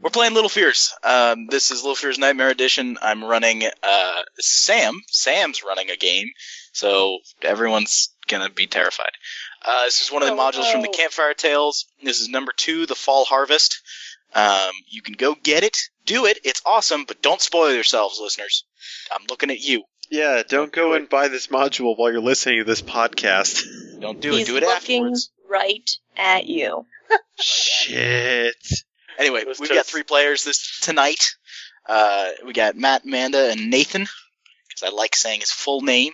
We're playing Little Fears. Um, this is Little Fears Nightmare Edition. I'm running uh, Sam. Sam's running a game, so everyone's gonna be terrified. Uh, this is one of the Oh, modules from the no. Campfire Tales. This is number two, the Fall Harvest. Um, you can go get it, do it. It's awesome, but don't spoil yourselves, listeners. I'm looking at you. Yeah, don't go and buy this module while you're listening to this podcast. Don't do He's it. Do it looking afterwards. right at you. Shit. Anyway, It was we've tough. got three players this tonight. Uh, we got Matt, Amanda, and Nathan. Because I like saying his full name.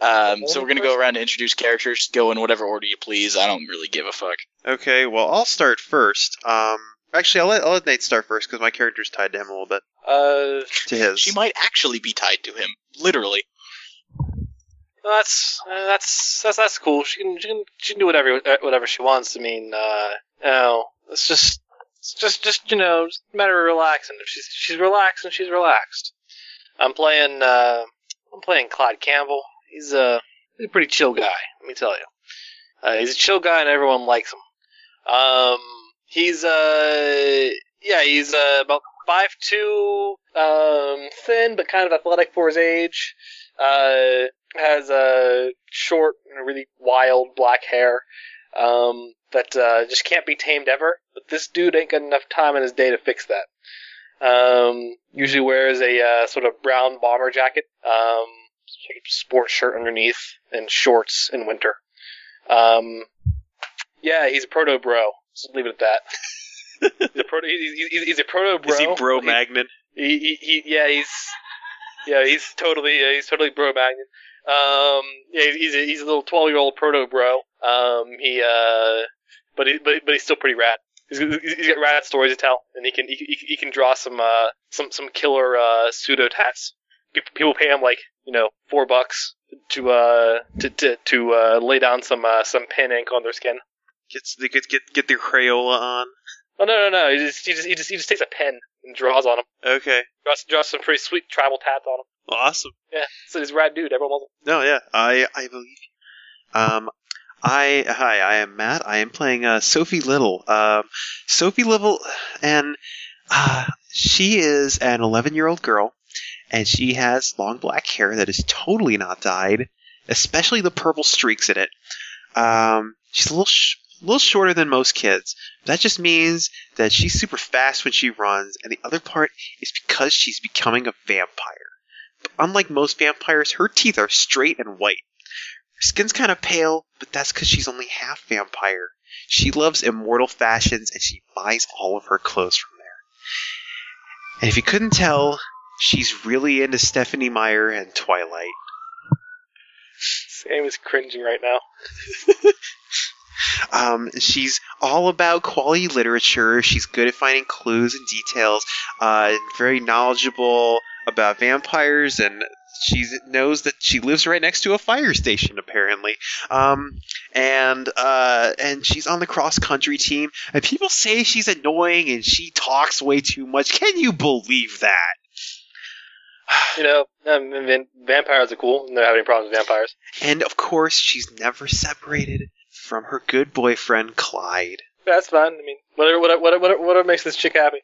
Um, so we're gonna go around and introduce characters. Go in whatever order you please. I don't really give a fuck. Okay, well, I'll start first. Um, actually, I'll let, I'll let Nate start first because my character's tied to him a little bit. Uh, To his. She might actually be tied to him, literally. that's uh, that's that's that's cool. She can she can she can do whatever uh, whatever she wants. I mean, uh, you know, it's just it's just just you know, just a matter of relaxing. If she's she's relaxed and she's relaxed. I'm playing uh, I'm playing Clyde Campbell. He's a he's a pretty chill guy. Let me tell you, uh, he's a chill guy and everyone likes him. Um, he's uh yeah he's uh, about five two, um, thin but kind of athletic for his age. Uh has uh, short and really wild black hair um, that uh, just can't be tamed ever. But this dude ain't got enough time in his day to fix that. Um, usually wears a uh, sort of brown bomber jacket, um, sort of sports shirt underneath, and shorts in winter. Um, yeah, he's a proto bro. Just leave it at that. he's a proto. He's, he's, he's a proto bro. Is he bro He- magnet? he, he, he yeah, he's yeah, he's totally yeah, he's totally bro magnet. Um, yeah, he's a, he's a little twelve year old proto bro. Um, he uh, but he, but he- but he's still pretty rad. He's, he's he's got rad stories to tell, and he can he, can- he can draw some uh some some killer uh pseudo tats. People people pay him like you know four bucks to uh to to, to uh lay down some uh some pen ink on their skin. Gets, they could get, get their Crayola on. Oh no no no! He just he just he just, he just takes a pen and draws on him. Okay. Draws draws some pretty sweet tribal tats on him. Well, awesome. Yeah, so he's a rad dude. Everyone loves him. No, yeah, I I believe you. Um, I hi, I am Matt. I am playing uh, Sophie Little. Um, Sophie Little, and uh, she is an 11 year old girl, and she has long black hair that is totally not dyed, especially the purple streaks in it. Um, she's a little sh- little shorter than most kids. That just means that she's super fast when she runs, and the other part is because she's becoming a vampire unlike most vampires, her teeth are straight and white. Her skin's kind of pale, but that's because she's only half vampire. She loves immortal fashions and she buys all of her clothes from there. And if you couldn't tell, she's really into Stephanie Meyer and Twilight. Sam is cringing right now. Um, she's all about quality literature. She's good at finding clues and details. Uh, very knowledgeable about vampires, and she knows that she lives right next to a fire station, apparently. Um, and uh, and she's on the cross country team. And people say she's annoying and she talks way too much. Can you believe that? You know, um, van- vampires are cool. and They don't have any problems with vampires. And of course, she's never separated from her good boyfriend Clyde. That's fine. I mean, whatever, whatever, whatever, whatever makes this chick happy.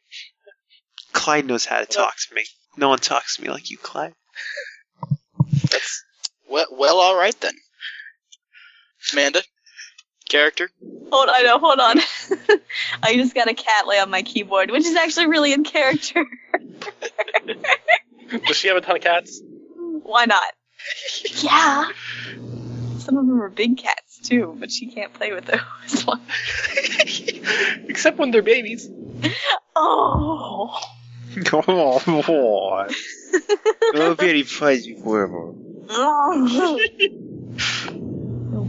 Clyde knows how to talk to me. No one talks to me like you, Clyde. That's Well, well, all right then. Amanda, character. Hold on, no, hold on. I just got a cat lay on my keyboard, which is actually really in character. does she have a ton of cats? Why not? yeah. Some of them are big cats too, but she can't play with those. Except when they're babies. oh. Come on. It'll be fuzzy forever. Little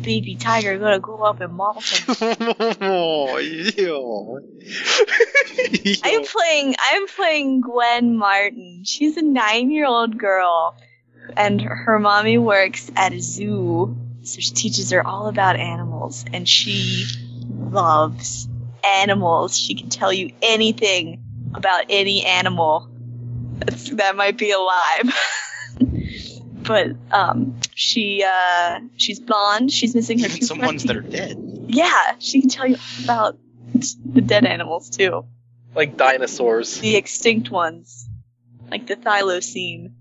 baby tiger gonna grow up and model some I'm playing I'm playing Gwen Martin. She's a nine year old girl and her mommy works at a zoo. So she teaches her all about animals and she loves animals. She can tell you anything about any animal. That's, that might be alive. but um she uh she's blonde, she's missing her Even two some front ones that are dead. yeah, she can tell you about the dead animals too. Like dinosaurs. The extinct ones, like the thylacine.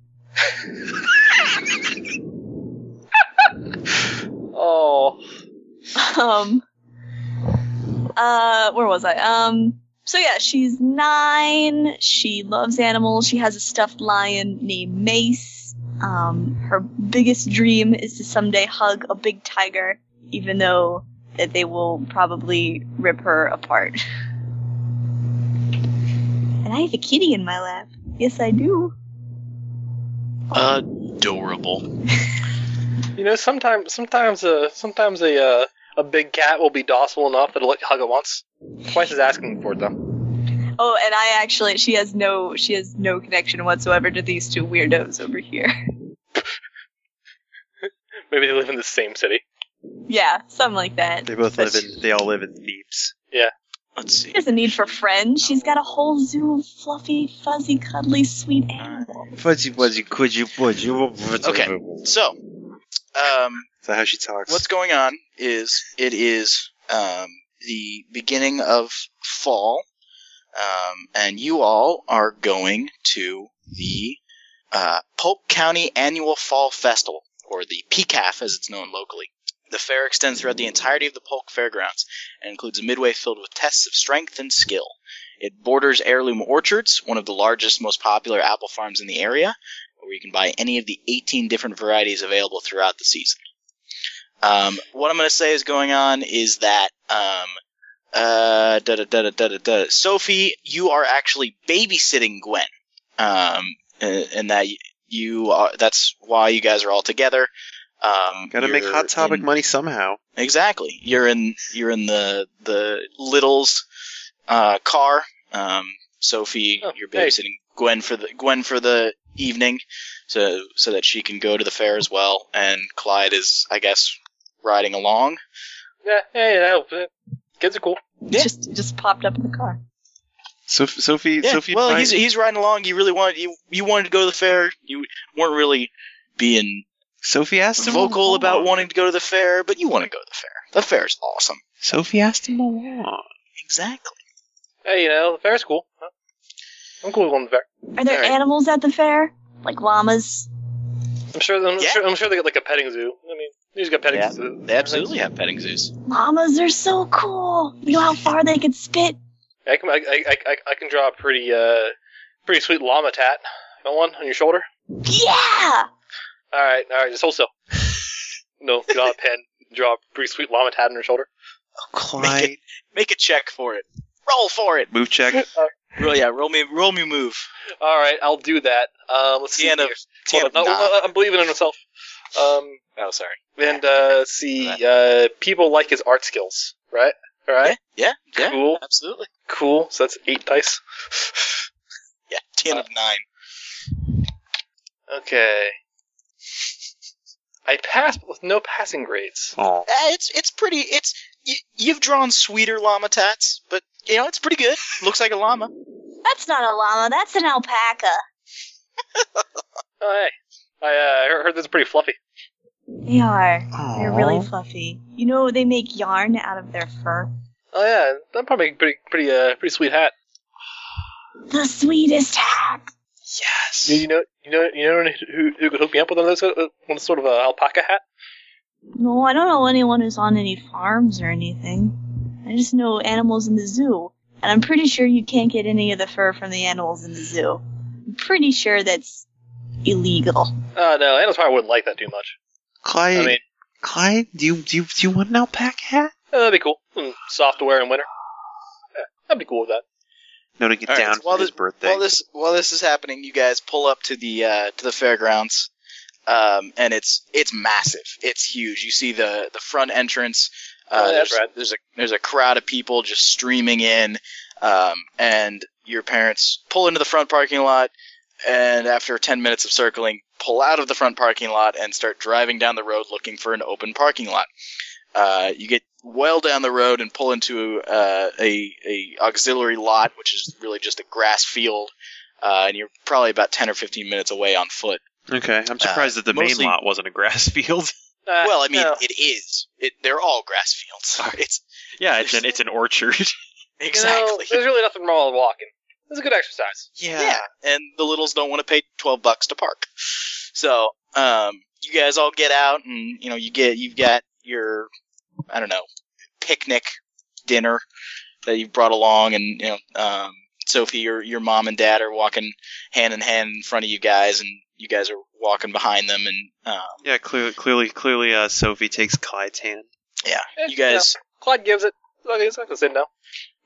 Oh. Um, uh, where was I? Um, so yeah, she's nine. She loves animals. She has a stuffed lion named Mace. Um, her biggest dream is to someday hug a big tiger, even though that they will probably rip her apart. And I have a kitty in my lap. Yes, I do. Adorable. You know, sometimes sometimes uh sometimes a uh, a big cat will be docile enough that it'll let you hug it once. Twice is asking for it though. Oh, and I actually she has no she has no connection whatsoever to these two weirdos over here. Maybe they live in the same city. yeah, something like that. They both But live in. They all live in Thebes. Let's see. She doesn't need for friends. She's got a whole zoo of fluffy, fuzzy, cuddly, sweet animals. Fuzzy, fuzzy, could you, would you? Okay. So, um, So how she talks. what's going on is it is um, the beginning of fall, um, and you all are going to the uh, Polk County Annual Fall Festival, or the PCAF as it's known locally. The fair extends throughout the entirety of the Polk Fairgrounds and includes a midway filled with tests of strength and skill. It borders Heirloom Orchards, one of the largest, most popular apple farms in the area, where you can buy any of the 18 different varieties available throughout the season. Um, what I'm going to say is going on is that um, uh, da, da, da, da, da, da, da. Sophie, you are actually babysitting Gwen, um, and, and that y- you are. That's why you guys are all together. Um, Gotta make you're hot topic in- money somehow. Exactly. You're in you're in the the Littles uh, car. Um, Sophie, Oh, you're hey. babysitting Gwen for the Gwen for the evening, so so that she can go to the fair as well. And Clyde is, I guess, riding along. Yeah, yeah, yeah. that- that- Kids are cool. Yeah. Just just popped up in the car. So Sophie, Yeah. Sophie. well, finds- he's he's riding along. You really wanted you you wanted to go to the fair. You weren't really being Sophie asked him vocal along. about wanting to go to the fair, but you want to go to the fair. The fair is awesome. Sophie asked him along. Exactly. Hey, you know, the fair's cool. Huh? I'm cool on the fair. Are there Alright. animals at the fair? Like llamas? I'm sure. I'm, Yeah. sure, I'm sure they got like a petting zoo. I mean, you just got petting Yeah. zoo. They absolutely have petting zoos. Llamas are so cool. You know how far they can spit? I can, I, I, I, I can draw a pretty, uh, pretty sweet llama tat. Got one on your shoulder. Yeah! All right, all right, just hold still. no, get out a pen. Draw a pretty sweet llama tat on your shoulder. Clyde, Make a check for it. Roll for it. move check. Roll, yeah, roll me, roll me, move. All right, I'll do that. Um, let's see. Deanna- here. Hold on, no, no, I'm believing in myself. Um, Oh, sorry. and uh, let's see, uh, people like his art skills, right? All right, Yeah, yeah, cool, absolutely. cool. So that's eight dice. Yeah, ten of nine. okay. I passed with no passing grades. Aw. Eh, it's it's pretty. It's y- you've drawn sweeter llama tats, but you know it's pretty good. Looks like a llama. That's not a llama, that's an alpaca. Oh, hey, I uh, heard that's pretty fluffy. They are. They're really Aw. fluffy. You know they make yarn out of their fur. Oh yeah, that'd probably make a pretty, pretty, uh, pretty sweet hat. The sweetest hat. You, Yes. you know, you know, you know who, who could hook me up with one of those, uh, one sort of a alpaca hat? No, I don't know anyone who's on any farms or anything. I just know animals in the zoo. And I'm pretty sure you can't get any of the fur from the animals in the zoo. I'm pretty sure that's illegal. Oh no, animals probably wouldn't like that too much. Clyde, I mean, Clyde, do you do you, do you want an alpaca hat? uh, that'd be cool. Mm, soft to wear in winter. Yeah, that'd be cool with that. No, to get All right, down so while for his this- birthday. While this while this is happening, you guys pull up to the uh, to the fairgrounds, um, and it's it's massive. It's huge. You see the the front entrance. Uh, Oh, that's there's, rad. there's a there's a crowd of people just streaming in, um, and your parents pull into the front parking lot, and after ten minutes of circling, pull out of the front parking lot and start driving down the road looking for an open parking lot. Uh, you get well down the road and pull into uh, a, a auxiliary lot, which is really just a grass field, uh, and you're probably about ten or fifteen minutes away on foot. okay, I'm surprised that the mostly- main lot wasn't a grass field. Uh, well, I mean, no. it is. It, they're all grass fields. It's yeah, it's an it's an orchard. You know, Exactly. there's really nothing wrong with walking. It's a good exercise. Yeah. and the littles don't want to pay 12 bucks to park. So, um, you guys all get out and, you know, you get, you've got your, I don't know, picnic dinner that you've brought along and, you know, um, Sophie, your, your mom and dad are walking hand in hand in front of you guys and you guys are walking behind them and, um, Yeah, clearly, clearly, clearly, uh, Sophie takes Clyde's hand. Eh, you guys, know, Clyde gives it. Okay, it's not gonna say no.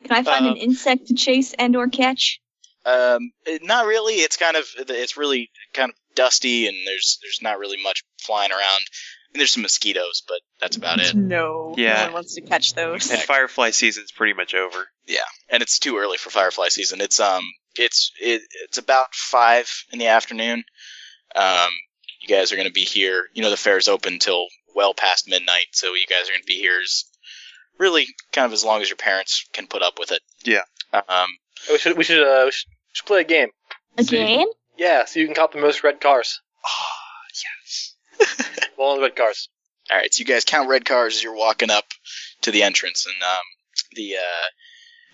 Can I find Um, an insect to chase and or catch? Um, it- not really. It's kind of it's really kind of dusty, and there's there's not really much flying around, and there's some mosquitoes, but that's about Mm-hmm. it. No. Yeah. No one wants to catch those. And Firefly season's pretty much over. And it's too early for firefly season. It's um it's it, it's about five in the afternoon. Um, you guys are gonna be here. You know the fair's open till well past midnight, so you guys are gonna be here as really kind of as long as your parents can put up with it. Yeah. Um, We should we should uh, we should, we should play a game. Again? Yeah, so you can cop the most red cars. Well, all the red cars. All right, so you guys count red cars as you're walking up to the entrance, and um, the uh,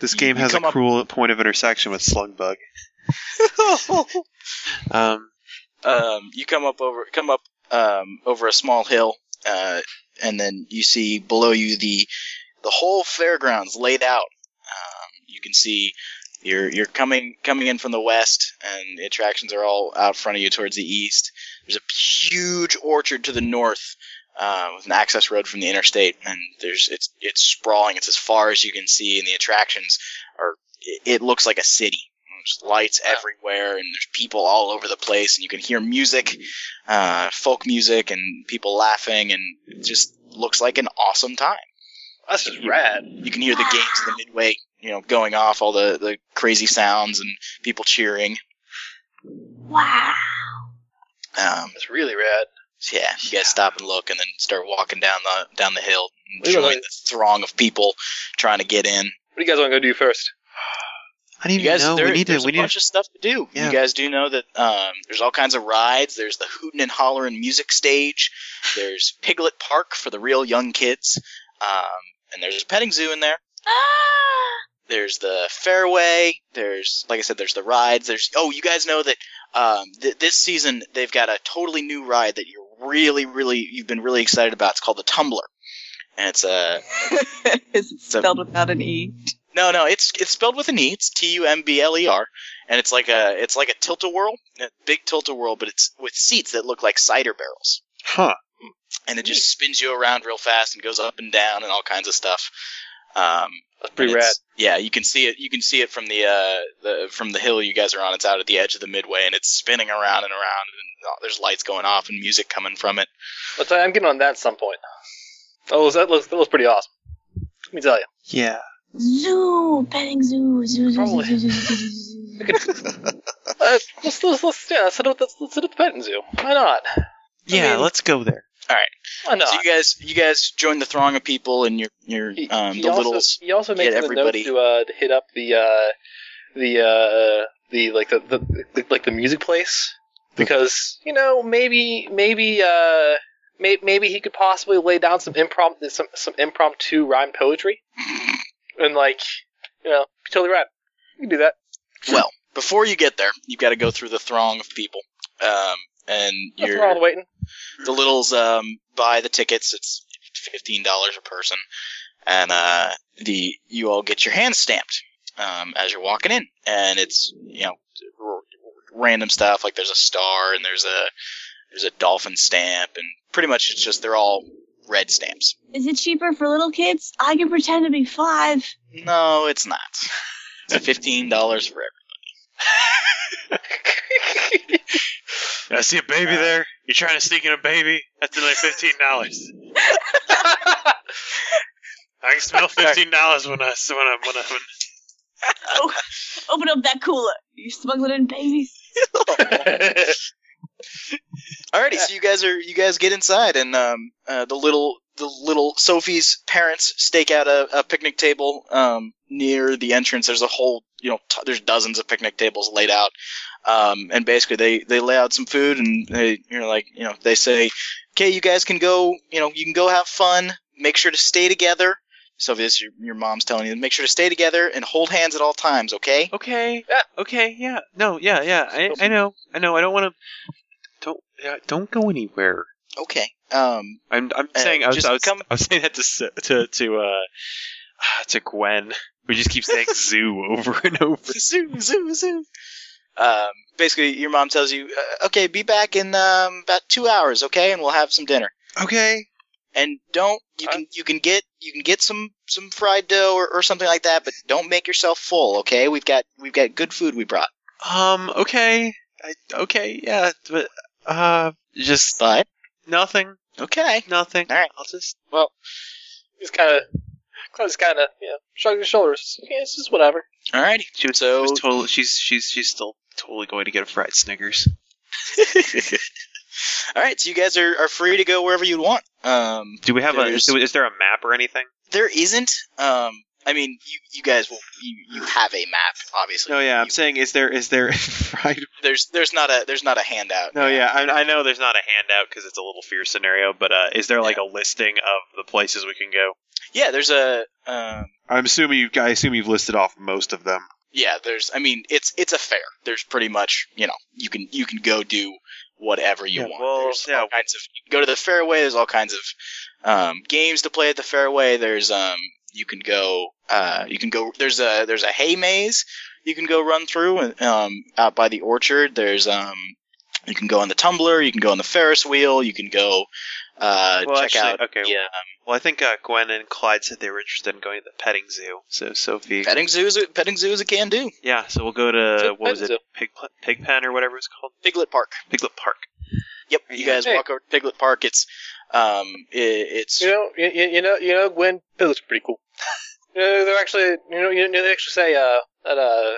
This You- game you has a come up- cruel point of intersection with Slugbug. Um, um, you come up over come up um, over a small hill, uh, and then you see below you the the whole fairgrounds laid out. Um, you can see you're you're coming coming in from the west, and the attractions are all out front of you towards the east. There's a huge orchard to the north. Uh, with an access road from the interstate, and there's it's it's sprawling. It's as far as you can see, and the attractions are. It, it looks like a city. There's lights Wow. everywhere, and there's people all over the place, and you can hear music, uh, folk music, and people laughing, and it just looks like an awesome time. That's just rad. You can hear the games in the midway, you know, going off, all the, the crazy sounds, and people cheering. Wow. Um, That's really rad. so yeah, you guys stop and look, and then start walking down the down the hill, and We don't join know- the throng of people trying to get in. What do you guys want to go do first? I didn't You guys, even know there, we need to. there's We a need. bunch of stuff to do. Yeah. You guys do know that um, there's all kinds of rides. There's the hootin' and hollerin' music stage. There's Piglet Park for the real young kids, um, and there's a petting zoo in there. There's the fairway. There's, like I said, there's the rides. There's oh, you guys know that um, th- this season they've got a totally new ride that you're really, really, you've been really excited about. It's called the Tumbler, and it's a Is it spelled without an E? no, no, it's it's spelled with an E. It's T U M B L E R, and it's like a it's like a tilt a whirl, a big tilt a whirl, but it's with seats that look like cider barrels, Huh. and it just spins you around real fast and goes up and down and all kinds of stuff. Um, That's pretty and rad. it's- Yeah, you can see it. You can see it from the uh the from the hill you guys are on. It's out at the edge of the midway, and it's spinning around and around. And oh, there's lights going off and music coming from it. I'll tell you, I'm getting on that at some point. Oh, that looks that looks pretty awesome. Let me tell you. Yeah. Zoo, petting zoo, zoo, zoo, zoo, Probably. zoo, zoo, zoo, zoo, zoo. Uh, let's, let's, let's, yeah, let's, hit up, let's, let's hit up the petting zoo. Why not? Yeah. mean- let's go there. Why not? So you guys, you guys join the throng of people, and you're you're He- um he the also, littles. He also makes get the note everybody- to, uh, to hit up the uh, the uh, the like the, the, the like the music place because you know maybe maybe uh, may, maybe he could possibly lay down some impromptu some some impromptu rhyme poetry and like you know be totally right. You can do that. Well, before you get there, you've got to go through the throng of people, um, and That's we're all you're, waiting. the littles um, buy the tickets. It's fifteen dollars a person, and uh, the you all get your hands stamped um, as you're walking in, and it's you know r- random stuff like there's a star and there's a there's a dolphin stamp, and pretty much it's just they're all red stamps. Is it cheaper for little kids? I can pretend to be five. No, it's not. It's fifteen dollars for everyone. I see a baby there. You're trying to sneak in a baby. That's another fifteen dollars. I can smell fifteen dollars when I when I when I. When Open up that cooler. You're smuggling in babies. Alrighty, so you guys are you guys get inside, and um, uh, the little the little Sophie's parents stake out a, a picnic table um, near the entrance. There's a whole you know t- there's dozens of picnic tables laid out, um, and basically they they lay out some food, and they you know like you know they say, okay, you guys can go you know you can go have fun. Make sure to stay together. Sophie, this is your, your mom's telling you. Make sure to stay together and hold hands at all times, Oh. okay? Okay. Yeah. Okay. Yeah. No. Yeah. Yeah. I, I know. I know. I don't want to. Don't. Yeah. Don't go anywhere. Okay. Um, I'm. I'm Uh, saying. I was. just I was, come- I was saying that to S- to to uh to Gwen, who just keeps saying zoo over and over. zoom, zoom, zoom. Um, basically, your mom tells you, uh, okay, be back in um, about two hours, okay, and we'll have some dinner. Okay. And don't you can you can get you can get some some fried dough or, or something like that, but don't make yourself full, okay? We've got we've got good food we brought. Um. Okay. I, okay. Yeah. But uh, just But nothing. okay, Nothing. all right. I'll just. Well, he's kind of, Chloe's kind of, you know, shrugged his shoulders. Yeah, it's just whatever. All righty. She was, So- she was totally. She's. She's. She's still totally going to get a fried Snickers. All right, so you guys are, are free to go wherever you want. Um, Do we have There's- a? Is there a map or anything? there isn't. Um, I mean, you, you guys will you, you have a map, obviously. No, Oh, yeah, I'm You- saying is there is there fried? there's there's not a there's not a handout. No, yeah, I, I know there's not a handout because it's a little fear scenario, but uh, is there like a listing of the places we can go? Yeah, there's a um, I'm assuming you. I assume you've listed off most of them. yeah, there's I mean, it's it's a fair. There's pretty much, you know, you can you can go do whatever you Yeah, want. well, there's yeah. all kinds of you can go to the fairway, there's all kinds of um, games to play at the fairway. There's um you can go uh you can go there's a there's a hay maze you can go run through and um out by the orchard. There's um you can go on the tumbler, you can go on the Ferris wheel, you can go uh Well, check actually, out okay. yeah, um, Well, I think uh, Gwen and Clyde said they were interested in going to the petting zoo. So Sophie, petting zoos petting zoos a can do. yeah, so we'll go Uh, to Zoo- what was petting it, pig Pl- pig pen or whatever it's called, Piglet Park. Piglet Park. Yep, you Yeah. guys Hey. walk over to Piglet Park. It's um, i it's You know, you, you you know, you know, Gwen. It looks pretty cool. you know, they're actually, you know, you know, they actually say uh, that uh,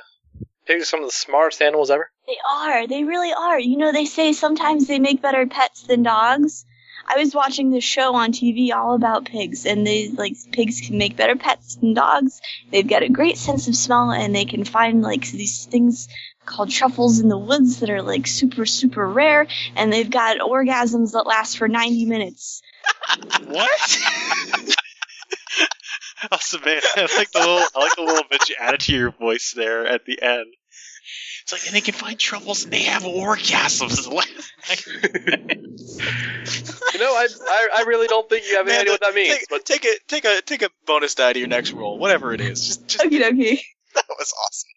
pigs are some of the smartest animals ever. They are. They really are. You know, they say sometimes they make better pets than dogs. I was watching this show on TV all about pigs, and they like pigs can make better pets than dogs. They've got a great sense of smell, and they can find like these things called truffles in the woods that are like super super rare, and they've got orgasms that last for ninety minutes. What? oh, Savannah, I like the little, I like the little bit you added to your voice there at the end. It's like, and they can find troubles and they have orgasms. You know, I, I, I really don't think you have any Man, idea what that means. take, take a take a take a bonus die to your next roll, whatever it is. Just, just Okie dokie. that was awesome.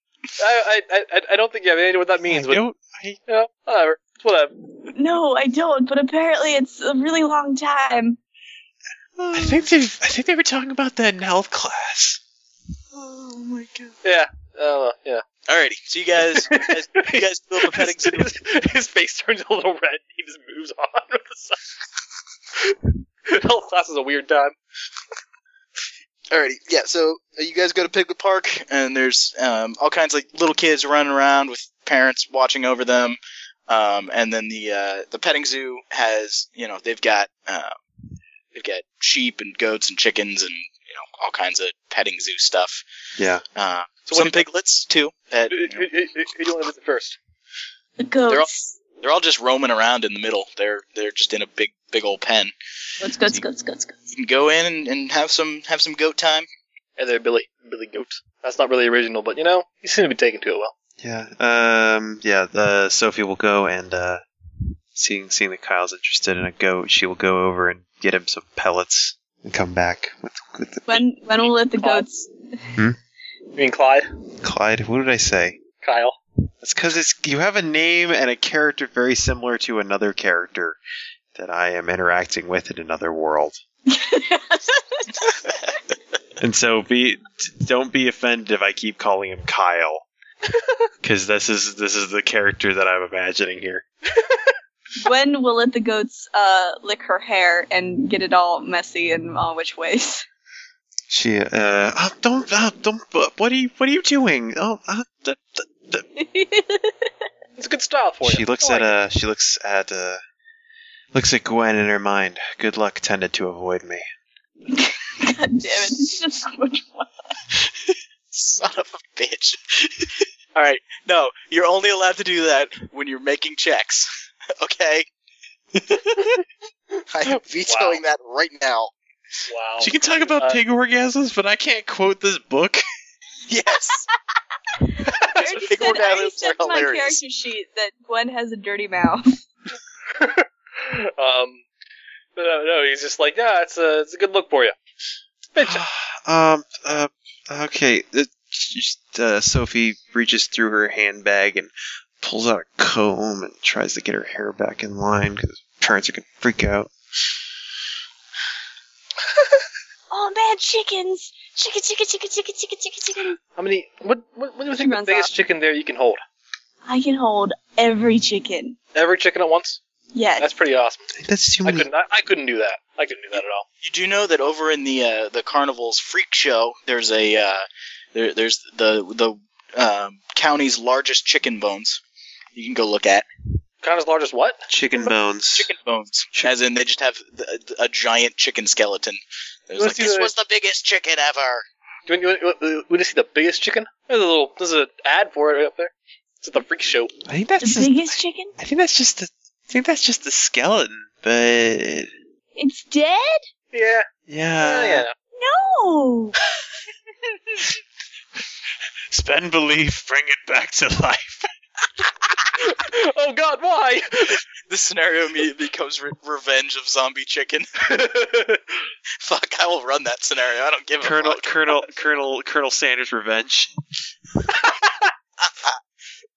I, I, I, I don't think you have any idea what that means. But you don't. I, know, whatever, It's whatever. No, I don't. But apparently, it's a really long time. I think they. I think they were talking about that in health class. Oh my god! Yeah. Uh, yeah. Alrighty, so you guys, you guys, you guys build a petting zoo. his, his face turns a little red. He just moves on with the sun. Health class is a weird time. Alrighty, yeah. So uh, you guys go to Piglet Park, and there's um, all kinds of like, little kids running around with parents watching over them. Um, and then the uh, the petting zoo has you know they've got uh, they've got sheep and goats and chickens and you know all kinds of petting zoo stuff. Yeah. Uh, So some what do you- piglets too. that, Who, you know, who, who, who do you want to visit first? The goats. they're all just roaming around in the middle. They're they're just in a big big old pen. Goats, goats, goats, goats, goats. You can go in and, and have some have some goat time. And they're Billy Billy Goat. That's not really original, but you know, you seem to be taking to it well. Yeah. Um. Yeah. Uh, Sophie will go and uh, seeing seeing that Kyle's interested in a goat, she will go over and get him some pellets and come back with with the When when will let the goats? You mean Clyde? Clyde. What did I say? Kyle. That's because it's you have a name and a character very similar to another character that I am interacting with in another world, and so be don't be offended if I keep calling him Kyle, because this is this is the character that I'm imagining here. Gwen will let the goats uh, lick her hair and get it all messy in all which ways. She uh, oh, don't oh, don't uh, what are you what are you doing? Oh, uh, th- th- It's a good style for you. she looks at uh she looks at uh looks at Gwen in her mind. Good luck tended to avoid me. God damn it! It's just so much fun. Son of a bitch. all right, no, you're only allowed to do that when you're making checks. Okay. I am vetoing that right now. Wow. She can talk about Uh, pig orgasms, but I can't quote this book. Yes. I already Big said, I already orgasms said are in my hilarious. character sheet that Gwen has a dirty mouth. um, no, no, he's just like, yeah, it's a, it's a good look for you. Bitch. um. Uh, okay. Uh, just, uh, Sophie reaches through her handbag and pulls out a comb and tries to get her hair back in line because parents are gonna freak out. Oh man, chickens! Chicken, chicken, chicken, chicken, chicken, chicken, chicken. How many? What? What, what do you She think the runs biggest chicken there you can hold? I can hold every chicken. Every chicken at once? Yes. That's pretty awesome. That's too I many. couldn't. I, I couldn't do that. I couldn't do that at all. You do know that over in the uh, the carnival's freak show, there's a uh, there, there's the the um, county's largest chicken bones. You can go look at Kind as large as what? Chicken bones. chicken bones, as in they just have the, a giant chicken skeleton. There's like, Let's do this the- was the biggest chicken ever. Do you want, you want, you want to see the biggest chicken? There's a little. There's an ad for it right up there. It's at the freak show. I think that's. the Just, biggest chicken? I think that's just the. I think that's just the skeleton. But It's dead? Yeah. yeah. Uh, yeah. No! Spend belief, bring it back to life. oh God, why? This scenario immediately becomes re- Revenge of Zombie Chicken. Fuck, I will run that scenario. I don't give Colonel, Oh, a fuck. Colonel, Colonel, Colonel Sanders' revenge.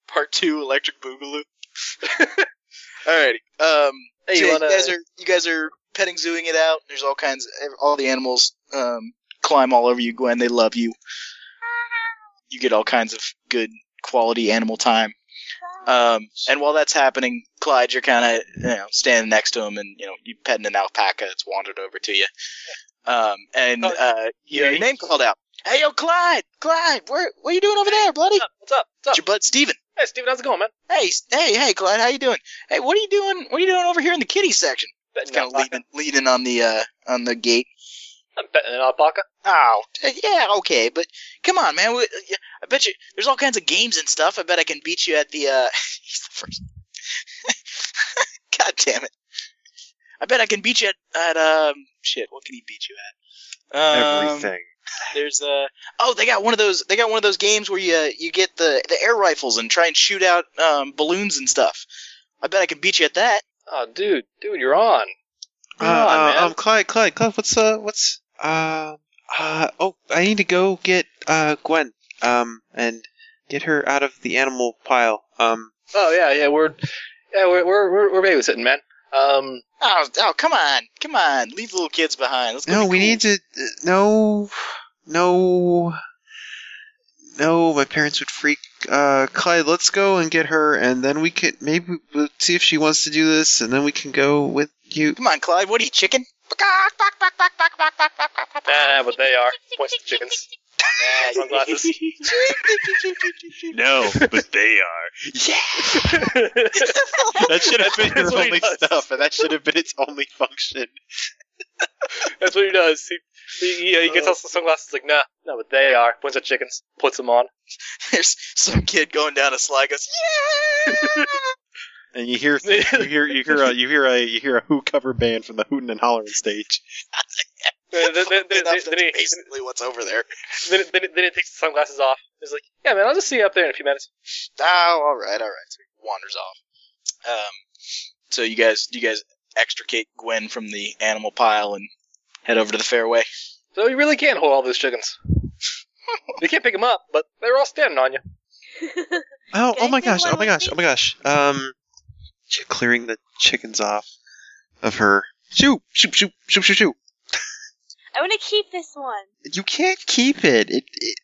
Part two, Electric Boogaloo. Alrighty. Um, Hey, so you yeah, wanna? you guys are you guys are petting zooing it out. There's all kinds. All the animals um, climb all over you, Gwen. They love you. You get all kinds of good quality animal time. Um, and while that's happening, Clyde, you're kind of you know standing next to him, and you know you petting an alpaca that's wandered over to you. Um, and Oh, uh, you know, yeah, your you- name called out. Hey, yo, Clyde! Clyde, where what are you doing over there, bloody? What's up? What's up? It's What's your up? bud Steven. Hey, Steven, how's it going, man? Hey, s- hey, hey, Clyde, how you doing? Hey, what are you doing? What are you doing over here in the kitty section? It's Betting kind of alpaca. leaning, leaning on the uh, on the gate. I'm betting an alpaca. Oh, uh, yeah, okay, but come on, man. We, uh, yeah, I bet you there's all kinds of games and stuff. I bet I can beat you at the. uh He's the first. God damn it! I bet I can beat you at, at um shit. What can he beat you at? Um, Everything. There's uh oh they got one of those they got one of those games where you uh, you get the the air rifles and try and shoot out um, balloons and stuff. I bet I can beat you at that. Oh, dude, dude, you're on. Uh, Come on, uh, man. um, Clyde, Clyde, Clyde, what's uh, what's uh, uh, oh, I need to go get uh Gwen, um, and get her out of the animal pile. Um, Oh yeah, yeah, we're yeah, we're we're we're, we're babysitting, man. Um, Oh, oh, come on, come on, leave the little kids behind. Let's go. no, be we cool. need to. Uh, no, no, no. My parents would freak. Uh, Clyde, let's go and get her, and then we could maybe we'll see if she wants to do this, and then we can go with you. Come on, Clyde. What are you, chicken? yeah, but they are points to chickens. Yeah, sunglasses. No, but they are. That should have been That's your what he only does. stuff, and that should have been its only function. That's what he does. He he, he, he gets us the sunglasses. Like, nah, no, but they are points at chickens. Puts them on. There's some kid going down a slide. Goes, yeah. And you hear you hear you hear a you hear a you hear a Who cover band from the Hootin' and Hollering stage. Then, then, then, then, Enough, that's then, he, basically what's over there. then, then, then he takes the sunglasses off. He's like, yeah, man, I'll just see you up there in a few minutes. Oh, all right, all right. So he wanders off. Um, so you guys, you guys extricate Gwen from the animal pile and head over to the fairway. So you really can't hold all those chickens. you can't pick them up, but they're all standing on you. Oh Can oh I my do gosh! one Oh my with gosh! me? Oh my gosh! Um, ch- clearing the chickens off of her. Shoo shoo shoo shoo shoo shoo. I want to keep this one. You can't keep it. It it,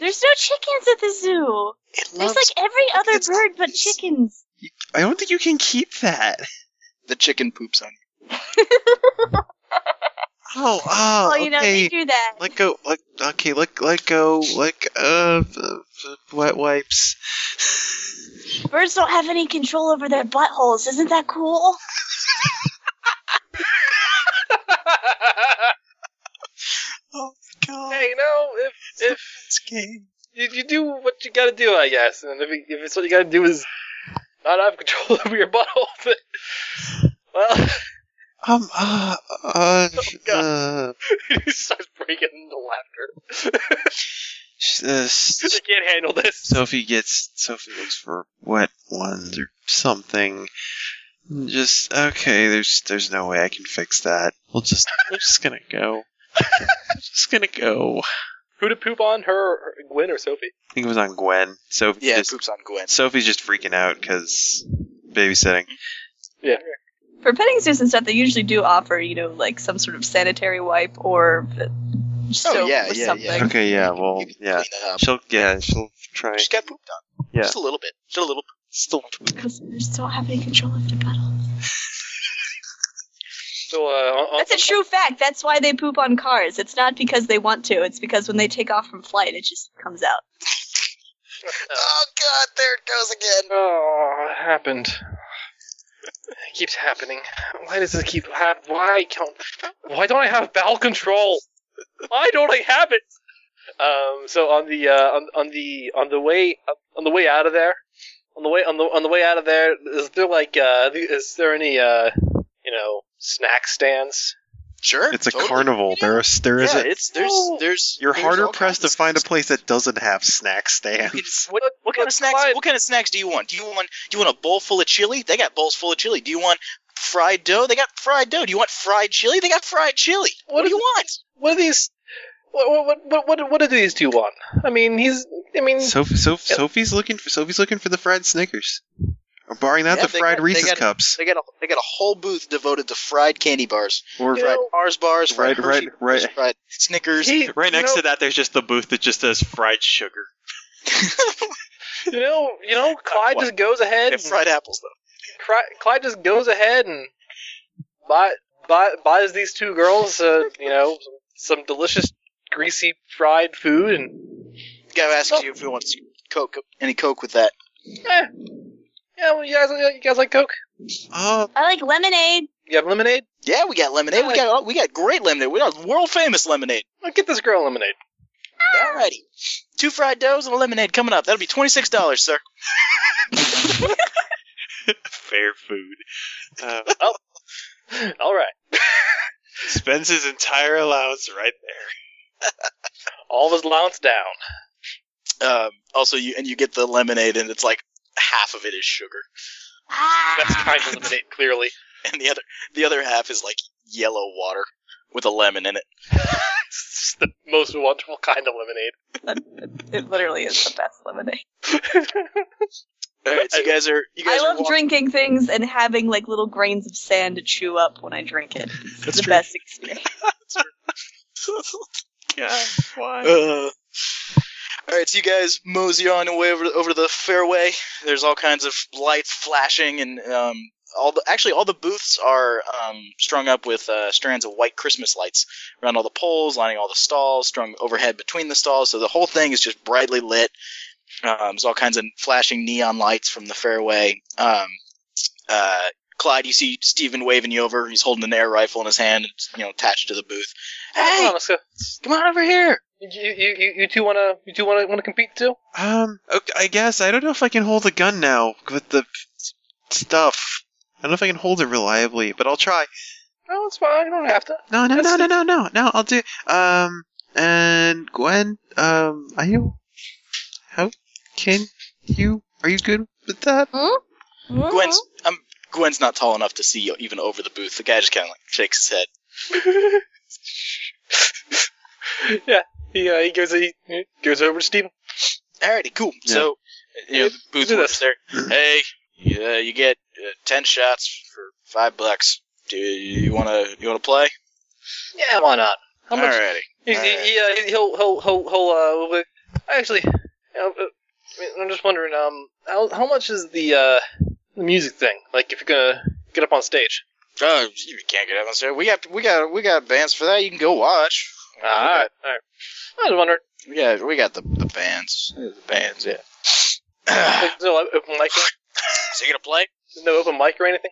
There's no chickens at the zoo. it There's loves. like every other it's- bird but it's- chickens. I don't think you can keep that. The chicken poops on you. Oh oh. Well, you know, okay. they do that. let go. Let okay. Let let go. Let uh, uh wet wipes. Birds don't have any control over their buttholes. Isn't that cool? God, hey, you know, if if this game. you, you do what you gotta do, I guess. And if, it- if it's what you gotta do is not have control over your butthole, then, well, Um, uh, uh, Oh, God. uh, he starts breaking into laughter. sh- uh, s- I can't handle this. Sophie gets Sophie looks for wet ones or something. Just okay. There's there's no way I can fix that. We'll just we're just gonna go. I'm just gonna go. I Who to poop on, her, or Gwen, or Sophie? think it was on Gwen. Sophie Yeah, just, poops on Gwen. Sophie's just freaking out because babysitting. For petting zoos and stuff, they usually do offer, you know, like some sort of sanitary wipe or uh, soap Oh, yeah, or yeah, something. yeah. Okay, yeah, well, You can Oh, yeah. Clean that up. She'll yeah, she'll try. Just got pooped on. Yeah. Just a little bit. Just a little. Still, Because they just don't have any control of their puddle. So, uh, on, on, That's a true fact. That's why they poop on cars. It's not because they want to. It's because when they take off from flight, it just comes out. Oh God, there it goes again. Oh, it happened. It keeps happening. Why does it keep hap- Why can't? Why don't I have bowel control? Why don't I have it? Um. So on the uh, on on the on the way on the way out of there, on the way on the on the way out of there, is there like uh, is there any uh, you know, snack stands? Sure. it's a totally. carnival. There are there is yeah, a. it's there's No. there's. You're there's harder all pressed to kinds of find a snacks. place that doesn't have snack You stands. can- What what kind What of snacks? slide? What kind of snacks do you want? Do you want do you want a bowl full of chili? They got bowls full of chili. Do you want fried dough? They got fried dough. Do you want fried chili? They got fried chili. What, do is- you want? What are these? What what what what what do these do you want? I mean, he's. I mean, Soph, Soph, Sophie's looking for Sophie's looking for the fried Snickers. Or barring that, Yeah, the they fried got- they Reese's got- cups. They got a they got a whole booth devoted to fried candy bars, Or You fried know- Mars bars, fried Right, Hershey right, right. bars, fried Snickers. he, Right you next know- to that, there's just the booth that just says fried sugar. You know, you know, Clyde what? just goes ahead. They have And, fried apples though. Cri- Clyde just goes ahead and buy, buy, buys these two girls, uh, you know, some delicious greasy fried food, and Guy asks you if he wants coke, any coke with that. yeah, well, you guys, you guys like Coke? Oh, I like lemonade. You have lemonade? Yeah, we got lemonade. We got we got great lemonade. We got world famous lemonade. Well, get this girl lemonade. Alrighty, two fried doughs and a lemonade coming up. That'll be twenty six dollars, sir. Fair food. Uh, All right, spends his entire allowance right there. all of his allowance down. Um, also, you and you get the lemonade, and it's like half of it is sugar, Ah! That's kind of lemonade, clearly. and the other the other half is like yellow water with a lemon in it. It's the most wonderful kind of lemonade. It literally is the best lemonade. All right, so you guys are you guys I are love walking- drinking things and having like little grains of sand to chew up when I drink it. It's the true. best experience. Yeah, why? Uh, all right, so you guys mosey on away over over to the fairway. There's all kinds of lights flashing, and um, all the actually all the booths are um, strung up with uh, strands of white Christmas lights around all the poles, lining all the stalls, strung overhead between the stalls. So the whole thing is just brightly lit. Um, there's all kinds of flashing neon lights from the fairway. Um, uh, Clyde, you see Steven waving you over. He's holding an air rifle in his hand, it's, you know, attached to the booth. Come Hey, on, let's go. come on over here. You, you, you, you two wanna, you two wanna, wanna compete too? um, okay, I guess I don't know if I can hold a gun now with the stuff. I don't know if I can hold it reliably, but I'll try. No, it's fine. You don't have to. No, no, no, no, no, no, no. I'll do. Um, and Gwen, um, I know. How can you? Are you good with that? Gwen's Mm-hmm. um, Gwen's not tall enough to see even over the booth. The guy just kind of like shakes his head. yeah, he uh, he goes he goes over to Steven. Alrighty, cool. So you know, the booth Do works this. there. Hey, uh, you get uh, ten shots for five bucks. Do you want to you want to play? Yeah, why not? How much? Alrighty. He, all he, right. he, uh, he- he'll he'll he'll he'll uh, will- actually. you know, uh, I mean, I'm just wondering um how how much is the uh the music thing? Like if you're gonna get up on stage. Oh, you can't get up on stage. We got we got we got bands for that. You can go watch. All right, all right. I was wondering. We got we got the the bands. The bands, yeah. Like, so is there like, open mic? you gonna play? There's no open mic or anything.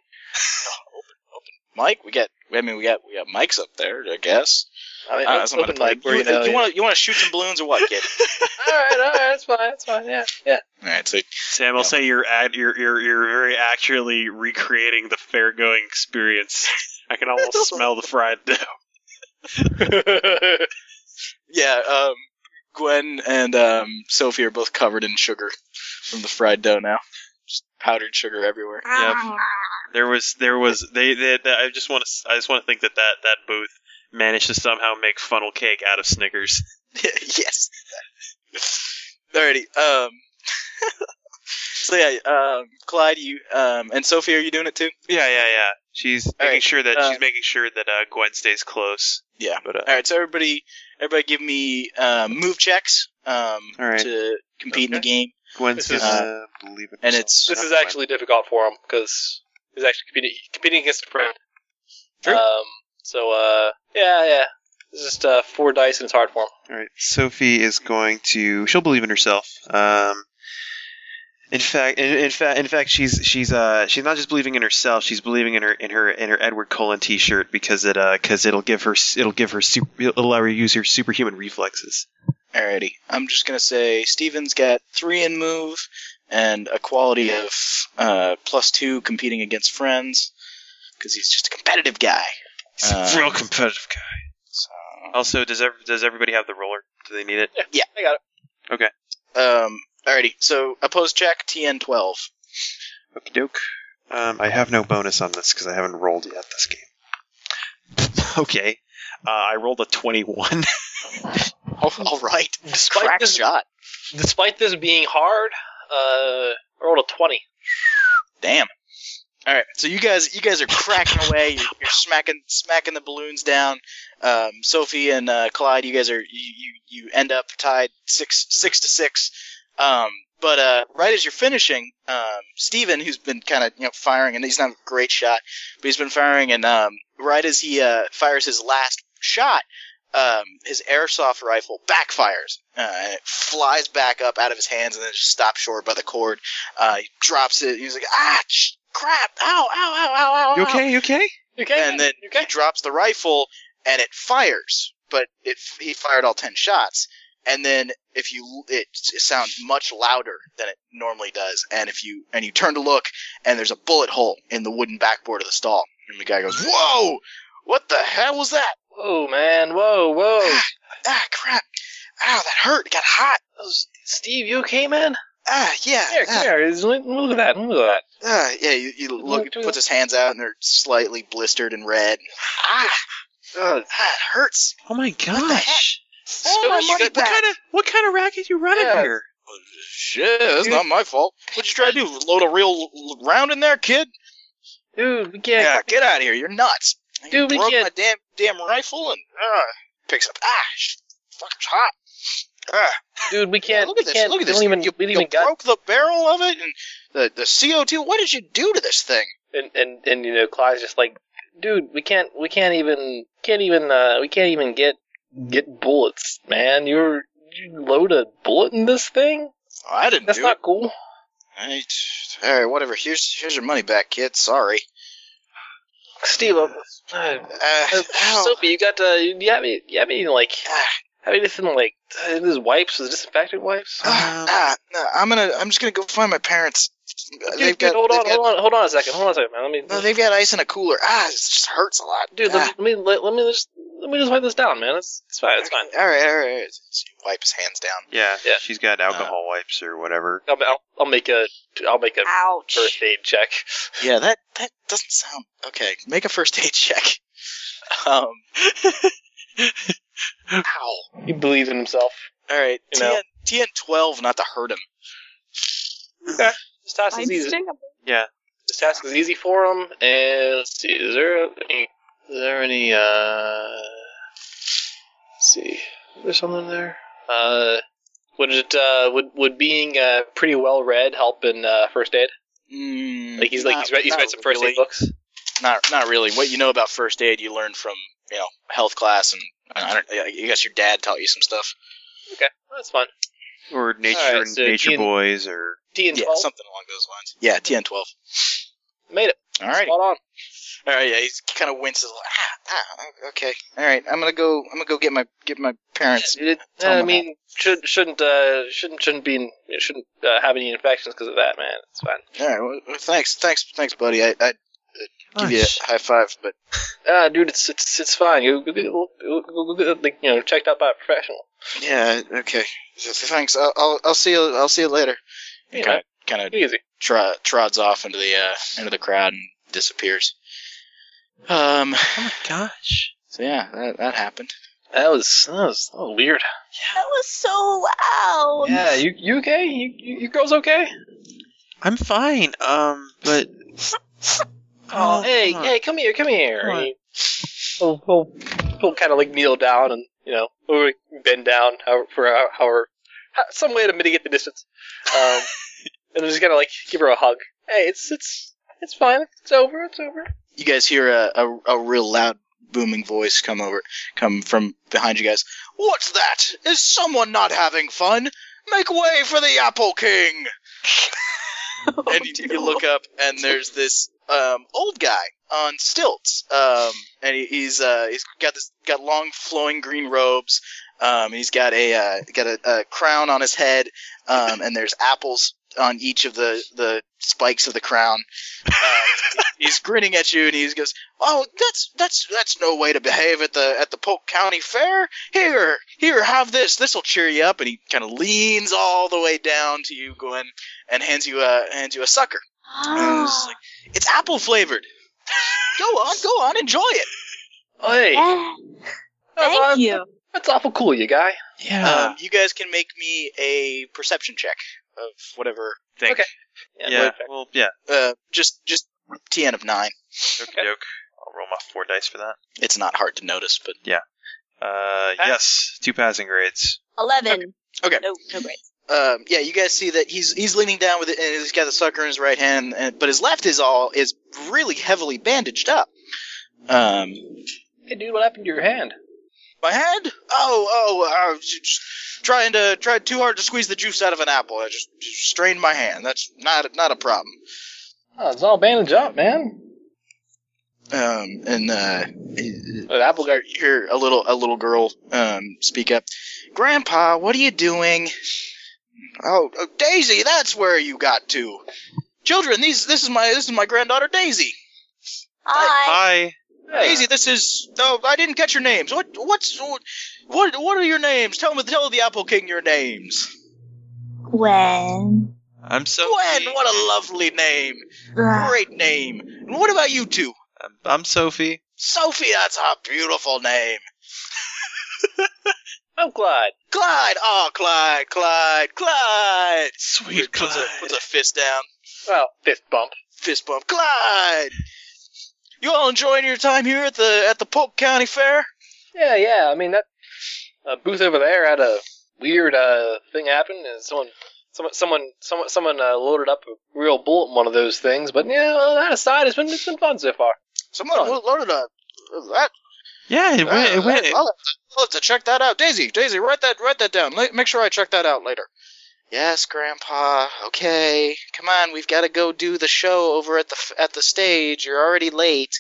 Mike, we got. I mean, we got we got mics up there, I guess. I mean, Uh, open, so I'm gonna open play. mic where you, you, know. you want to you want to shoot some balloons or what, kid? all right, all right. That's fine. That's fine. Yeah, yeah. All right, so Sam, I'll Yeah. say you're, at, you're you're you're very accurately recreating the fair going experience. I can almost smell the fried dough. yeah, um, Gwen and um, Sophie are both covered in sugar from the fried dough now. Just powdered sugar everywhere. Mm-hmm. Yep. There was, there was, they, they, they- I just want to, I just want to think that that that booth managed to somehow make funnel cake out of Snickers. yes. Alrighty. Um, so yeah, um, Clyde, you um, and Sophie, are you doing it too? Yeah, yeah, yeah. She's making right, sure that uh, she's making sure that uh, Gwen stays close. Yeah. But uh, All right, so everybody, everybody, give me uh, move checks um, All right. to compete in the Okay. game, Gwen's This is- gonna believe it. and herself. it's this is actually difficult for him because he's actually competing, competing against a friend. True. Um, so, uh, yeah, yeah. It's just uh, four dice and it's hard for him. All right. Sophie is going to. She'll believe in herself. Um, in fact, in, in fact, in fact, she's she's uh she's not just believing in herself. She's believing in her in her in her Edward Cullen T-shirt because it uh because it'll give her s- it'll give her super it'll allow her to use her superhuman reflexes. Alrighty. I'm just gonna say Steven's got three in move and a quality of uh, plus two competing against friends because he's just a competitive guy. he's a Uh, real competitive guy. So Also, does ev- does everybody have the roller? Do they need it? I got it. um, alrighty. So opposed check TN twelve. Okie doke. Um, I have no bonus on this because I haven't rolled yet this game. okay. Uh, I rolled a twenty-one. All right. Despite Crack this, shot. despite this being hard, uh, I rolled a 20. Damn. All right, so you guys, you guys are cracking away. You're, you're smacking, smacking the balloons down. Um, Sophie and uh, Clyde, you guys are you, you you end up tied six six to six. Um, but uh, right as you're finishing, um, Steven, who's been kind of you know firing, and he's not a great shot, but he's been firing, and um, right as he uh, fires his last shot, um, his airsoft rifle backfires. Uh, and it flies back up out of his hands, and then just stops short by the cord. Uh, he drops it. He's like, ah, sh- crap! Ow! Ow! Ow! Ow! Ow! You ow." okay? You okay? You can. And then you can. he drops the rifle, and it fires. But it he fired all ten shots, and then if you it, it sounds much louder than it normally does. And if you and you turn to look, and there's a bullet hole in the wooden backboard of the stall, and the guy goes, "Whoa! What the hell was that? Whoa, man. Whoa, whoa. Ah, ah, crap! Ow, that hurt! It got hot! That was- Steve, you okay, man? Ah, yeah, Here, ah, here. Look look at that. Look at that. Uh, yeah, you, you look. do He puts his hands out, and they're slightly blistered and red. Ah, ah, it hurts. Oh my heck? gosh! Oh, my you money got- back. What kind of what kind of racket you running Yeah. here? Shit, that's Dude. not my fault. What'd you try to do? Load a real l- round in there, kid? Dude, we can't. get out of here. You're nuts. You Dude, we broke can't- my damn damn rifle and uh, picks up. Ah, sh- fucker's hot. Ah, Dude, we can't. look at this. we can't. Look at we this. don't even. you we don't you even got broke the barrel of it and the the CO two. What did you do to this thing? and and and you know Clyde's just like, dude, we can't we can't even can't even uh we can't even get get bullets, man. You're you load a bullet in this thing? Oh, I didn't That's do not it. cool. I, all right, whatever. Here's here's your money back, kid. Sorry. Steve, uh, uh, Uh, ow. Sophie, you got uh, you have any you have any like Ah. have anything like uh, these wipes, those disinfectant wipes? Ah, Um, ah, no, I'm gonna. I'm just gonna go find my parents. Dude, dude, hold they've on, got- hold on, hold on a second, hold on a second, man. Let me, No, they've got ice in a cooler. Ah, it just hurts a lot, dude, Ah, let me, let me let, let me just let me just wipe this down, man. It's it's fine, it's fine. all right, all right. all right. So you wipe his hands down. Yeah, Yeah. she's got Uh, alcohol wipes or whatever. I'll, I'll, I'll make a I'll make Ah. a Ouch. first aid check. Yeah, that that doesn't sound okay. Make a first aid check. Um. ow. All He believes in himself. right. You know. TN, TN twelve, not to hurt him. This task Fine, is easy. stick 'em. This task is easy for him. And let's see, is there any? Is there any? Uh, let's see, is there something there? Uh, would it? Uh, would would being uh, pretty well read help in uh, first aid? Mm, Like he's like he's read he's not read some first really. aid books. Not not really. What you know about first aid, you learn from you know health class, and I don't. I guess your dad taught you some stuff. That's fine. Or nature All right, and so nature Ian- boys or D and yeah, twelve something along those lines. Yeah, TN twelve. made it. All right, all Spot on. right. Yeah, he kind of winces. like, Ah, ah, okay. All right, I'm gonna go. I'm gonna go get my get my parents. It- Tell I him mean, should shouldn't uh, shouldn't shouldn't be in, shouldn't uh, have any infections because of that, man. It's All fine. right. Well, thanks, thanks, thanks, buddy. I I, Oh, Give you sh- a high five, but Ah, dude, it's it's it's fine. You you- you- you- you- like, you know checked out by a professional. yeah, okay. Thanks. I'll I'll, I'll see you. I'll see you later. You Kind know, of kind of easy. tro- trods off into the uh, into the crowd and disappears. Um. oh my gosh. So yeah, that that happened. That was that was, that was weird. That was so loud. Yeah, you you okay? You you, you girls okay? I'm fine. Um, but. Oh, hey, come on. hey, come here, come here. Come on. He- He'll, he'll, he'll kind of like kneel down and, you know, or bend down however, for how- however, ho- some way to mitigate the distance. Um, and just kind of like give her a hug. Hey, it's, it's, it's fine. It's over. It's over. You guys hear a, a a real loud booming voice come over come from behind you guys. What's that? Is someone not having fun? Make way for the Apple King! and you, you look up, and there's this um, old guy on stilts, um, and he, he's uh, he's got this got long flowing green robes. Um, he's got a uh, got a, a crown on his head, um, and there's apples on each of the the spikes of the crown. Um, he's grinning at you, and he goes, "Oh, that's that's that's no way to behave at the at the Polk County Fair. Here, here, have this. This will cheer you up." And he kind of leans all the way down to you, Gwen, and hands you a hands you a sucker. And Ah, it's just like, it's apple flavored. go on, go on, enjoy it. Oh, hey. Yeah, that's- Uh-huh. Thank you. That's awful cool, you guy. Yeah. Uh, Um, you guys can make me a perception check of whatever. Think. Okay. Yeah. wait, Well, yeah. Uh, just just TN of nine. Okie doke. I'll roll my four dice for that. It's not hard to notice, but Uh, Pass. yes, two passing grades. Eleven. Okay. No, no grades. um, yeah, you guys see that he's he's leaning down with it, and he's got the sucker in his right hand, and, but his left is all is really heavily bandaged up. Um, Hey, dude, what happened to your hand? my hand? Oh, oh, I was just trying to tried too hard to squeeze the juice out of an apple. I just, just strained my hand. That's not not a problem. Oh, it's all bandaged up, man. Um, and uh, But Apple Applegard, you hear a little a little girl um, speak up. Grandpa, what are you doing? Oh, oh, Daisy, that's where you got to. Children, these this is my this is my granddaughter Daisy. Hi. Hi. Hey, Daisy, this is no, I didn't catch your names. What what's what what are your names? Tell me, tell the Apple King your names. Gwen. I'm so. Gwen, what a lovely name. Ugh. Great name. And what about you two? I'm, I'm Sophie. Sophie, that's a beautiful name. I'm glad. Clyde, oh Clyde, Clyde, Clyde. Sweet Puts a, puts a fist down, Well, fist bump. fist bump. Clyde, you all enjoying your time here at the at the Polk County Fair? Yeah, yeah. I mean that uh, booth over there had a weird uh, thing happen, and someone, someone, someone, someone, someone uh, loaded up a real bullet in one of those things. But yeah, well, that aside, it's been it's been fun so far. Someone Oh. lo- loaded up. That, Yeah, it went. uh, It went. I'll, have to, I'll have Uh, oh, to check that out, Daisy. Daisy, write that write that down. Let, make sure I check that out later. Yes, Grandpa. Okay, come on. We've got to go do the show over at the f- at the stage. You're already late.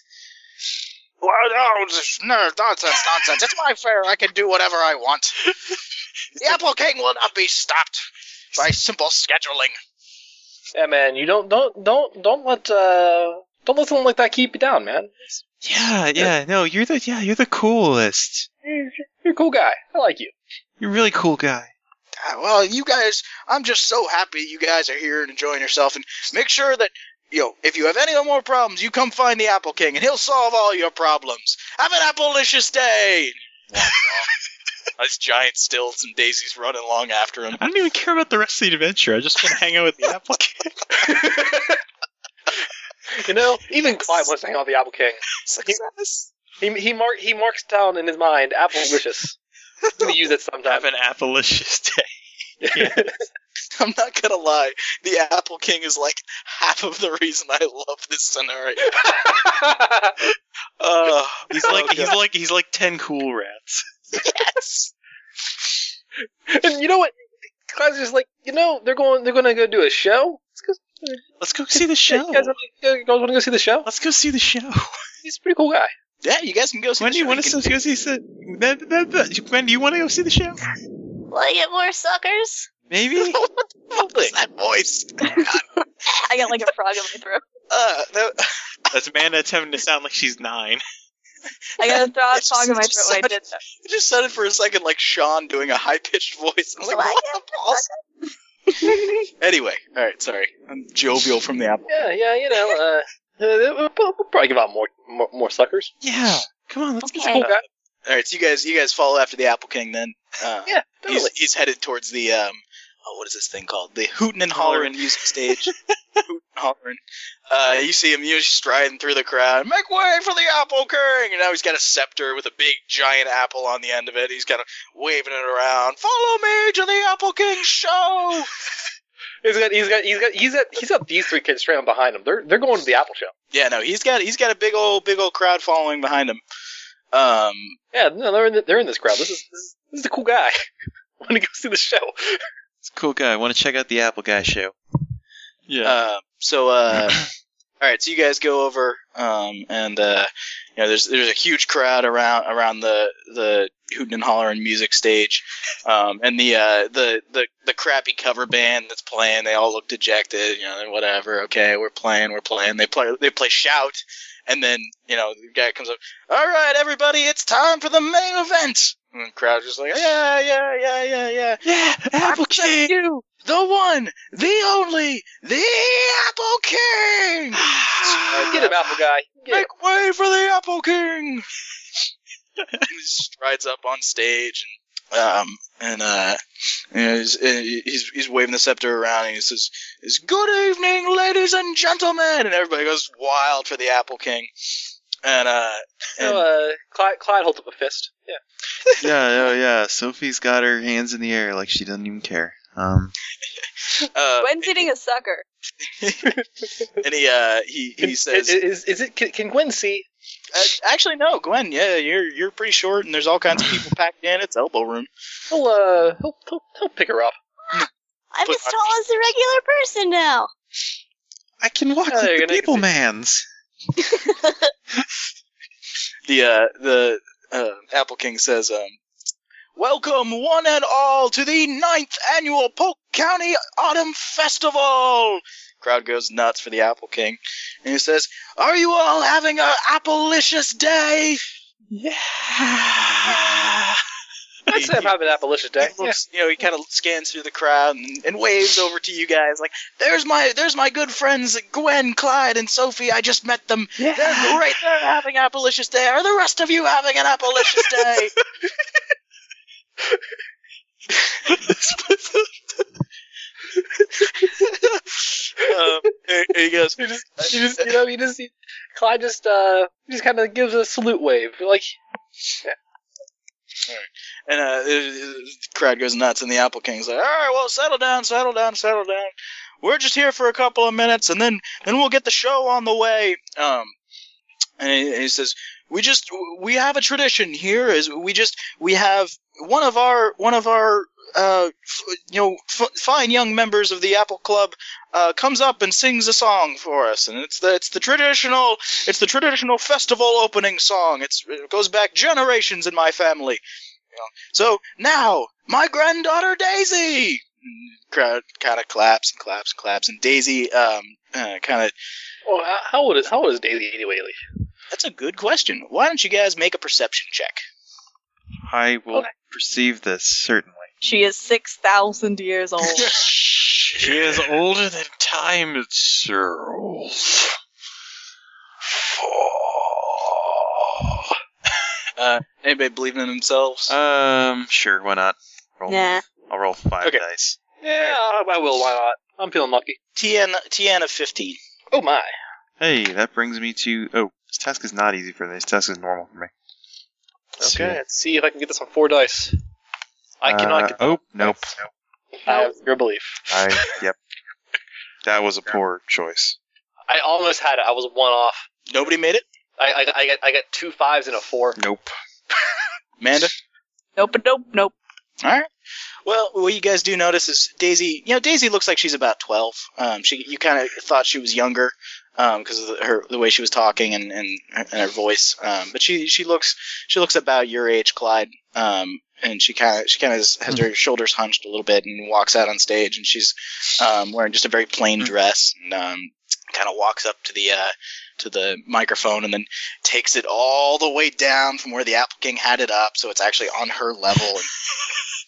Well, no, it's- no, nonsense, nonsense. It's my fair. I can do whatever I want. the Apple King will not be stopped by simple scheduling. Yeah, man. You don't don't don't don't let uh, don't let something like that keep you down, man. Yeah, uh, yeah. No, you're the. Yeah, you're the coolest. You're, you're a cool guy. I like you. You're a really cool guy. Ah, well, you guys, I'm just so happy you guys are here and enjoying yourself. And make sure that, you know, if you have any more problems, you come find the Apple King and he'll solve all your problems. Have an Appleicious day! Nice giant stilts and daisies running along after him. I don't even care about the rest of the adventure. I just want to hang out with the apple. You know, even Clyde wants to hang out with the Apple King. Success. He he mark he marks down in his mind Apple wishes. We use it Have sometimes. an appalicious day. I'm not gonna lie, the Apple King is like half of the reason I love this scenario. Uh, he's like Okay. he's like he's like ten cool rats. And you know what? Clyde's just like, you know, they're going, they're going to go do a show. Let's go Let's go see the show. You guys want to go, see the show? Let's go see the show. He's a pretty cool guy. Yeah, you guys can go see When the do you show. want can- to go see the? that- that- that- Gwen, do you want to go see the show? Will I get more suckers? Maybe. What was that voice? I got like a frog in my throat. Uh, that, That's Amanda attempting to sound like she's nine. I gotta throw out It's fog in my just- throat when I did that. It just sounded for a second like Sean doing a high pitched voice. I was like, what the balls? Anyway, all right, sorry. I'm jovial from the apple. Yeah, yeah, you know, uh, uh, we'll, we'll probably give out more more, more suckers. Yeah. Come on, let's get Okay. some. All right, so you guys, you guys follow after the Apple King. Then uh, Yeah, totally. he's, he's headed towards the um, oh, what is this thing called? The Hootin' and Hollerin' music stage. Hootin' Hollerin'. Uh, you see him, you're striding through the crowd. Make way for the Apple King! And now he's got a scepter with a big giant apple on the end of it. He's kind of waving it around. Follow me to the Apple King show. He's got, he's got, he's got, he's got, he's got these three kids straight on behind him. They're they're going to the Apple Show. Yeah, no, he's got he's got a big old big old crowd following behind him. Um, Yeah, no, they're in, the, they're in this crowd. This is this is, this is the cool guy. Want to go see the show? It's a cool guy. want to check out the Apple Guy show. Yeah. Uh, so, uh, all right. So you guys go over, um, and uh, you know, there's there's a huge crowd around around the the hooting and hollering music stage, um, and the uh, the the the crappy cover band that's playing. They all look dejected. You know, they're whatever. Okay, we're playing, we're playing. They play they play shout, and then you know the guy comes up. All right, everybody, it's time for the main event. And the crowd's just like, yeah, yeah, yeah, yeah, yeah. yeah, Apple King. You, the one, the only, the Apple King. Uh, Get him, Apple guy. Get him. Make way for the Apple King. he strides up on stage and um and uh you know, he's, he's he's waving the scepter around and he says, "Is good evening, ladies and gentlemen," and everybody goes wild for the Apple King. And uh, and, So, uh, Clyde, Clyde holds up a fist. Yeah. yeah, oh yeah. Sophie's got her hands in the air like she doesn't even care. Um, uh Gwen's eating a sucker. and he uh he he Is- says, is, is, it can, can Gwen see? Uh, actually, no, Gwen. Yeah, you're you're pretty short, and there's all kinds of people packed in. It's elbow room. He'll uh, he'll he'll, he'll pick her up. I'm But as tall as a regular person now. I can walk Yeah, like you're the gonna- people man's. The uh, the uh, Apple King says, um, "Welcome, one and all, to the ninth annual Polk County Autumn Festival." Crowd goes nuts for the Apple King, and he says, "Are you all having a applelicious day?" Yeah. I'd say I'm having an Appalachian day. He looks, you know, he kind of scans through the crowd and, and waves over to you guys, like, "There's my, there's my good friends Gwen, Clyde, and Sophie. I just met them. They're great. They're having Appalicious Day. Are the rest of you having an Appalicious Day?" um, and- and he goes, You just, you just, you know, you just, you, Clyde just, uh, he just kind of gives a salute wave, like, and uh, it- it- the crowd goes nuts, and the Apple King's like, "All right, well, settle down, settle down, settle down. We're just here for a couple of minutes, and then then we'll get the show on the way." Um, and he, he says, "We just we have a tradition here. Is we just we have one of our one of our." Uh, f- you know, f- fine young members of the Apple Club uh, comes up and sings a song for us, and it's the it's the traditional it's the traditional festival opening song. It's it goes back generations in my family. So now, my granddaughter Daisy. Crowd kind of claps and claps and claps, and Daisy, um, uh, kind of. oh, how- how old is, how old is Daisy anyway? Lee? That's a good question. Why don't you guys make a perception check? I will Okay. perceive this certainly. She is 6,000 years old. She is older than time itself. Uh, anybody believing in themselves? Um, sure, why not? Roll. nah. I'll roll five Okay. dice. Yeah, I, I will. Why not? I'm feeling lucky. TN, TN of fifteen. Oh my! Hey, that brings me to oh, this task is not easy for me. This task is normal for me. Let's Okay, see. let's see if I can get this on four dice. I cannot. Uh, get oh, nope. I have your belief. I yep. That was a poor choice. I almost had it. I was one off. Nobody made it. I, I, I got, I got two fives and a four. Nope. Amanda. Nope, nope, nope. All right. Well, what you guys do notice is Daisy. You know, Daisy looks like she's about twelve. Um, she you kind of thought she was younger because of the, her the way she was talking and and, and her voice. Um, but she she looks she looks about your age, Clyde. Um, and she kind of she kind of has her shoulders hunched a little bit and walks out on stage. And she's um, wearing just a very plain dress and um, kind of walks up to the uh, to the microphone and then takes it all the way down from where the applicant had it up, so it's actually on her level and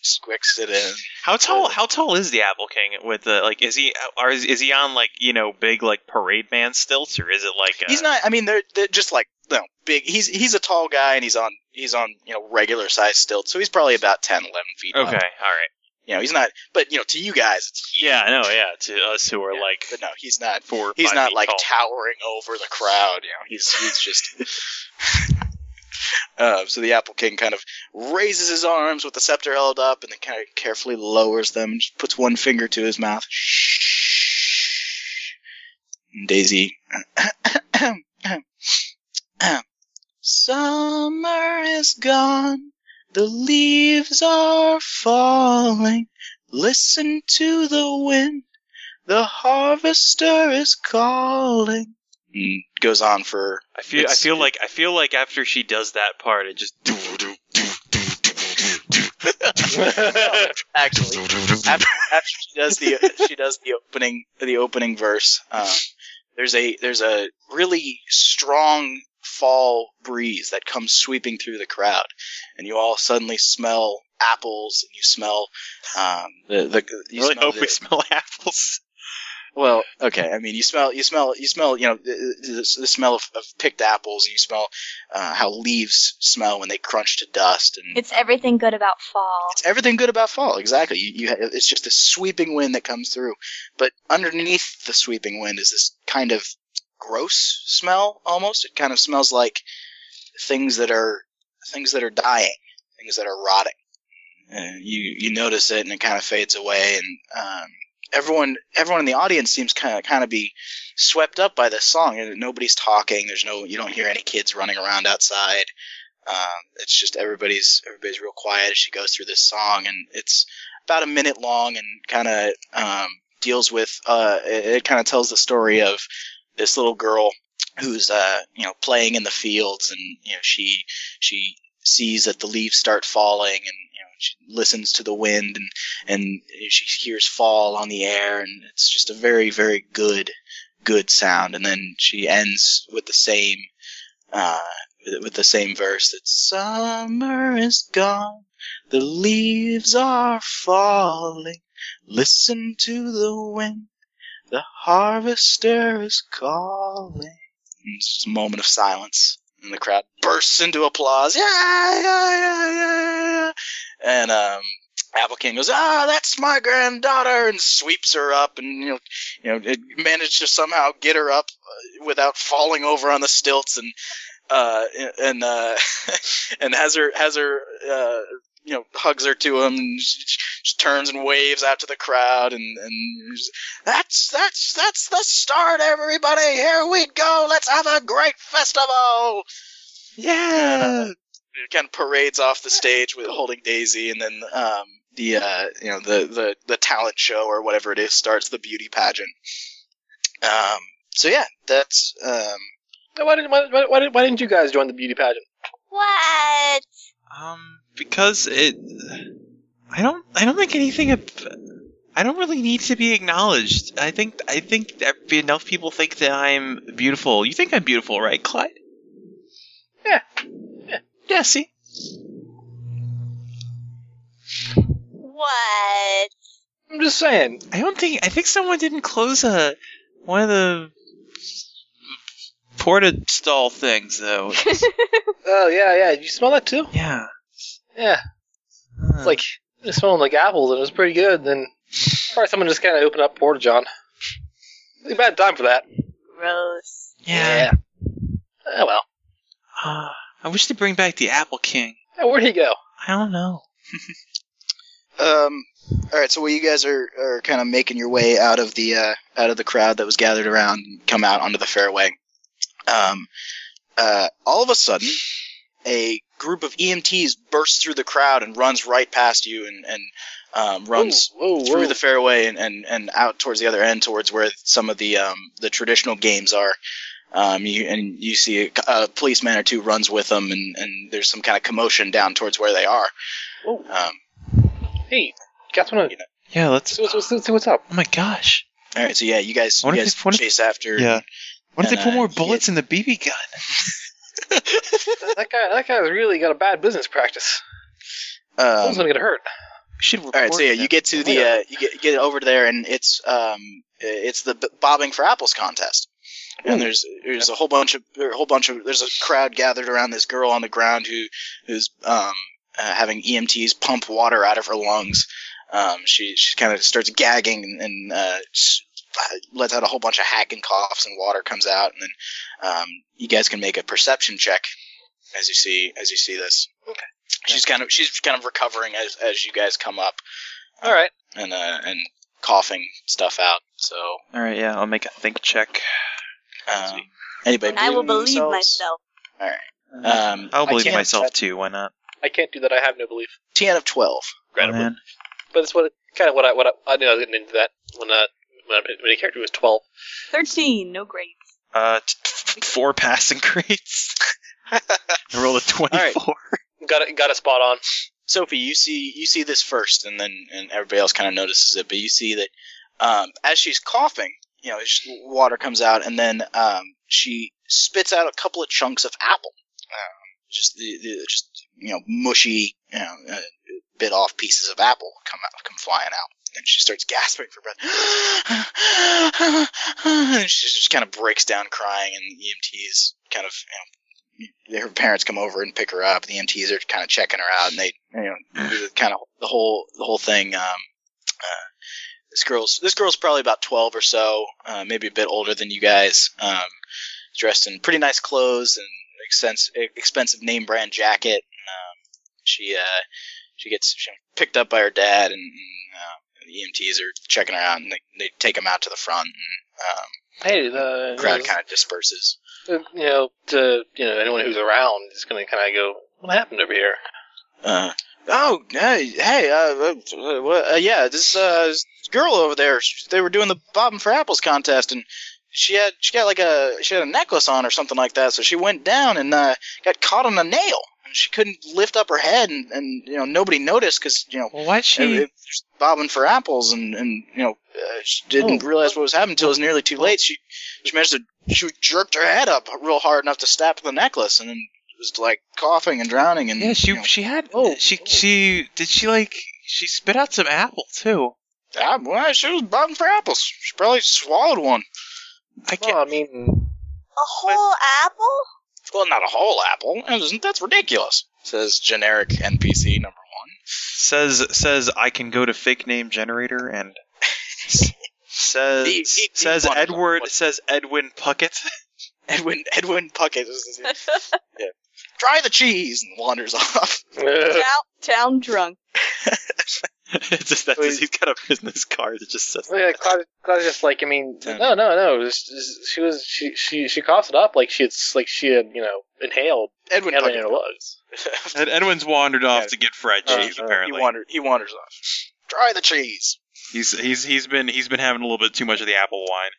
squicks it in. How tall? How tall is the Apple King? With the like, is he? Are is, is he on like you know big like parade man stilts, or is it like? uh He's not. I mean, they're they're just like you know, big. He's he's a tall guy and he's on he's on you know regular size stilts, so he's probably about 10, 11 feet. up. Okay, all right. You know, he's not. But you know, to you guys, it's huge. Yeah, no, yeah. To us who are Yeah, like But no, he's not. four, He's five not feet like tall. towering over the crowd. You know, he's he's just. Uh, so the Apple King kind of raises his arms with the scepter held up, and then kind of carefully lowers them. and Just puts one finger to his mouth. And Daisy. Summer is gone. The leaves are falling. Listen to the wind. The harvester is calling. And goes on for. I feel. I It's- feel like. I feel like after she does that part, it just. Actually, after, after she does the she does the opening the opening verse, um, there's a there's a really strong fall breeze that comes sweeping through the crowd, and you all suddenly smell apples and you smell um, the the you really smell hope the- we smell apples. Well, okay. I mean, you smell, you smell, you smell. You know, the, the, the smell of, of picked apples, and you smell uh, how leaves smell when they crunch to dust, and It's everything good about fall. it's everything good about fall. Exactly. You, you, ha- it's just this sweeping wind that comes through, but underneath the sweeping wind is this kind of gross smell. Almost, it kind of smells like things that are things that are dying, things that are rotting. Uh, you you notice it, and it kind of fades away, and um, everyone everyone in the audience seems kind of kind of be swept up by this song, and nobody's talking. There's no you don't hear any kids running around outside. Um, it's just everybody's everybody's real quiet as she goes through this song, and it's about a minute long and kind of um, deals with uh, it, it kind of tells the story of this little girl who's uh, you know playing in the fields, and you know she she sees that the leaves start falling, and you know she listens to the wind, and and she hears fall on the air, and it's just a very very good good sound, and then she ends with the same. Uh, with- with the same verse that summer is gone, the leaves are falling. Listen to the wind, the harvester is calling. And it's just a moment of silence, and the crowd bursts into applause. Yeah, yeah, yeah, yeah, yeah. And um, Apple King goes, "Ah, that's my granddaughter," and sweeps her up, and you know, you know, it managed to somehow get her up uh, without falling over on the stilts, and uh, and uh, and has her has her uh, you know hugs her to him. And she, she turns and waves out to the crowd, and and she's, that's that's that's the start, everybody. Here we go. Let's have a great festival. Yeah. It kind of parades off the stage with holding Daisy, and then um, the uh, you know the, the the talent show or whatever it is starts the beauty pageant. Um, so yeah, that's um, Why didn't why, why, why, didn't- why didn't you guys join the beauty pageant? What? Um, because it, I don't, I don't think anything. ab- I don't really need to be acknowledged. I think, I think that enough people think that I'm beautiful. You think I'm beautiful, right, Clyde? Yeah. Yeah. See, What? I'm just saying. I don't think. I think someone didn't close a one of the porta stall things, though. Oh yeah, yeah. You smell that too? yeah. Yeah. It's like it smelled like apples, and it was pretty good. Then probably someone just kind of opened up Porta John. It's a bad time for that. Gross. yeah. Oh well. Uh, I wish they'd bring back the Apple King. Yeah, where'd he go? I don't know. Um. All right. So while you guys are, are kind of making your way out of the uh, out of the crowd that was gathered around and come out onto the fairway, um, uh, all of a sudden, a group of EMTs bursts through the crowd and runs right past you and and um, runs Whoa, whoa, through whoa. the fairway and, and, and out towards the other end, towards where some of the um, the traditional games are. Um, you and you see a, a policeman or two runs with them, and, and there's some kind of commotion down towards where they are. Whoa. Um, hey, guys, wanna Yeah, let's. see what's, what's, see what's up? Oh my gosh. All right, so yeah, you guys, you I wonder guys if they- what if- chase after. Yeah. Why don't they And, put uh, more he bullets in the BB gun? That that guy, that guy's really got a bad business practice. Someone's Um, gonna get hurt. We should report all right, so yeah, you them. get to the Yeah. uh, you get get over there, and it's um it's the b- bobbing for apples contest, and there's there's a whole bunch of there are a whole bunch of there's a crowd gathered around this girl on the ground who who's um uh, having EMTs pump water out of her lungs. Um, she she kind of starts gagging and, and uh, s- lets out a whole bunch of hacking coughs, and water comes out, and then um, you guys can make a perception check as you see as you see this. Okay. She's kind of she's kind of recovering as as you guys come up All right. and uh, and coughing stuff out. So All right, yeah, I'll make a think check. um, anybody, And I will believe in believe themselves? myself. Um, I'll I believe can't- myself too. Why not? I can't do that. I have no belief. Ten of twelve. Incredible. Oh, Man. But that's what kind of what I what I, I knew I was getting into that when uh when, I- when the character was twelve. 13, no grades. Uh, t- f- four passing grades. I rolled a twenty-four. Got it. Got a spot on. Sophie, you see you see this first, and then and everybody else kind of notices it. But you see that um, as she's coughing, you know, it's- water comes out, and then um, she spits out a couple of chunks of apple, um, just the, the just you know mushy, you know, uh, bit off pieces of apple come out, come flying out. And she starts gasping for breath, and she just kind of breaks down crying. And the E EMTs kind of you know, her parents come over and pick her up. The MTs are kind of checking her out, and they, you know, do the kind of the whole the whole thing. Um, uh, this girl's this girl's probably about twelve or so, uh, maybe a bit older than you guys. Um, dressed in pretty nice clothes and expensive expensive name brand jacket. Um, she uh, she gets she picked up by her dad, and uh, the EMTs are checking her out, and they, they take him out to the front. And, um, Hey, uh, the crowd kind of disperses. of you know to you know anyone who's around is gonna kind of go. What happened over here? Uh, oh, hey, hey, uh, uh, uh, what- uh, yeah, this, uh, this girl over there, sh- they were doing the bobbing for apples contest, and she had she got like a she had a necklace on or something like that, so she went down and uh, got caught on a nail, and she couldn't lift up her head, and, and you know nobody noticed because you know Well, why'd it- she? it was bobbing for apples, and and you know uh, she didn't Oh. realize what was happening until it was nearly too late. She she managed to she jerked her head up real hard enough to stab the necklace, and then was like coughing and drowning, and Yeah, you she know, she had. Oh, she oh. she did she like she spit out some apple too. Ah, well, she was bobbing for apples. She probably swallowed one. I can't. Well, I mean, A whole apple? Well, not a whole apple. Isn't- That's ridiculous. Says generic NPC number one. says says I can go to fake name generator and s- says He- he- he says wanted Edward one. says Edwin Puckett. Edwin Edwin Puckett. is- yeah. Try the cheese and wanders off. town, town drunk. it's just that Please. he's got a business card that just says. Yeah, Claudia, Claudia's just like I mean, Ten. no, no, no. it was- she was she she she coughed it up like she had s- like she had you know inhaled Edwin inhaled in her Puckett. lungs. Ed- Edwin's wandered off Yeah. to get fried Uh, cheese. uh, He apparently, wandered. He wanders off. Try the cheese. he's he's he's been he's been having a little bit too much of the apple wine,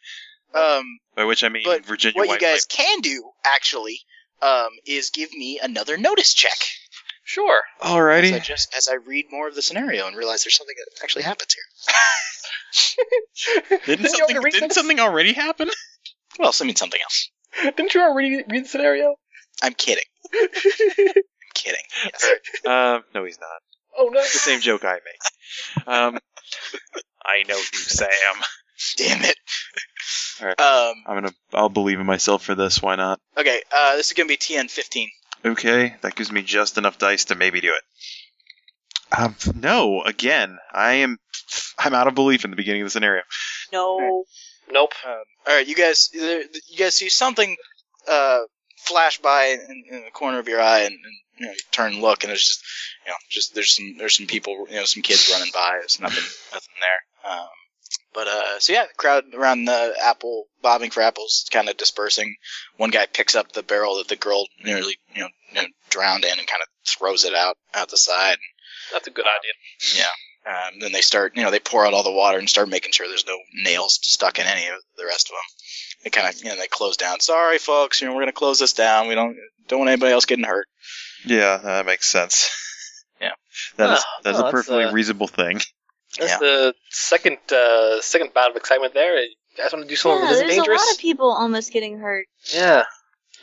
Um, by which I mean But Virginia what you White guys can do actually um, is give me another notice check. Sure. As wine. I Alrighty, just as I read more of the scenario and realize there's something that actually happens here. Didn't didn't you something already read didn't this? something already happen? Well, I mean something else. Didn't you already read the scenario? I'm kidding. I'm kidding. Yes. Uh, no, he's not. oh no. It's the same joke I make. Um, I know you, Sam. Damn it. Alright. Um, I'm gonna. I'll believe in myself for this. Why not? okay, uh, this is going to be TN 15. Okay, that gives me just enough dice to maybe do it. Um, no, again, I am I'm out of belief in the beginning of the scenario. No. Nope. Um, All right, you guys, there- you guys see something uh, flash by in, in the corner of your eye, and, and you, know, you turn and look, and there's just, you know, just there's some there's some people, you know, some kids running by. There's nothing nothing there. Um, but uh, so yeah, the crowd around the apple bobbing for apples, kind of dispersing. One guy picks up the barrel that the girl nearly you know, you know drowned in, and kind of throws it out out the side. That's a good idea. Um, then they start, you know, they pour out all the water and start making sure there's no nails stuck in any of the rest of them. They kind of, you know, they close down. Sorry, folks, you know, we're gonna close this down. We don't don't want anybody else getting hurt. Yeah, that makes sense. Yeah. That is Huh, that well, is a that's, perfectly uh, reasonable thing. That's Yeah. the second uh, second bout of excitement there. You guys want to do something yeah, that isn't there's dangerous? a lot of people almost getting hurt. yeah.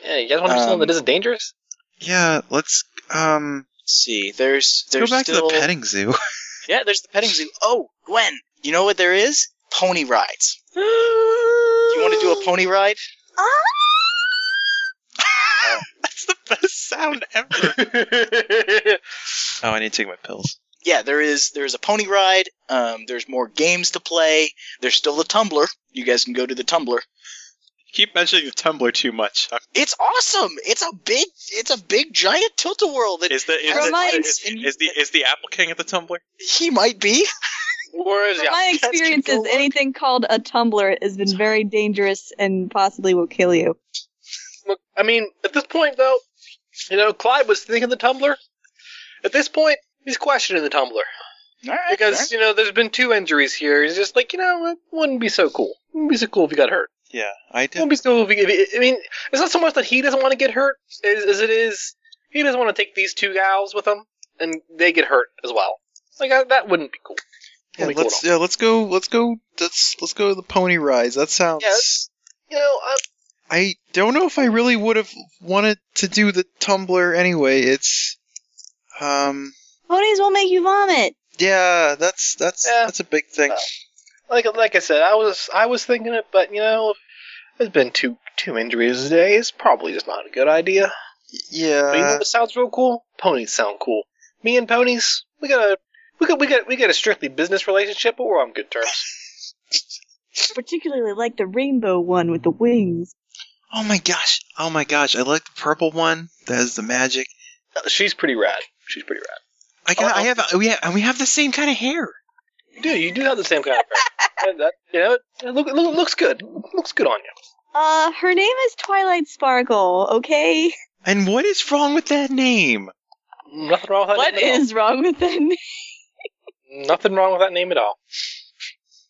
Yeah, you guys want to do something Um, that isn't dangerous? Yeah, let's um Let's see, there's go there's back still to the petting zoo. yeah, there's the petting zoo. Oh, Gwen, you know what there is? Pony rides. You want to do a pony ride? Ah, That's the best sound ever. oh, I need to take my pills. yeah, there is there is a pony ride. Um, there's more games to play. There's still the Tumblr. You guys can go to the Tumblr. Keep mentioning the Tumblr too much. Um, It's awesome. It's a big it's a big giant tilt a whirl that Is the is, has the, Reminds- is, lights and is the is the Apple King at the Tumblr? he might be. Or is From yeah. my guys can experience go is look. anything called a tumbler has been very dangerous and possibly will kill you. Look, I mean, at this point, though, you know, Clyde was thinking the Tumblr. At this point, he's questioning the Tumblr All right, because all right. you know there's been two injuries here. He's just like, you know, it wouldn't be so cool. It wouldn't be so cool if you got hurt. Yeah, I It wouldn't be so. Cool if you, if you- I mean, it's not so much that he doesn't want to get hurt as, as it is he doesn't want to take these two gals with him and they get hurt as well. Like that, that wouldn't be cool. Yeah, Wouldn't be cool let's at all. yeah, let's go. Let's go. Let's let's go to the pony rides. That sounds. Yes. You know, uh, I, I don't know if I really would have wanted to do the Tumblr anyway. It's um Ponies will make you vomit. yeah, that's that's Yeah. that's a big thing. Uh, like like I said, I was I was thinking it, but you know, there's been two two injuries today. It's probably just not a good idea. but you know yeah. what sounds real cool? Ponies sound cool. Me and ponies, we got a we got we got we got a strictly business relationship, but we're on good terms. Particularly like the rainbow one with the wings. Oh my gosh. Oh my gosh. I like the purple one. That is the magic. Uh, She's pretty rad. She's pretty rad. I, got, I have we have, and we have the same kind of hair. You do you do have the same kind of hair? that, you know, it look, it look looks good. Looks good on you. Uh, her name is Twilight Sparkle, okay? And what is wrong with that name? Nothing wrong with that. What name at all. is wrong with that name? nothing wrong with that name at all?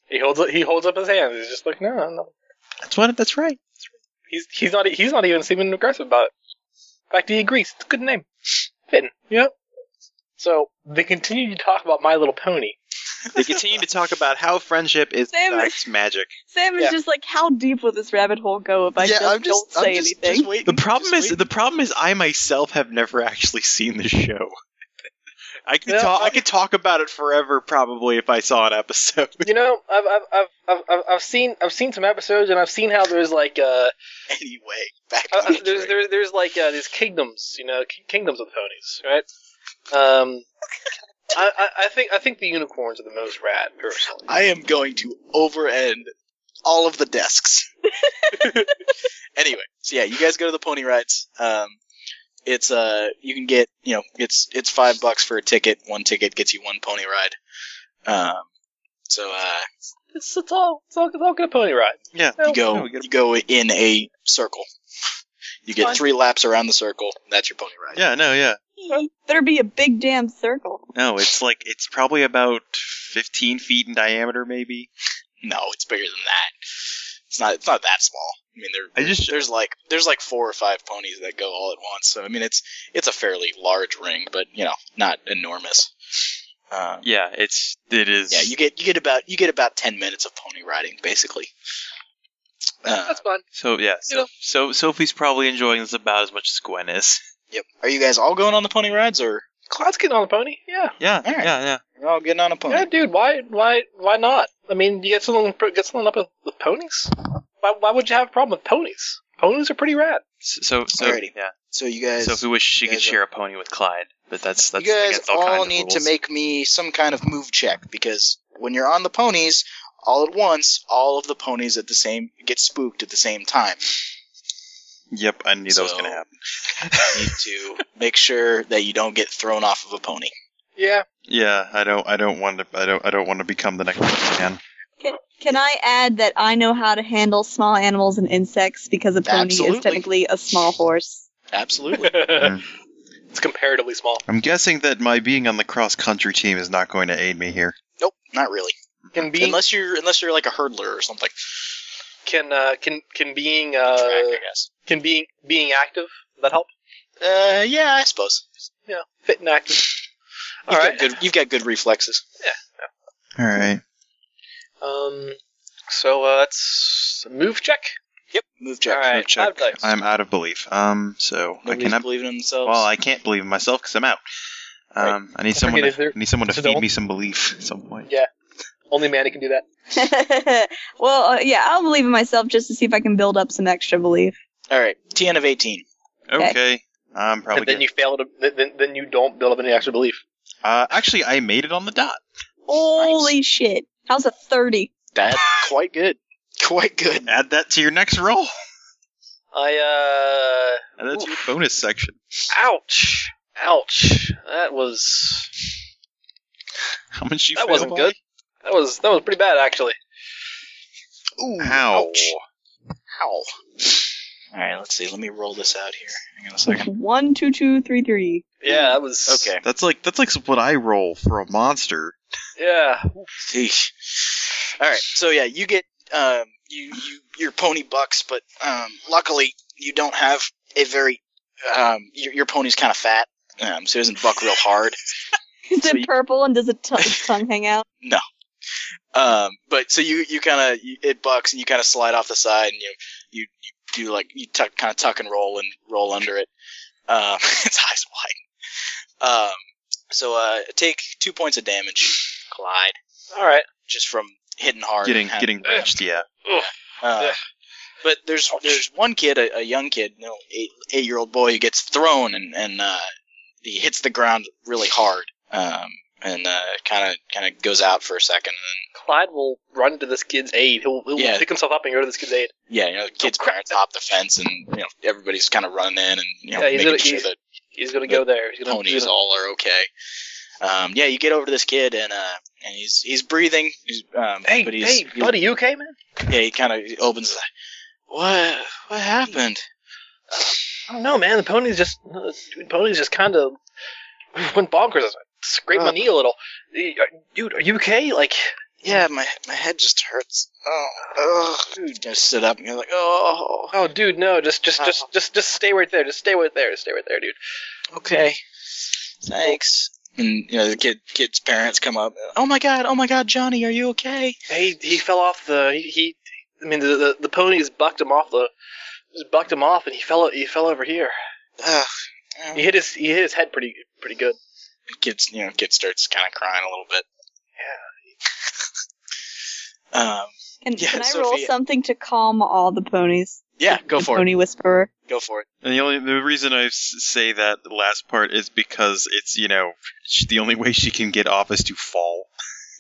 He holds up- he holds up his hands. He's just like no, no, That's what. That's right. He's he's not he's not even seeming aggressive about it. In fact, he agrees. It's a good name. Fitting. Yep. So they continue to talk about My Little Pony. They continue to talk about how friendship is Same. that's magic. Sam is Yeah. just like, how deep will this rabbit hole go if I just, don't say anything? waiting. The problem just is waiting. the problem is I myself have never actually seen the show. I could Yeah, talk I I- could talk about it forever probably if I saw an episode. You know, I've I've I've I've, I've, I've seen I've seen some episodes, and I've seen how there's like uh anyway. Back uh, on the there's train. there's there's like uh, these kingdoms, you know, ki- kingdoms of ponies, right? Um. I, I, I think I think the unicorns are the most rad, personally. I am going to overend all of the desks. anyway, so yeah, you guys go to the pony rides. Um, it's uh, you can get you know, it's it's five bucks for a ticket. One ticket gets you one pony ride. Um, so uh, It's, it's all it's all, it's all good pony ride. Yeah. No, you go no, Oh, we get- you go in a circle. You get Fine. three laps around the circle. That's your pony ride. yeah, no, yeah. Better be a big damn circle. No, it's like it's probably about 15 feet in diameter maybe. No, it's bigger than that. It's not it's not that small. I mean, there I just there's like there's like four or five ponies that go all at once. So I mean, it's it's a fairly large ring, but you know, not enormous. Um, Yeah, it's it is yeah, you get you get about you get about ten minutes of pony riding basically. Uh, That's fun. So yeah, so, know. so Sophie's probably enjoying this about as much as Gwen is. yep. Are you guys all going on the pony rides, or Clyde's getting on the pony. Yeah. Yeah, All right. yeah, yeah. you're all getting on a pony? Yeah, dude. Why? Why? Why not? I mean, you get someone get someone up with, with ponies. Why? Why would you have a problem with ponies? Ponies are pretty rad. So so Alrighty. yeah. So you guys, Sophie wishes she could guys are- share a pony with Clyde, but that's that's you guys against all, kinds all of need to rules. make me some kind of move check because when you're on the ponies all at once, all of the ponies at the same get spooked at the same time. Yep, I knew that was So- going to happen. need to make sure that you don't get thrown off of a pony. Yeah. Yeah, I don't I don't want to I don't I don't want to become the next man. Can I add that I know how to handle small animals and insects because a pony Absolutely. is technically a small horse? Absolutely. it's comparatively small. I'm guessing that my being on the cross country team is not going to aid me here. nope, not really. Can being Unless you're unless you're like a hurdler or something. can uh, can can being Track, uh, I guess. can being being active that help? Uh, yeah, I suppose. Fit and active. You've All right. got good. You've got good reflexes. All right. Um, so uh, that's move check. Yep. Move check. All right, Move check. five dice. I'm out of belief. Um, so I Nobody's cannot. believing in themselves. Well, I can't believe in myself because I'm out. Um, I need Don't someone. forget if To, they're- I need someone to so feed don't- me some belief at some point. Only Manny can do that. well, uh, yeah, I'll believe in myself just to see if I can build up some extra belief. All right. TN of 18. Okay. Okay. I'm probably. and then good. you fail to. Then, then- then you don't build up any extra belief. uh, actually, I made it on the dot. Holy shit! How's a thirty? That's quite good. Quite good. Add that to your next roll. I Add that to your bonus section. uh, ouch, ouch. That was How much you? that fail wasn't by? good. That was that was pretty bad actually. Ooh. How? ouch. How? All right. Let's see. Let me roll this out here. Hang on a second. One, two, two, three, three. Yeah, that was Okay. That's like that's like what I roll for a monster. Yeah, Eesh. All right. So yeah, you get um, you you your pony bucks, but um, luckily you don't have a very um, your, your pony's kind of fat, um, so it doesn't buck real hard. Is So it you- purple and does a t- its tongue hang out? Um, but so you you kind of it bucks and you kind of slide off the side and you you, you do like you tuck kind of tuck and roll and roll under it. Um, its eyes wide. Um, so uh, take two points of damage, Clyde, all right. just from hitting hard. Getting and ha- getting wrenched. Yeah. Uh, Ugh. but there's there's one kid, a, a young kid, no eight eight year old boy who gets thrown and and uh, he hits the ground really hard, um, and kind of kind of goes out for a second. And Clyde will run to this kid's aid. He'll, he'll Yeah. pick himself up and go to this kid's aid. then, yeah, you know, the kid's crap. parents hop the fence, and you know everybody's kind of running in and you know Yeah, he's making gonna- sure he's- that He's gonna go there. He's gonna, he's ponies gonna- all are okay. Um, yeah, you get over to this kid and uh, and he's he's breathing. He's, um, Hey, but he's, hey, buddy, you okay, man? Yeah, he kind of opens. his eye. What what happened? I don't know, man. The ponies just the ponies just kind of went bonkers. I scraped my knee a little. Dude, are you okay? Like, Yeah, my my head just hurts. Oh, oh. Dude, just sit up and you're like, oh, oh, dude, no, just just Uh-huh. just just just stay right there. Just stay right there. Stay right there, dude. "Oh, okay, thanks. And you know the kid kid's parents come up. Oh my god, oh my god, Johnny, are you okay? Hey, he fell off the he. he I mean, the, the the ponies bucked him off the just bucked him off, and he fell he fell over here. Ugh. He hit his he hit his head pretty pretty good. Kids, you know, kid starts kind of crying a little bit. Yeah. um. Can, Yeah, can I roll Sophia. something to calm all the ponies? Yeah, go The for pony whisperer. it. Go for it. And the only the reason I s- say that last part is because it's you know sh the only way she can get off is to fall.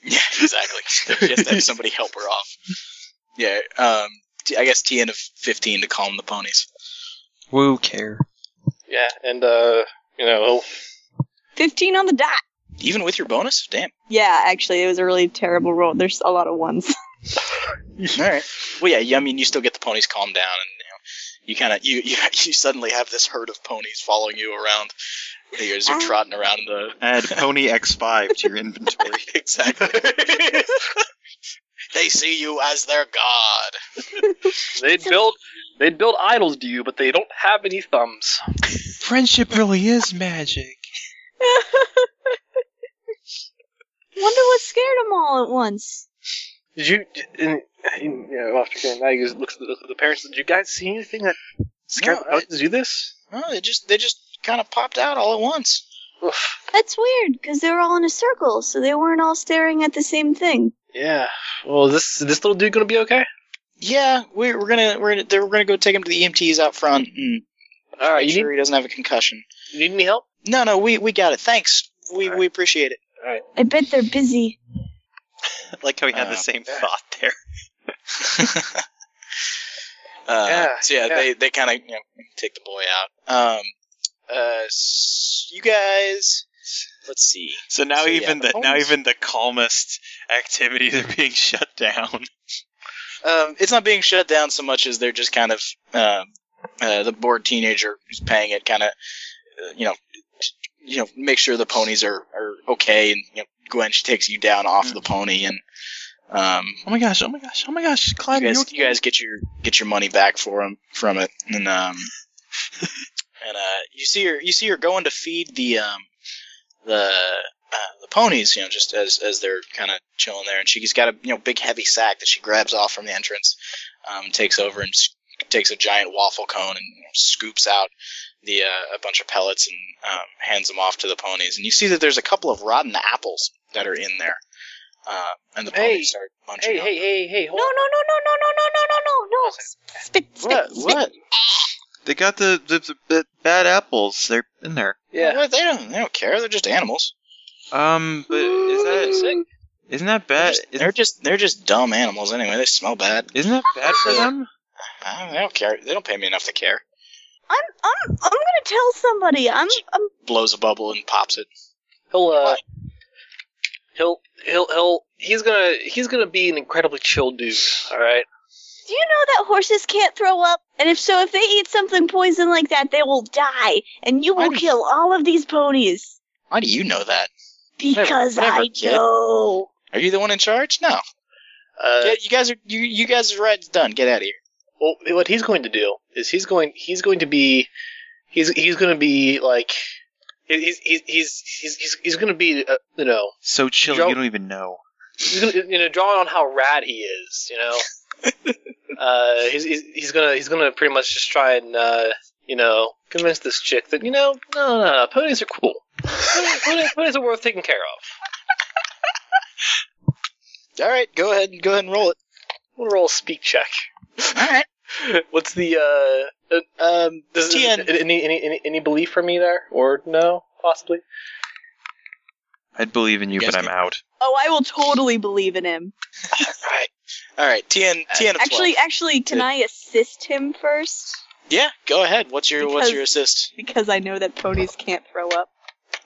Yeah, exactly. she has to have somebody help her off. Yeah. Um. t- I guess TN of fifteen to calm the ponies. Woo care. Yeah, and uh, you know, Fifteen on the dot. Even with your bonus, damn. Yeah, actually, it was a really terrible roll. There's a lot of ones. All right. Well, yeah. you- I mean, you still get the ponies calmed down, and you, know, you kind of you, you you suddenly have this herd of ponies following you around. They're just trotting around in the Add pony X five to your inventory. exactly. they see you as their god. they build they build idols to you, but they don't have any thumbs. Friendship really is magic. Wonder what scared them all at once. Did you? And, and, you know, after getting that, he just looks at the, looks at the parents. Did you guys see anything that scared No, them out to do this? No, they just they just kind of popped out all at once. Oof. That's weird, because they were all in a circle, so they weren't all staring at the same thing. Yeah. Well, is this is this little dude gonna be okay? Yeah, we're, we're gonna we're gonna they're, we're gonna go take him to the EMTs out front and All right. make You sure need he doesn't have a concussion. you need any help? No, no, we we got it. Thanks. We All right. we appreciate it. I bet they're busy. I like how he had Uh, the same thought there. Uh, Yeah, so yeah, yeah. they they kind of you know, take the boy out. Um, uh, s- you guys, let's see. So now So, yeah, even the the, now ponies- even the calmest activities are being shut down. Um, it's not being shut down so much as they're just kind of um, uh, the bored teenager who's paying it, kind of uh, you know, t- you know, make sure the ponies are are okay, and you know, Gwen she takes you down off the pony, and um, Oh my gosh! Oh my gosh! Oh my gosh! you Clyde, are you guys okay? you guys get your get your money back for him from it, and um, and uh, you see her you see her going to feed the um the uh, the ponies, you know, just as as they're kind of chilling there, and she's got a you know big heavy sack that she grabs off from the entrance, um, takes over and s- takes a giant waffle cone and you know, scoops out the uh, a bunch of pellets and um, hands them off to the ponies, and you see that there's a couple of rotten apples that are in there, uh, and the Hey. ponies start munching. Hey, on hey, hey, hey, No, hold no, no, no, on. no, no, no, no, no, no, no. Spit, spit, them. spit. What? What? They got the, the, the, the bad apples. They're in there. Yeah. What? They don't. They don't care. They're just animals. Um, but is that Sick. isn't that They're bad? just, Isn't, they're just they're just dumb animals anyway. They smell bad. isn't that bad for um, them? I don't, they don't care. They don't pay me enough to care. I'm, I'm, I'm gonna tell somebody. I'm, I'm. Blows a bubble and pops it. He'll uh, What? he'll he'll he'll he's gonna he's gonna be an incredibly chill dude. All right. Do you know that horses can't throw up? And if so, if they eat something poison like that, they will die, and you will I'm- kill all of these ponies Why do you know that? because whatever, I kid. know. Are you the one in charge? No. Uh, Get- you guys are you you guys are ride's done. Get out of here. Well, what he's going to do is he's going he's going to be he's he's going to be like he's he's he's he's he's, he's going to be uh, you know So chill, Joe- you don't even know. he's going to you know drawing on how rad he is, you know. uh, he's he's he's gonna he's gonna pretty much just try and uh, you know convince this chick that you know no no, no ponies are cool. Ponies- ponies, ponies are worth taking care of. All right, go ahead and go ahead and roll it. We'll roll a speak check. All right. What's the uh, uh um does, TN. any, any any any belief from me there or no possibly? I'd believe in you, Yes, but I'm you- out. Oh, I will totally believe in him. All right. All right. TN Uh, TN of Actually, 12. actually, can I assist him first? Yeah. Go ahead. What's your what's your Because- assist? Because I know that ponies can't throw up.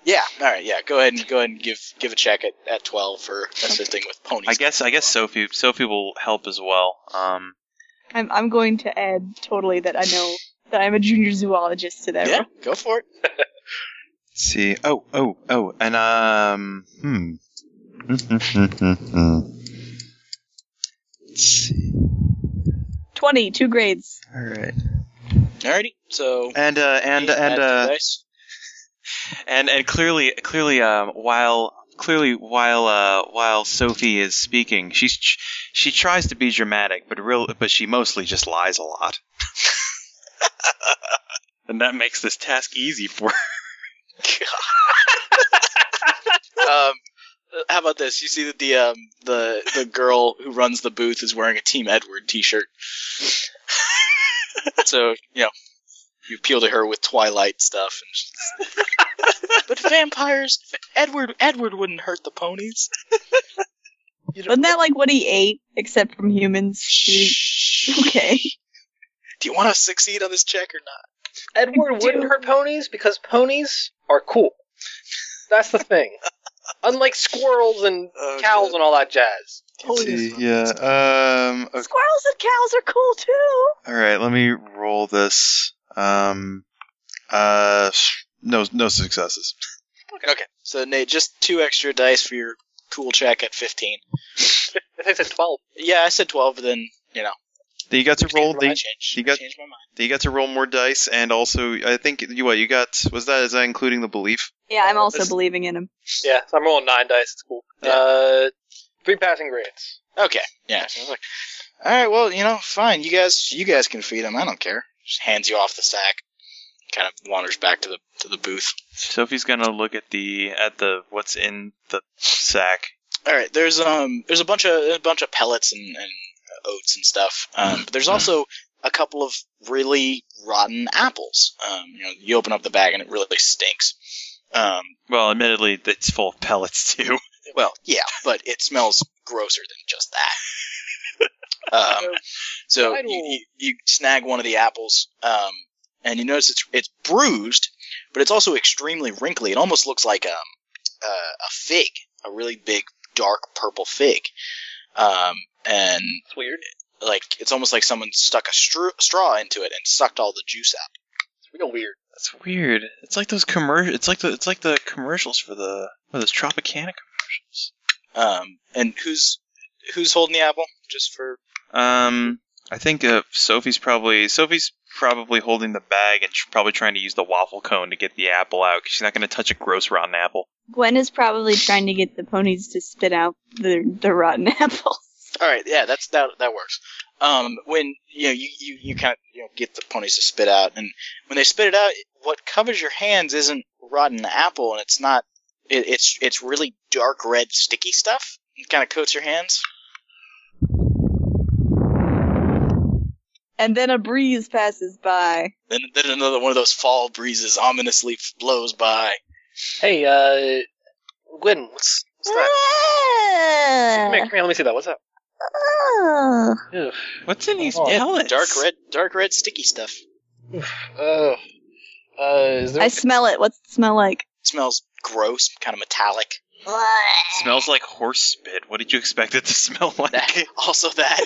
Yeah. All right. Yeah. Go ahead and go ahead and give give a check at, at 12 for assisting with ponies. I guess I guess Sophie Sophie will help as well. Um, I'm, I'm going to add totally that I know that I'm a junior zoologist to that. Yeah. Go for it. let's see. Oh oh oh, and um hmm. let's see. 20, two grades. All right. Alrighty. So And uh, and and add uh, two dice. and and clearly clearly um while clearly while uh while Sophie is speaking, she's she tries to be dramatic, but real but she mostly just lies a lot. and that makes this task easy for her. um, how about this? You see that the um, the the girl who runs the booth is wearing a Team Edward T-shirt. so you know, you appeal to her with Twilight stuff, and she's- but vampires. Edward Edward wouldn't hurt the ponies. Wasn't that like what he ate, except from humans? He- Okay. Do you want to succeed on this check or not? Edward wouldn't hurt ponies because ponies are cool. That's the thing. Unlike squirrels and Oh, cows God. and all that jazz. Ponies. yeah. Um. Squirrels and cows are cool too. All right. Let me roll this. Um. Uh. No. No successes. Okay. So Nate, just two extra dice for your cool check at fifteen. I think it's twelve. Yeah, I said twelve, but then you know, Then you got to roll I the. changed, you got- changed my mind. Then you got to roll more dice, and also I think you what you got was that is that including the belief? Yeah, I'm Uh, also this- believing in him. Yeah, so I'm rolling nine dice. It's cool. Yeah. Uh, three passing grades. Okay. Yeah. So I was like, all right, well, you know, fine. You guys, you guys can feed him. I don't care. Just hands you off the sack. Kind of wanders back to the to the booth. Sophie's gonna look at the at the what's in the sack. All right. There's um there's a bunch of a bunch of pellets and, and oats and stuff. Um, but there's also a couple of really rotten apples. Um, you know, you open up the bag and it really stinks. Um, Well, admittedly, it's full of pellets too. well, yeah, but it smells grosser than just that. um, so you, you, you snag one of the apples, um, and you notice it's it's bruised, but it's also extremely wrinkly. It almost looks like um, uh, a fig, a really big dark purple fig, um, and It's weird. like it's almost like someone stuck a stru- straw into it and sucked all the juice out. It's real weird. That's weird. It's like those commercial. It's like the it's like the commercials for the what, are those Tropicana commercials. Um, and who's who's holding the apple? Just for Um, I think uh, Sophie's probably Sophie's probably holding the bag and tr- probably trying to use the waffle cone to get the apple out because she's not gonna touch a gross rotten apple. Gwen is probably trying to get the ponies to spit out the the rotten apples. All right, yeah, that's that that works. Um, when you know you you, you kind of you know get the ponies to spit out, and when they spit it out, what covers your hands isn't rotten apple, and it's not. It, it's it's really dark red sticky stuff. It kind of coats your hands. And then a breeze passes by. Then then another one of those fall breezes ominously blows by. Hey, uh, Gwen, what's, what's that? Uh, Come here, come here, let me see that. What's that? Ah. Ugh. What's in these Oh, yeah, pellets? Dark red, dark red sticky stuff. Ugh. Oh, Uh, is there? I smell it. What's it smell like? smells gross, kind of metallic. Smells like horse spit. What did you expect it to smell like? That, also that.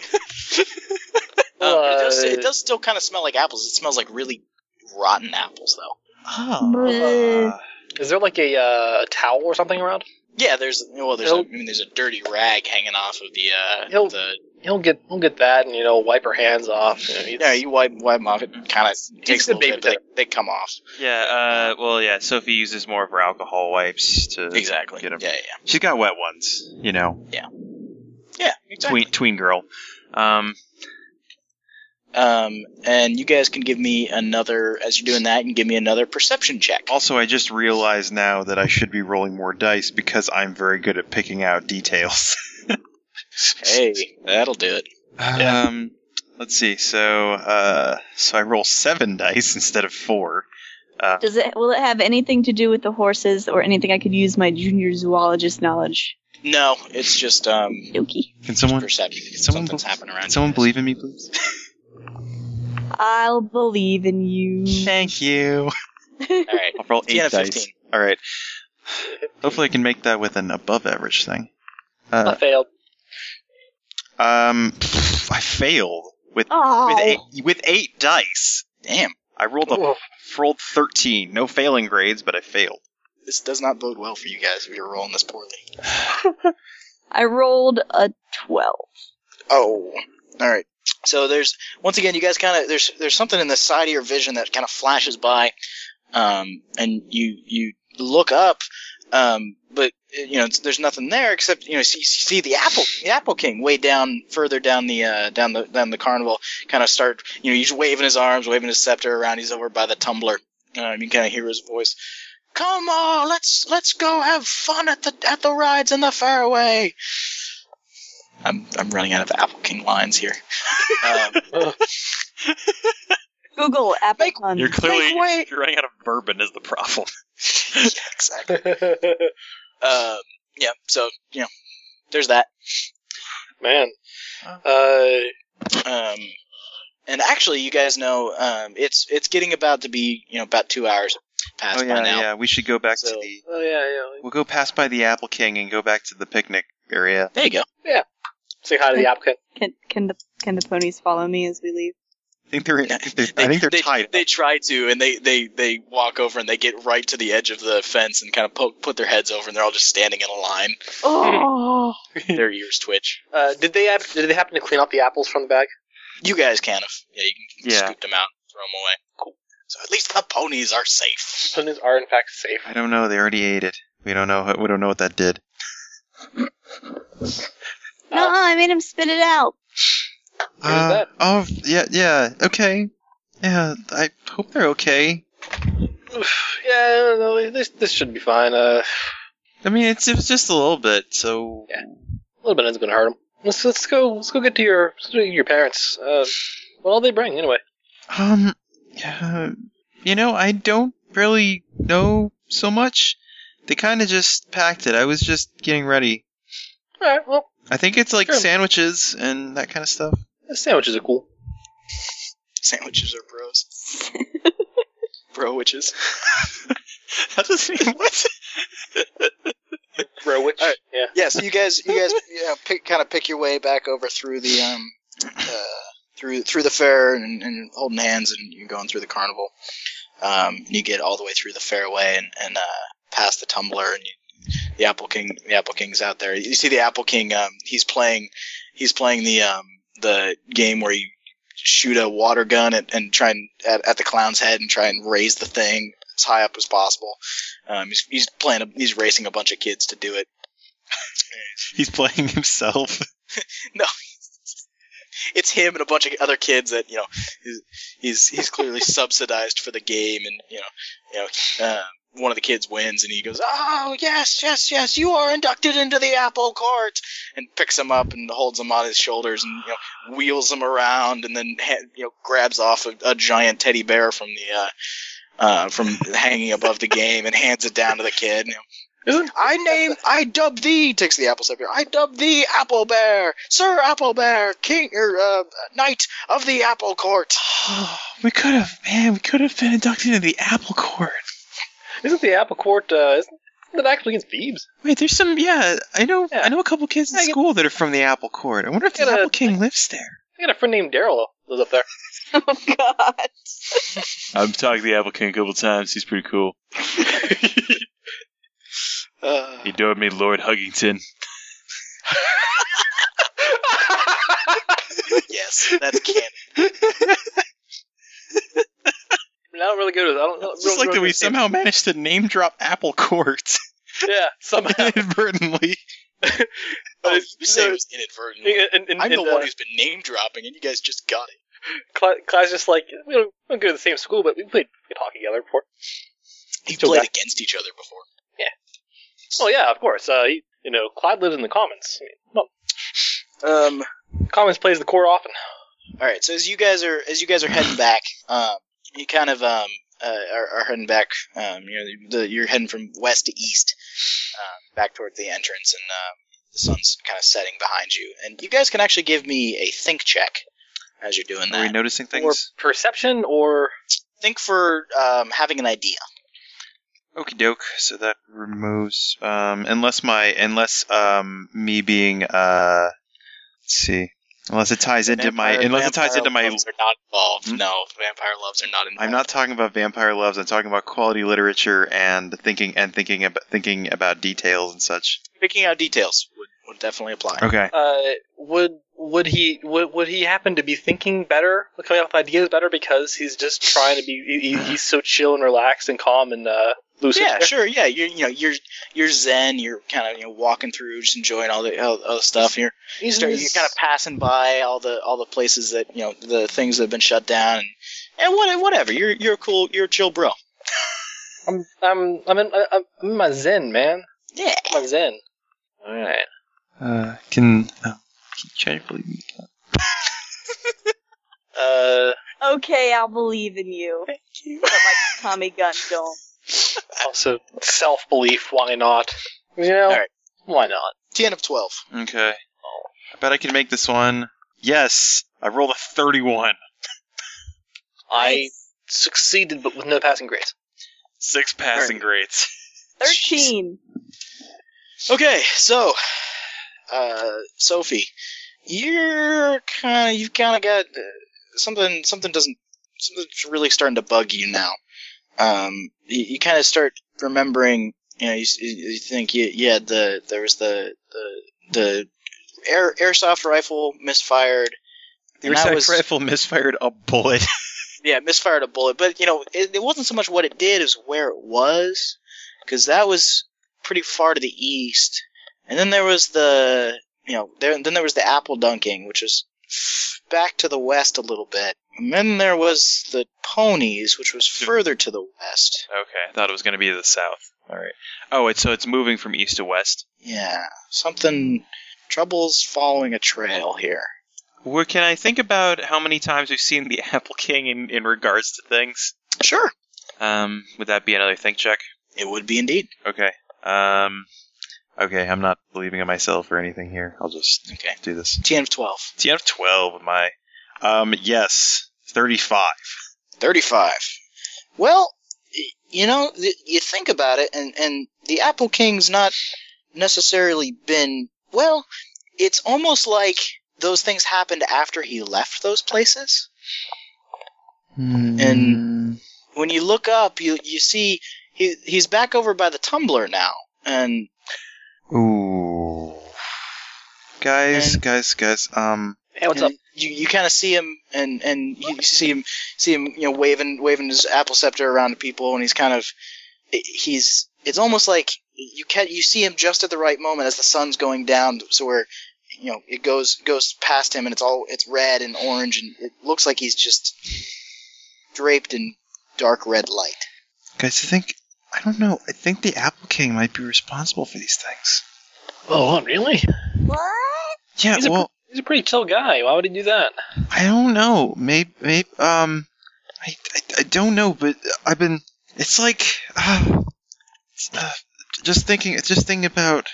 Uh, but it, does, it does still kind of smell like apples. It smells like really rotten apples, though. oh. is there like a uh, a towel or something around? Yeah, there's well, there's a, I Nope. mean, there's a dirty rag hanging off of the uh Nope. the. He'll get he'll get that and you know wipe her hands off. You know, it's- Yeah, you wipe wipe them off. It kind of takes a the little bit, baby but they, they come off. Yeah. Uh. Well. Yeah. Sophie uses more of her alcohol wipes to. Exactly. Get Yeah, 'em. yeah, She's got wet ones. You know, yeah. yeah exactly. tween tween girl. Um. Um, and you guys can give me another as you're doing that, and give me another perception check. Also, I just realized now that I should be rolling more dice because I'm very good at picking out details. Hey, that'll do it. Yeah. Um, let's see. So, uh, so I roll seven dice instead of four. Does it? Will it have anything to do with the horses or anything I could use my junior zoologist knowledge? No, it's just um Doki. Can someone perception. someone Something's be- happening around. can you someone guys. believe in me, please? I'll believe in you. Thank you. All right. I'll roll eight 10 out of dice. 15. All right. Hopefully, I can make that with an above average thing. I Uh, failed. um, pff, I failed with with Oh, eight with eight dice. Damn, I rolled a Ooh. rolled thirteen. No failing grades, but I failed. this does not bode well for you guys if you're rolling this poorly. I rolled a twelve. Oh, all right. So there's once again, you guys kind of there's there's something in the side of your vision that kind of flashes by, um, and you you look up, um, but uh, you know it's- there's nothing there except you know see, see the apple the apple king way down further down the uh, down the down the carnival kind of start you know he's waving his arms waving his scepter around he's over by the tumbler um, you kind of hear his voice. Come on, let's let's go have fun at the at the rides in the fairway. I'm I'm running out of Apple King lines here. um, Google Apple Make- puns. clearly- Make way. running out of bourbon is the problem. yeah, exactly. Um, yeah. So you know, there's that. Man. Uh, Um, and actually, you guys know, um, it's it's getting about to be you know about two hours past Oh yeah, by now. yeah. We should go back to So- the. oh yeah, yeah. We'll go pass by the Apple King and go back to the picnic area. There you go. Say hi to the applicant. Can can the can the ponies follow me as we leave? I think they're. I think they're, I think they're they, tied. They try to, and they, they, they walk over and they get right to the edge of the fence and kind of poke, put their heads over, and they're all just standing in a line. Oh, their ears twitch. Uh, did they hap- did they happen to clean up the apples from the bag? You guys can if yeah, you can Yeah. scoop them out, and throw them away. Cool. So at least the ponies are safe. Ponies are in fact safe. I don't know. They already ate it. We don't know. We don't know what that did. no! I made him spit it out. Where's that? Oh yeah, yeah. Okay. Yeah. I hope they're okay. Oof, yeah, no, this this should be fine. Uh, I mean, it's it was just a little bit. So a little bit isn't gonna hurt them. Let's let's go let's go get to your let's go get your parents. Uh, what'll they bring anyway? um, uh, you know, I don't really know so much. They kind of just packed it. I was just getting ready. All right, well, I think it's like Sure. sandwiches and that kind of stuff. the sandwiches are cool. Sandwiches are bros. Bro witches. That doesn't mean what? Bro, which All right. yeah. yeah, so you guys, you guys, you know, pick, kind of pick your way back over through the um, uh, through through the fair and, and holding hands, and you're going through the carnival. Um, and you get all the way through the fairway and and uh, past the tumbler, and you, the apple king, the apple king's out there. You see the apple king. Um, he's playing, he's playing the um the game where you shoot a water gun at, and try and at, at the clown's head and try and raise the thing as high up as possible. Um, he's, he's playing. A, he's racing a bunch of kids to do it. He's playing himself. it's him and a bunch of other kids that you know he's he's, he's clearly subsidized for the game, and you know you know uh, one of the kids wins, and he goes, "Oh yes, yes, yes, you are inducted into the apple cart," and picks him up and holds him on his shoulders and you know wheels him around, and then ha- you know grabs off a, a giant teddy bear from the. Uh, uh, from hanging above the game and hands it down to the kid. You know, Isn't I name, I dub thee, takes the apple scepter. I dub thee Apple Bear, Sir Apple Bear, King, or uh, Knight of the Apple Court. we could have, man, we could have been inducted into the Apple Court. isn't the apple court? Uh, isn't, isn't it actually in Thebes? Wait, there's some. Yeah, I know. Yeah. I know a couple kids in I get- school that are from the Apple Court. I wonder if the I gotta- Apple King lives there. I got a friend named Daryl who lives up there. Oh God. I've talked to the Apple King a couple times. He's pretty cool. Uh, He dubbed me Lord Huggington. yes, that's canon. I, mean, I don't really go to. I don't. I don't It's just like really that we go to Thebes. somehow managed to name drop Apple Court Yeah, somehow. inadvertently. Oh, it's- you say it was inadvertent. And- and- I'm the and, uh, one who's been name dropping, and you guys just got it. Cla- Clyde's just like we don't, we don't go to the same school, but we played, we played hockey together before. You Still played got- against each other before. Oh yeah, of course. Uh, he, you know, Clyde lives in the Commons. I mean, well, Um, Commons plays the court often. All right. So as you guys are as you guys are heading back, um, you kind of um uh, are, are heading back. Um, you're the, you're heading from west to east, um, back towards the entrance, and um, the sun's kind of setting behind you. And you guys can actually give me a think check as you're doing Are we that. noticing Or things? perception, or Think for um, having an idea. Okie doke. So that removes, um, unless my, unless um, me being, uh, let's see, unless it ties into my, Vampire- unless it ties vampire into my. loves are not involved. Hmm? No, vampire loves are not involved. I'm not talking about vampire loves. I'm talking about quality literature and thinking and thinking about thinking about details and such. picking out details. Would, would definitely apply. Okay. uh, would would he would, would he happen to be thinking better, coming up with ideas better because he's just trying to be he, he- he's so chill and relaxed and calm and uh, lucid. Yeah, sure. Yeah, you're you know you're you're zen. You're kind of you know walking through, just enjoying all the all, all the stuff. You're you He's, start, you're kind of passing by all the all the places that you know the things that have been shut down and, and what, whatever. You're you're a cool. You're a chill bro. I'm I'm I'm in, I'm in my zen, man. Yeah. My zen. All right. Uh, can oh, try to believe me. Uh, Okay, I'll believe in you. Thank you. But my Tommy gun don't. also self belief. Why not? You know, All right. why not? Ten of twelve. Okay. I bet I can make this one. Yes, I rolled a thirty-one. I Nice. succeeded, but with no passing grades. Six passing grades. thirteen. Okay, so uh, Sophie, you're kind of you've kind of got uh, something something doesn't something's really starting to bug you now. Um, you, you kind of start remembering. You know, you, s- you you think you, yeah, the there was the the the air airsoft rifle misfired. Your and that attack was- rifle misfired a bullet. yeah, it misfired a bullet, but you know, it, it wasn't so much what it did as where it was, because that was pretty far to the east. And then there was the, you know, there then there was the apple dunking, which was back to the west a little bit. And then there was the ponies, which was further to the west. Okay, I thought it was going to be the south. All right. Oh, it's so it's moving from east to west. Yeah, something troubles following a trail here. Where can I think about how many times we've seen the Apple King in, in regards to things? Sure, Um, would that be another think check? it would be indeed. Okay. Um, okay, I'm not believing in myself or anything here. I'll just Okay, do this. ten of twelve. TN of 12, my. Um, yes, 35. 35. Well, y- you know, th- you think about it, and, and the Apple King's not necessarily been. Well, it's almost like those things happened after he left those places. And- When you look up, you, you see he, he's back over by the tumbler now. And Ooh. Guys, And- guys, guys, um, Hey, what's and up? You you kind of see him and and you you see him see him you know waving waving his apple scepter around to people, and he's kind of he's it's almost like you can you see him just at the right moment as the sun's going down, so where you know it goes goes past him and it's all it's red and orange and it looks like he's just draped in dark red light. Guys, I think I don't know. I think the Apple King might be responsible for these things. Oh, really? What? Yeah, He's a- well, He's a pretty chill guy. Why would he do that? I don't know. Maybe, maybe um, I, I, I don't know, but I've been. It's like, uh, it's, uh, just thinking, just thinking about,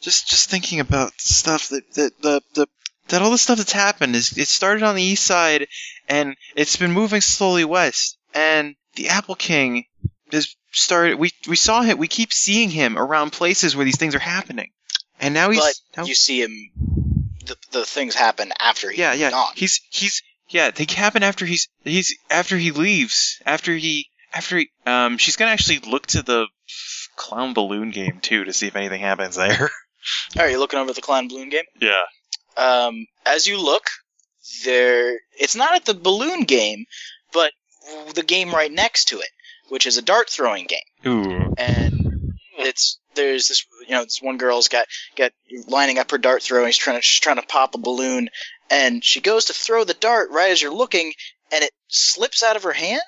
just just thinking about stuff that that the the that all the stuff that's happened is it started on the east side and it's been moving slowly west and the apple king is started we we saw him we keep seeing him around places where these things are happening and now he's But Oh. now- you see him the the things happen after he yeah yeah gone. he's he's yeah they happen after he's he's after he leaves after he after he um she's gonna actually look to the clown balloon game too to see if anything happens there All right, you looking over the Clown Balloon game. Yeah. Um, as you look, there it's not at the balloon game, but the game right next to it, which is a dart throwing game, Ooh. and it's there's this you know this one girl's got got lining up her dart throw, and she's trying to she's trying to pop a balloon, and she goes to throw the dart right as you're looking, and it slips out of her hand,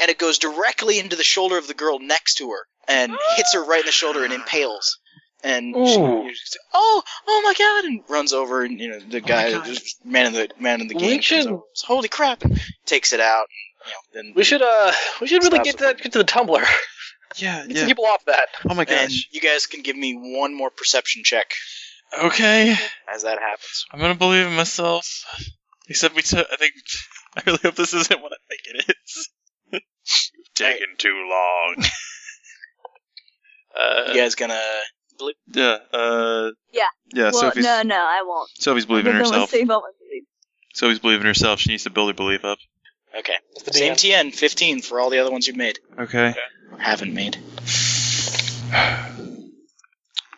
and it goes directly into the shoulder of the girl next to her, and hits her right in the shoulder and impales. And she, Ooh. you just- oh, oh my god! And runs over, and you know the guy, God. the man in the man in the We game, comes should- over, says, holy crap, and takes it out. And, you know, then We should uh, we should really Slaps get him. that get to the tumbler. yeah Get some yeah people off that. oh my and gosh you guys can give me one more perception check Okay. as that happens. I'm gonna believe in myself. Except we took. I think. I really hope this isn't what I think it is. Taking too long. Uh, You guys gonna? yeah uh Yeah. yeah well, sophie's no, no, I won't. sophie's believing in But then let's herself save up my belief. So he's believing herself. She needs to build her belief up. Okay, that's the same DM. TN, fifteen for all the other ones you made, Okay. or haven't made.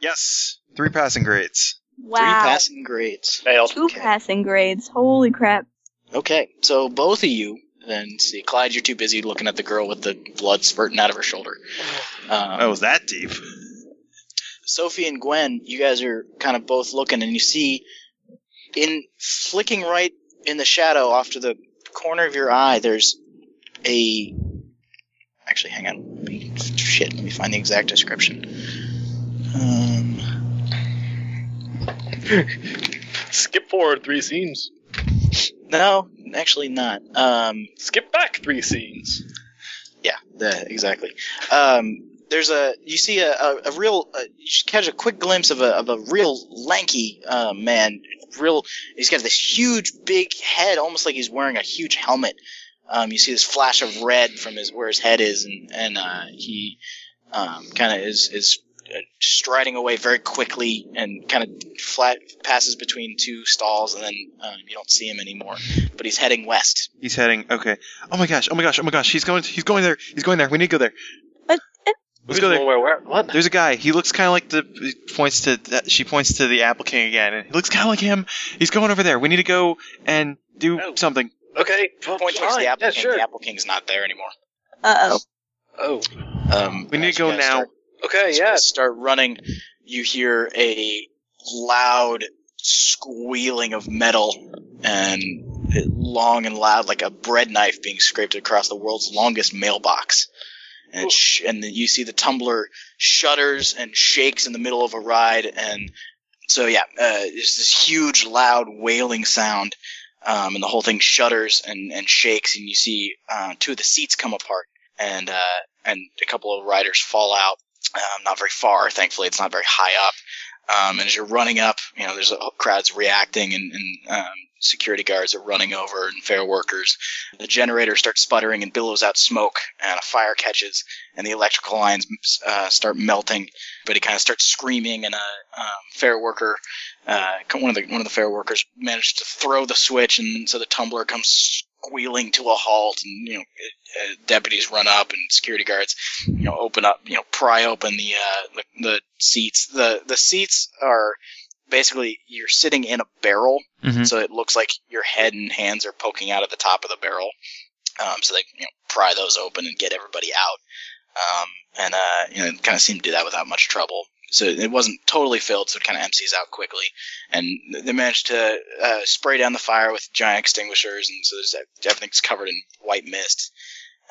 yes, three passing grades. Wow. Three passing grades. Failed. Two passing grades. Holy crap. Okay, so both of you then see Clyde, you're too busy looking at the girl with the blood spurting out of her shoulder. Um, Oh, it was that deep. Sophie and Gwen, you guys are kind of both looking, and you see in flicking right in the shadow off to the corner of your eye, there's a. Actually, hang on. Let me- Shit, let me find the exact description. Um, Skip forward three scenes. no, actually not. Um, Skip back three scenes. Yeah, the, exactly. Um, there's a you see a, a, a real uh, you just catch a quick glimpse of a of a real lanky uh, man. Real, he's got this huge big head, almost like he's wearing a huge helmet. Um, you see this flash of red from his where his head is, and and uh, he um, kind of is is uh, striding away very quickly and kind of flat passes between two stalls, and then um, you don't see him anymore. But he's heading west. He's heading. Okay. Oh my gosh. Oh my gosh. Oh my gosh. He's going. He's going there. He's going there. We need to go there. Uh, uh. Let's go there. Where, where, what? There's a guy. He looks kind of like the he points to that. She points to the Apple King again, and he looks kind of like him. He's going over there. We need to go and do Oh. something. Okay. Point towards the fine. Apple yeah, King. sure. The Apple King's not there anymore. Uh oh. Oh. Um, We need as to go you guys now. Start, Okay. as you Yeah. guys start running. You hear a loud squealing of metal and it- long and loud, like a bread knife being scraped across the world's longest mailbox. And, it sh- and then you see the tumbler shudders and shakes in the middle of a ride. And so, yeah, uh, it's this huge, loud, wailing sound. Um, and the whole thing shudders and, and shakes. And you see uh, two of the seats come apart. And uh, and a couple of riders fall out. Um, not very far, thankfully. It's not very high up. Um, and as you're running up, you know, there's a, crowds reacting, and, and um, security guards are running over, and fair workers. The generator starts sputtering and billows out smoke, and a fire catches, and the electrical lines uh, start melting. But he kind of starts screaming, and a um, fair worker, uh, one of the one of the fair workers, manages to throw the switch, and so the tumbler comes squealing to a halt, and you know, uh, deputies run up and security guards, you know, open up, you know, pry open the uh, the, the seats. The the seats are basically you're sitting in a barrel, Mhm. so it looks like your head and hands are poking out of the top of the barrel. Um, so they you know, pry those open and get everybody out. Um, and uh, you know, it kind of seemed to do that without much trouble. So it wasn't totally filled, so it kind of empties out quickly. And they managed to uh, spray down the fire with giant extinguishers, and so there's, everything's covered in white mist.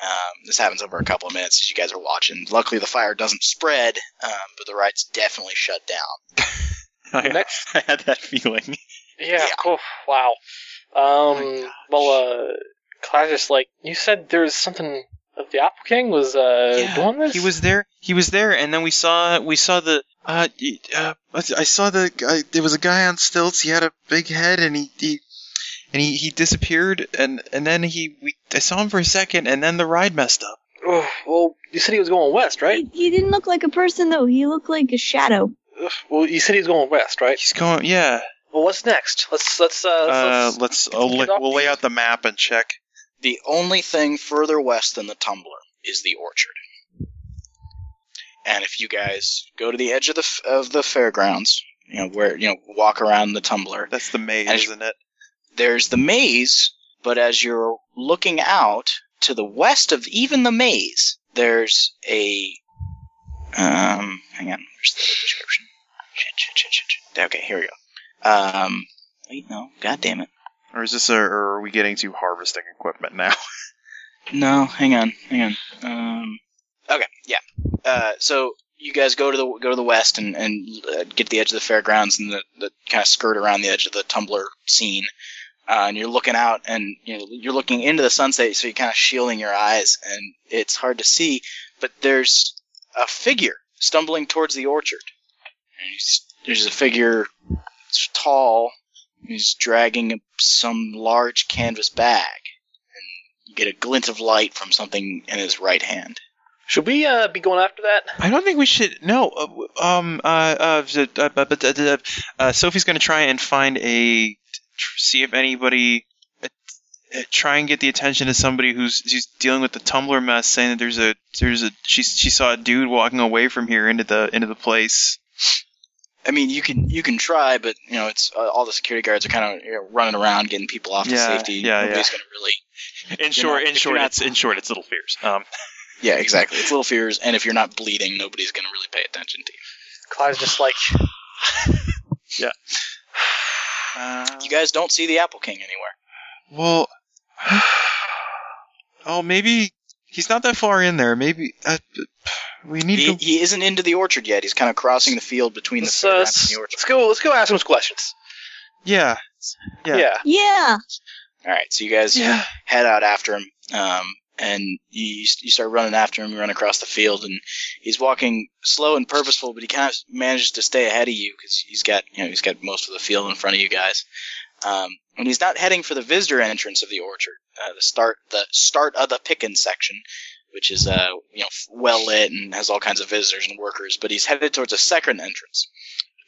Um, this happens over a couple of minutes as you guys are watching. Luckily, the fire doesn't spread, um, but the ride's definitely shut down. I, Next, I had that feeling. yeah, Yeah. cool. Wow. Um, well, uh, Claudius, like you said, there was something of the Apple King was uh Yeah, doing this. He was there. He was there, and then we saw we saw the Uh, y- uh, I I saw the guy. There was a guy on stilts. He had a big head, and he, he and he, he disappeared, and and then he we I saw him for a second, and then the ride messed up. Ugh, well, you said he was going west, right? He, he didn't look like a person though. He looked like a shadow. Ugh, well, you said he was going west, right? He's going, yeah. Well, what's next? Let's let's uh, Uh, let's, let's let's I'll get li- off we'll lay out the map and check. The only thing further west than the tumbler is the orchard. And if you guys go to the edge of the f- of the fairgrounds, you know where you know walk around the tumbler. That's the maze, And- isn't it? There's the maze, but as you're looking out to the west of even the maze, there's a um. Hang on, where's the description? Shit, shit, shit, shit, shit. Okay, here we go. Um. Wait, no, god damn it. Or is this? A, or are we getting to harvesting equipment now? No, hang on, hang on. Um, okay, yeah. Uh, so you guys go to the go to the west and and uh, get to the edge of the fairgrounds and the, the kind of skirt around the edge of the tumbler scene, uh, and you're looking out and you know, you're looking into the sunset, so you're kind of shielding your eyes and it's hard to see, but there's a figure stumbling towards the orchard. And he's, there's a figure, it's tall, and he's dragging some large canvas bag you get a glint of light from something in his right hand. should we uh be going after that? I don't think we should. No. uh, w- Um. Uh. Uh. z- uh, bu- bu- d- d- uh, uh Sophie's gonna try and find a. tr- See if anybody. uh, uh, Try and get the attention of somebody who's who's dealing with the Tumblr mess, saying that there's a there's a she she saw a dude walking away from here into the into the place. I mean, you can you can try, but you know it's uh, all the security guards are kind of you know, running around getting people off Yeah, to safety. yeah, Nobody's gonna really. In short- in short, it's- in short, it's little fears. Um, Yeah, exactly. It's little fears, and if you're not bleeding, nobody's gonna really pay attention to you. Clyde's just like Uh, You guys don't see the Apple King anywhere. well. oh, maybe he's not that far in there. Maybe uh, we need He, to. he isn't into the orchard yet. He's kind of crossing the field between the let's, uh, fairgrounds s- and the orchard. let's go let's go ask him some questions. Yeah. Yeah. Yeah. All right, so you guys Yeah. head out after him, um, and you you start running after him. You run across the field, and he's walking slow and purposeful, but he kind of manages to stay ahead of you because he's got you know he's got most of the field in front of you guys. Um, and he's not heading for the visitor entrance of the orchard, uh, the start the start of the pickin' section, which is uh you know well lit and has all kinds of visitors and workers, but he's headed towards a second entrance,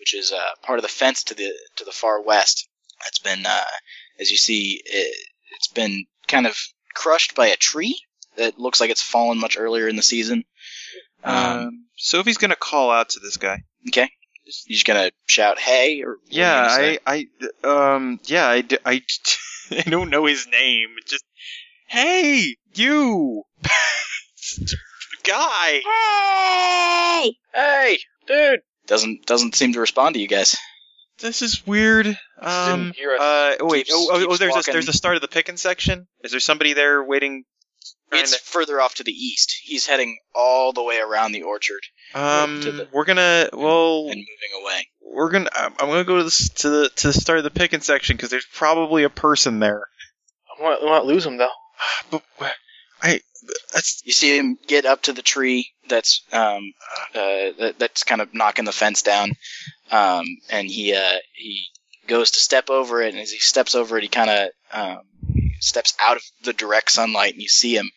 which is uh, part of the fence to the to the far west. That's been uh, as you see. It, it's been kind of crushed by a tree that looks like it's fallen much earlier in the season. Um, Um, Sophie's gonna call out to this guy. okay, you just gonna shout "Hey" or what are you Yeah, gonna say? I, I, um, yeah, I, d- I, I don't know his name. It's Just, hey, you, guy. Hey. Hey, dude. doesn't doesn't seem to respond to you guys. This is weird. Um, Didn't hear us. uh, oh, wait. Keeps- oh, oh, oh, keeps there's a, walking. there's a start of the picking section. Is there somebody there waiting? trying It's further off to the east. He's heading all the way around the orchard to- um, to the- we're gonna, well, and moving away. we're gonna, I'm I'm gonna go to the s- to the to the start of the picking section because there's probably a person there. I won't, I won't lose him though. But wh- I, that's You see him get up to the tree that's um uh that, that's kind of knocking the fence down, um and he uh he goes to step over it, and as he steps over it, he kind of um steps out of the direct sunlight, and you see him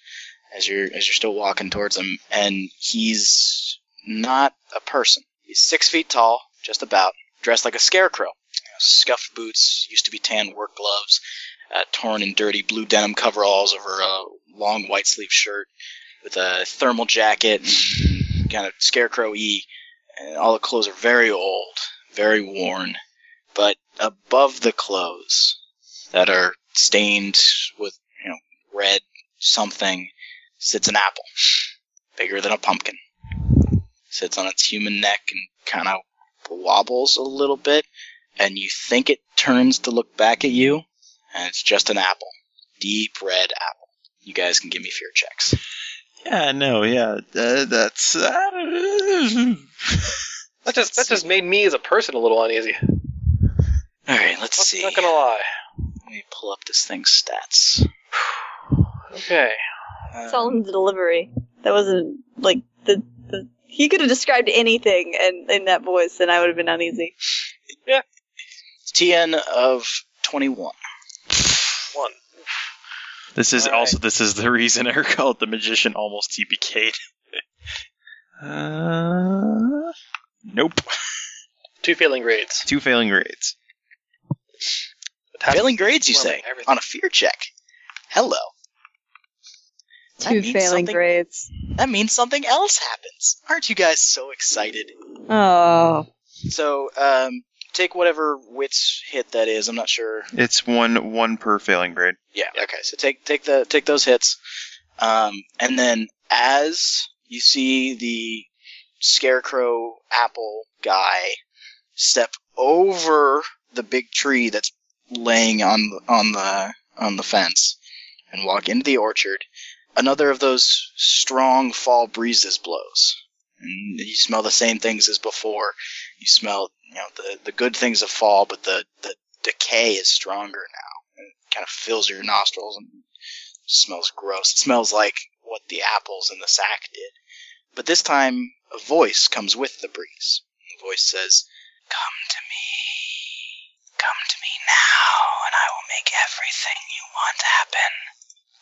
as you're as you're still walking towards him, and he's not a person. He's six feet tall, just about, dressed like a scarecrow. You know, scuffed boots, used to be tan work gloves, uh, torn and dirty blue denim coveralls over a long white sleeve shirt with a thermal jacket and kind of scarecrow y. And all the clothes are very old, very worn, but above the clothes that are stained with you know red something sits an apple bigger than a pumpkin sits on its human neck and kind of wobbles a little bit and you think it turns to look back at you and it's just an apple deep red apple you guys can give me fear checks Yeah, no, yeah, uh, that's. Uh, That just that just made me as a person a little uneasy. all right let's see Not gonna lie. let me pull up this thing's stats Okay. It's all in the delivery. That wasn't like the, the he could have described anything and in that voice, and I would have been uneasy. tn of 21 One. this is All right. also this is the reason I called the magician almost TPK'd. uh, nope. Two failing grades. Two failing grades. failing grades you say Everything. Everything. on a fear check hello That Two means failing something- grades. that means something else happens aren't you guys so excited Oh, So, um, take whatever wits hit that is. I'm not sure. It's one one per failing grade. Yeah. Okay. So take take the take those hits, um, and then as you see the scarecrow apple guy step over the big tree that's laying on the- on the on the fence and walk into the orchard, another of those strong fall breezes blows, and you smell the same things as before. You smell you know the the good things of fall, but the the decay is stronger now kind of fills your nostrils and smells gross. It smells like what the apples in the sack did. But this time, a voice comes with the breeze. The voice says, Come to me. Come to me now, and I will make everything you want happen.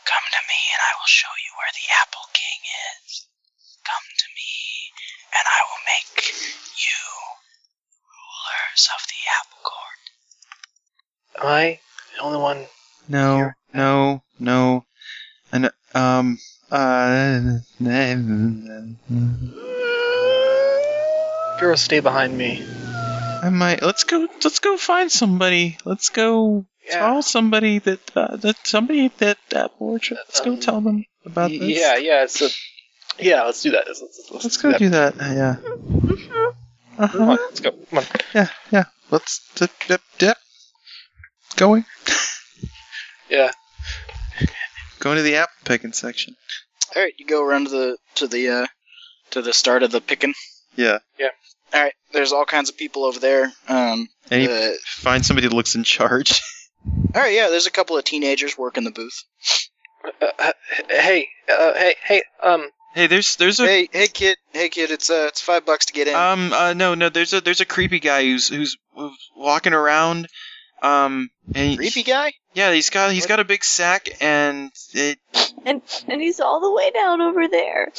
Come to me, and I will show you where the Apple King is. Come to me, and I will make you rulers of the apple court. Am I the only one? No, no, no. And um uh Girl, stay behind me. I might let's go let's go find somebody. Let's go tell somebody that uh, that somebody that that orchard. Let's go Um, tell them about Y- this. Yeah, yeah, it's a, yeah. Let's do that. Let's, let's, let's Let's go do that. Uh, yeah. Come on, Uh-huh. let's go. Come on. Yeah, yeah. Let's dip dip dip. Going Yeah. going to the apple picking section. All right, you go around to the to the uh, to the start of the picking. Yeah. All right, there's all kinds of people over there. Um, And you uh, find somebody that looks in charge. all right, yeah, there's a couple of teenagers working the booth. Uh, uh, hey, uh, hey, hey. Um, hey, there's there's a Hey, hey, kid, hey, kid, it's uh, it's five bucks to get in. Um. Uh. No. No. There's a there's a creepy guy who's who's who's walking around. Um. And Creepy guy. Yeah. He's got he's got a big sack and it. and and he's all the way down over there.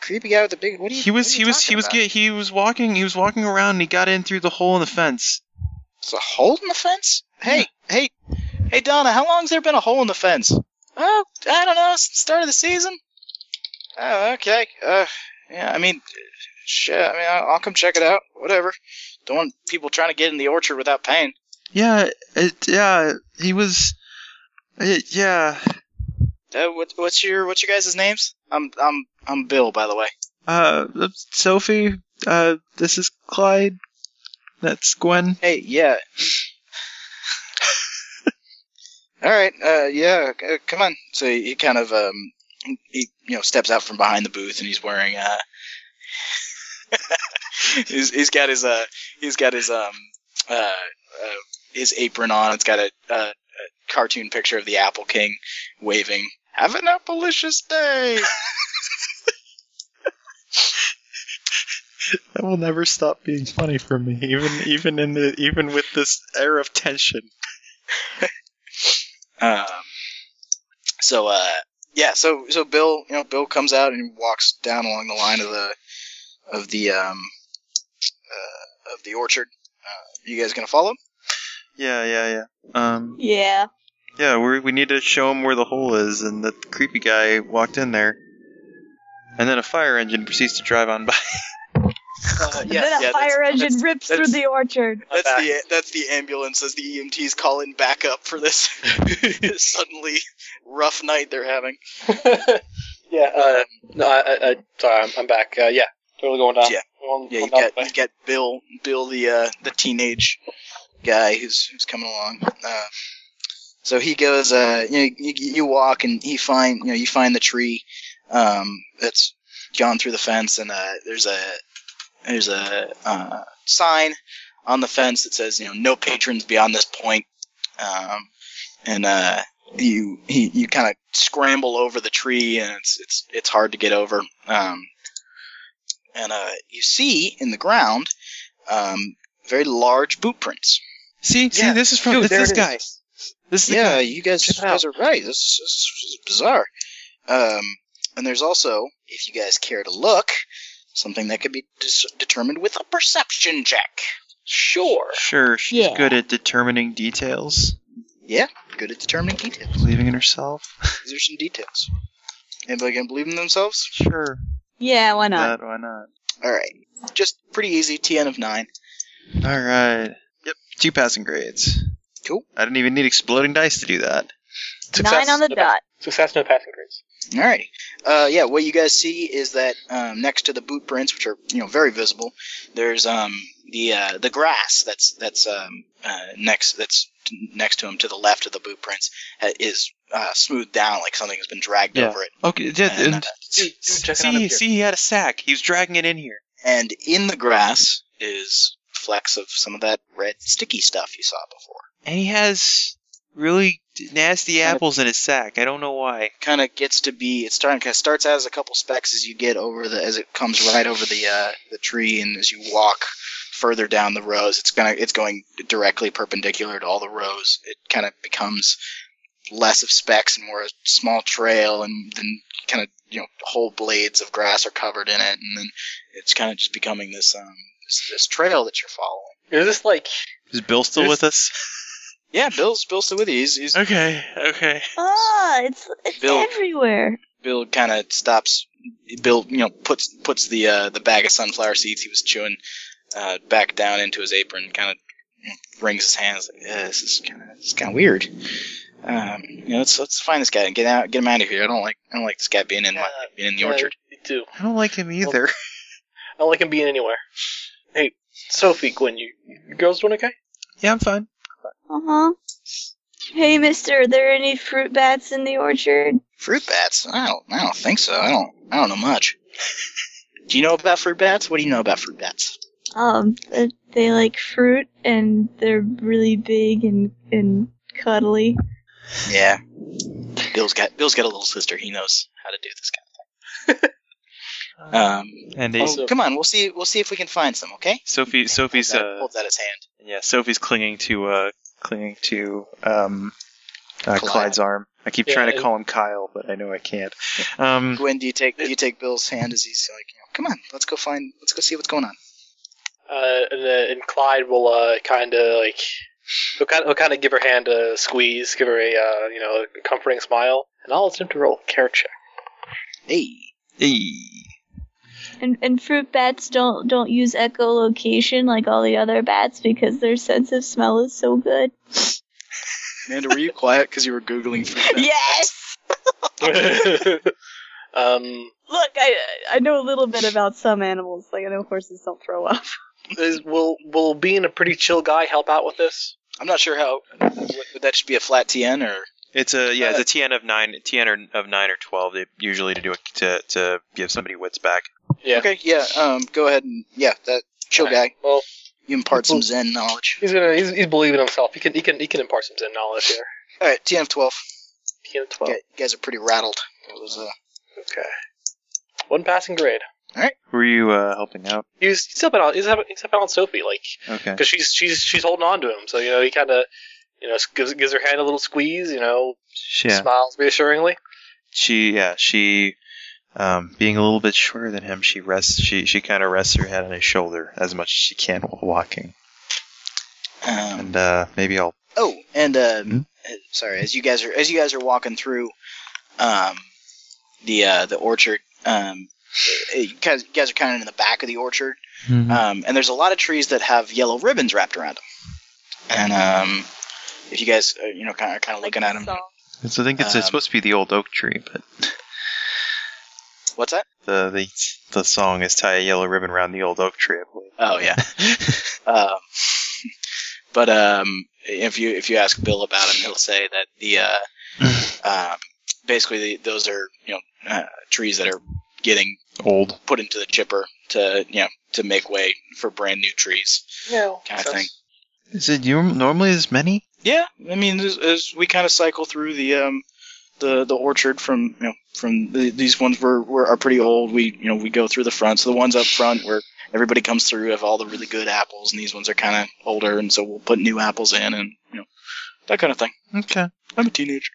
Creepy guy with the big. What are you? He was what are he you was talking he was about? get, he was walking he was walking around and he got in through the hole in the fence. It's a hole in the fence. Hey, hey, hey, Donna, how long's there been a hole in the fence? Oh, I don't know. Since the start of the season. Oh, okay. Uh, yeah. I mean, shit. I mean, I'll, I'll come check it out. Whatever. Don't want people trying to get in the orchard without paying. Yeah. It. Yeah. He was. It, yeah. Uh, what, what's your what's your guys' names? I'm I'm I'm Bill, by the way. Uh. Sophie. Uh. This is Clyde. That's Gwen. Hey, yeah. All right, uh, yeah, c- uh, come on. So he he kind of um, he you know steps out from behind the booth and he's wearing uh, he's he's got his uh he's got his um uh, uh his apron on. It's got a, a, a cartoon picture of the Apple King waving. Have an appalicious day. That will never stop being funny for me, even even in the even with this air of tension. Um, so uh, yeah, so so Bill, you know, Bill comes out and walks down along the line of the of the um, uh, of the orchard. Uh, you guys gonna follow? Yeah, yeah, yeah. Um, Yeah. yeah, we we need to show him where the hole is, and the creepy guy walked in there, and then a fire engine proceeds to drive on by. Uh, then yes. a yeah, that's- fire engine that's- rips that's- through the orchard. I'm That's back. the that's the ambulance as the E EMTs call in backup for this suddenly rough night they're having. yeah. Uh, no, I, I, I, sorry, I'm, I'm back. Uh, yeah, totally going down. Yeah. Going- Yeah, going you down got the way. you got Bill Bill the uh, the teenage guy who's who's coming along. Uh, so he goes. Uh, you, know, you you walk and he find you know you find the tree um, that's gone through the fence and uh, there's a there's a uh, sign on the fence that says you know no patrons beyond this point. Um, and uh, you he, you kind of scramble over the tree and it's it's it's hard to get over. Um, and uh, you see in the ground um, very large boot prints. See, see, Yeah. this is from Dude, this, there this it guy. is. This is the Yeah, you guys, Check it you guys are right. This is, this is bizarre. Um, and there's also, if you guys care to look, something that could be dis- determined with a perception check. Sure. guy. Sure, she's Yeah. good at determining details, Good at determining details. believing in herself. These are some details. Anybody gonna believe in themselves? Sure, Yeah, why Uh, not? that why not? All right. Just pretty easy. TN of nine. All right. Yep. Two passing grades. Cool. I didn't even need exploding dice to do that. Nine on the no pass- dot. Success, no passing grades. Alrighty. Uh, yeah, what you guys see is that um, next to the boot prints, which are you know very visible, there's um, the uh, the grass that's that's um, uh, next that's next to him to the left of the boot prints uh, is uh, smoothed down like something has been dragged Yeah. over it. Okay. d- And, and- uh, see, dude, check it out up see, here. see, he had a sack. He was dragging it in here. And in the grass is flecks of some of that red sticky stuff you saw before. and he has really nasty apples in his sack. I don't know why. Kind of gets to be it's starting kind of starts out as a couple specks as you get over the as it comes right over the uh, the tree and as you walk further down the rows. It's gonna it's going directly perpendicular to all the rows. It kind of becomes less of specks and more a small trail, and then kind of you know whole blades of grass are covered in it, and then it's kind of just becoming this um this, this trail that you're following. Is this like? Is Bill still There's- with us? Yeah, Bill's Bill's still with you. He's, he's Okay, okay. Ah, it's it's Bill. everywhere. Bill kind of stops. Bill, you know, puts puts the uh, the bag of sunflower seeds he was chewing uh, back down into his apron. Kind of wrings his hands. Like, yeah, this is kind of it's kind of weird. Um, you know, let's let's find this guy and get out get him out of here. I don't like I don't like this guy being in my Uh, being in the uh, orchard. Me too. I don't like him either. I don't like him being anywhere. Hey, Sophie, Gwen, you, you girls doing okay? yeah, I'm fine. Uh huh. Hey, Mister, are there any fruit bats in the orchard? Fruit bats? I don't I don't think so. I don't I don't know much. do you know about fruit bats? What do you know about fruit bats? Um, uh, they like fruit and they're really big and and cuddly. Yeah. Bill's got Bill's got a little sister. He knows how to do this kind of thing. Um, And they, Oh, Also- come on, we'll see. We'll see if we can find some. Okay. Sophie, Sophie's, Holds out- uh, holds out his hand. yeah, Sophie's clinging to, uh, clinging to, um, uh, Clyde. Clyde's arm. I keep Yeah, trying to it- call him Kyle, but I know I can't. Um, Gwen, do you take do you take Bill's hand as he's like, you know, come on, let's go find, let's go see what's going on. Uh, and, uh, and Clyde will uh, kind of like he'll kind of he'll kind of give her hand a squeeze, give her a uh, you know a comforting smile, and I'll attempt to roll a care check. Hey, eh. And and fruit bats don't don't use echolocation like all the other bats because their sense of smell is so good. Amanda, were you quiet because you were googling? For Yes. um, Look, I I know a little bit about some animals. Like I know horses don't throw up. is, will will being a pretty chill guy help out with this? I'm not sure how. Would, would that just be a flat TN or? It's a yeah, Uh, it's a TN of nine, TN or, of nine or twelve. They usually to do it to to give somebody wits back. Yeah. Okay, yeah. Um, go ahead and yeah, that chill guy. Well, You impart some Zen knowledge. he's gonna he's, he's believing in himself. He can he can he can impart some Zen knowledge here. All right, TN of twelve. He had twelve. Okay, you guys are pretty rattled. It was uh, okay. One passing grade. Who are you uh, helping out? He's he's helping out. He's helping, he's helping out Sophie, like Okay. because she's she's she's holding on to him. So you know he kind of you know gives gives her hand a little squeeze. You know Yeah. smiles reassuringly. She yeah she, um, being a little bit shorter than him, she rests she she kind of rests her head on his shoulder as much as she can while walking. um, And uh, maybe I'll Oh, and uh, Hmm? uh, sorry, as you guys are as you guys are walking through um, the uh, the orchard, um, you guys, you guys are kind of in the back of the orchard, Hmm. Mm-hmm. um, and there's a lot of trees that have yellow ribbons wrapped around them. And um, if you guys, uh, you know, kind of, kind of looking at them, So, So I think it's, Um, it's supposed to be the old oak tree, but what's that? the the the song is tie a yellow ribbon around the old oak tree. I believe. Oh yeah. um, but um, if you if you ask Bill about him, he'll say that the uh, um, basically the, those are you know uh, trees that are getting Old. put into the chipper to you know to make way for brand new trees. No. Kind of thing. Is it you, normally as many? Yeah, I mean, as, as we kind of cycle through the um, the the orchard from you know from the, these ones were, were are pretty old. We you know we go through the front, so the ones up front where everybody comes through have all the really good apples, and these ones are kind of older, and so we'll put new apples in, and you know that kind of thing. Okay. I'm a teenager.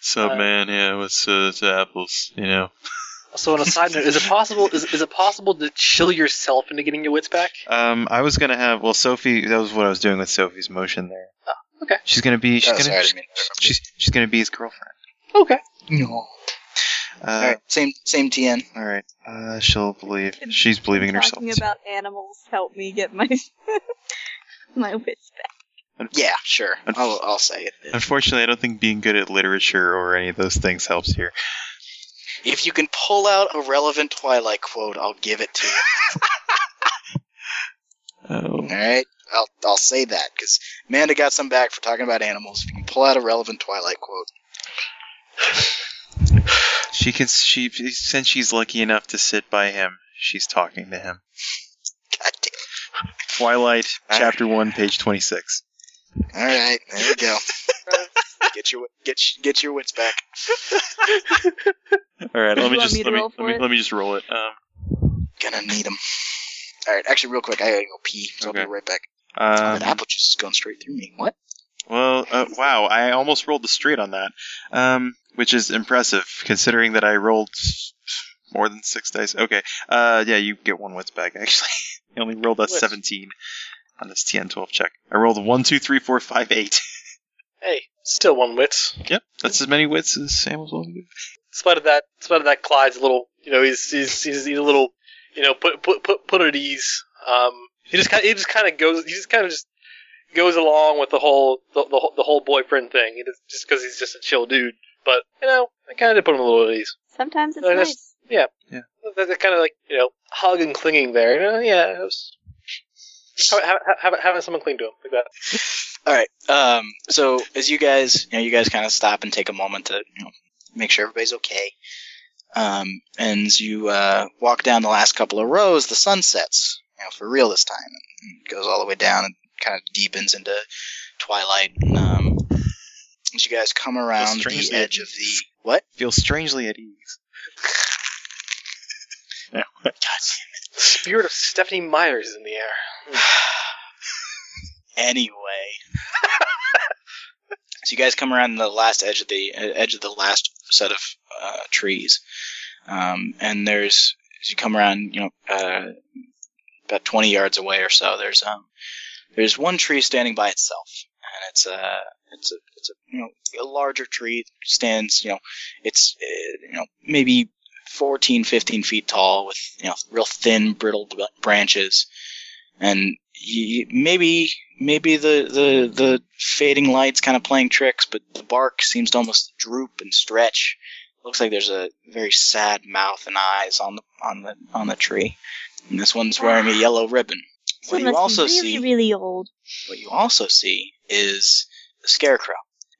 Sub man here with uh, apples, you know. So on a side note, is it possible? Is, is it possible to chill yourself into getting your wits back? Um, I was gonna have well, Sophie. That was what I was doing with Sophie's motion there. Oh, okay. She's gonna be. She's Oh, gonna. sorry, I didn't she's, mean she's gonna be his girlfriend. Okay. No. Uh, All right, same same TN. All right. Uh, she'll believe. She's believing in herself. talking about animals helped me get my my wits back. Yeah, sure. I'll I'll say it. Unfortunately, I don't think being good at literature or any of those things helps here. If you can pull out a relevant Twilight quote, I'll give it to you. Oh. All right, I'll I'll say that because Amanda got some back for talking about animals. If you can pull out a relevant Twilight quote, She can. She since she's lucky enough to sit by him, she's talking to him. God damn. Twilight, chapter one, page twenty-six. it. All right, there we go. get your get your- get your wits back. All right, let You me want just me to let me, roll let for me it? let me just roll it. Um, Gonna need them. All right, actually, real quick, I gotta go pee, so I'll Okay. be right back. Oh, Um, that apple juice is going straight through me. What? well, uh, wow, I almost rolled the straight on that, um, which is impressive considering that I rolled more than six dice. Okay, uh, yeah, you get one wits back actually. I only rolled a Wits. seventeen on this TN12 check. I rolled a one, two, three, four, five, eight. Hey, still one wits. Yep, that's as many wits as Sam was willing to do. In spite of that, in spite of that, Clyde's a little. You know, he's he's he's, he's a little. You know, put put put put at ease. Um, he just kind he just kind of goes. He just kind of just goes along with the whole the the, whole- the whole boyfriend thing. He just just because he's just a chill dude. But you know, I kind of did put him a little at ease. Sometimes it's No, that's- nice. That, kind of like you know hug and clinging there. You know, yeah, it was having, having, having someone cling to him like that. All right. Um. So as you guys, you know, you guys kind of stop and take a moment to, you know, make sure everybody's okay. Um. And as you uh, walk down the last couple of rows, the sun sets. You know, for real this time, and goes all the way down and kind of deepens into twilight. Um. As you guys come around the strangely- edge of the what? Feels strangely at ease. Spirit of Stephanie Myers is in the air. anyway. so you guys come around the last edge of the uh, edge of the last set of uh, trees, um, and there's as you come around, you know, uh, about 20 yards away or so, there's um, there's one tree standing by itself, and it's a it's a it's a you know a larger tree stands, you know, it's uh, you know maybe 14, 15 feet tall with you know real thin, brittle b- branches, and you, maybe maybe the, the the fading lights kind of playing tricks, but the bark seems to almost droop and stretch. Looks like there's a very sad mouth and eyes on the on the on the tree. And this one's wearing a yellow ribbon. This What one you must be also really, see- really old. What you also see is the scarecrow,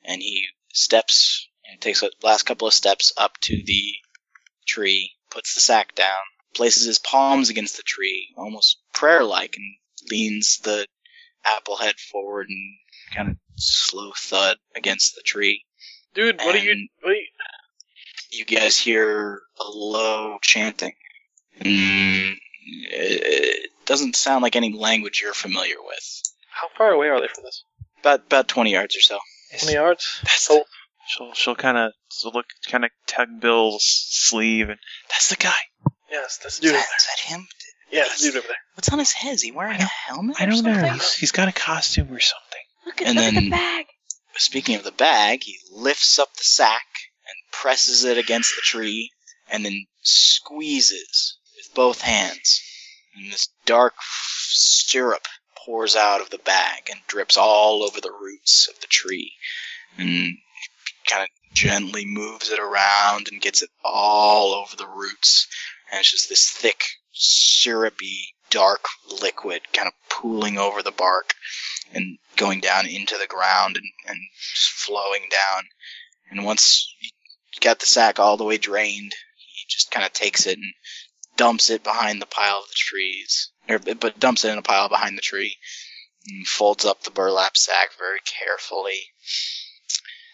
and he steps and takes the last couple of steps up to the tree, puts the sack down, places his palms against the tree, almost prayer-like, and leans the apple head forward and kind of slow thud against the tree. Dude, what are you? And- What are you You guys hear a low chanting. Mm, it it doesn't sound like any language you're familiar with. how far away are they from this? About about twenty yards or so. Twenty yards. oh. she'll she'll kind of look kind of tug Bill's sleeve and that's the guy. Yes, that's the Is dude. that, Over is that him? there. Yeah, that's the dude over there. What's on his head? Is he wearing a helmet? I or don't know. something? He's, he's got a costume or something. Look at, And look at then- the bag. Speaking of the bag, he lifts up the sack and presses it against the tree, and then squeezes with both hands. And this dark syrup pours out of the bag and drips all over the roots of the tree. And kind of gently moves it around and gets it all over the roots. And it's just this thick, syrupy, dark liquid kind of pooling over the bark and going down into the ground and, and just flowing down. And once you got the sack all the way drained, he just kind of takes it and dumps it behind the pile of the trees, or, but dumps it in a pile behind the tree, and folds up the burlap sack very carefully,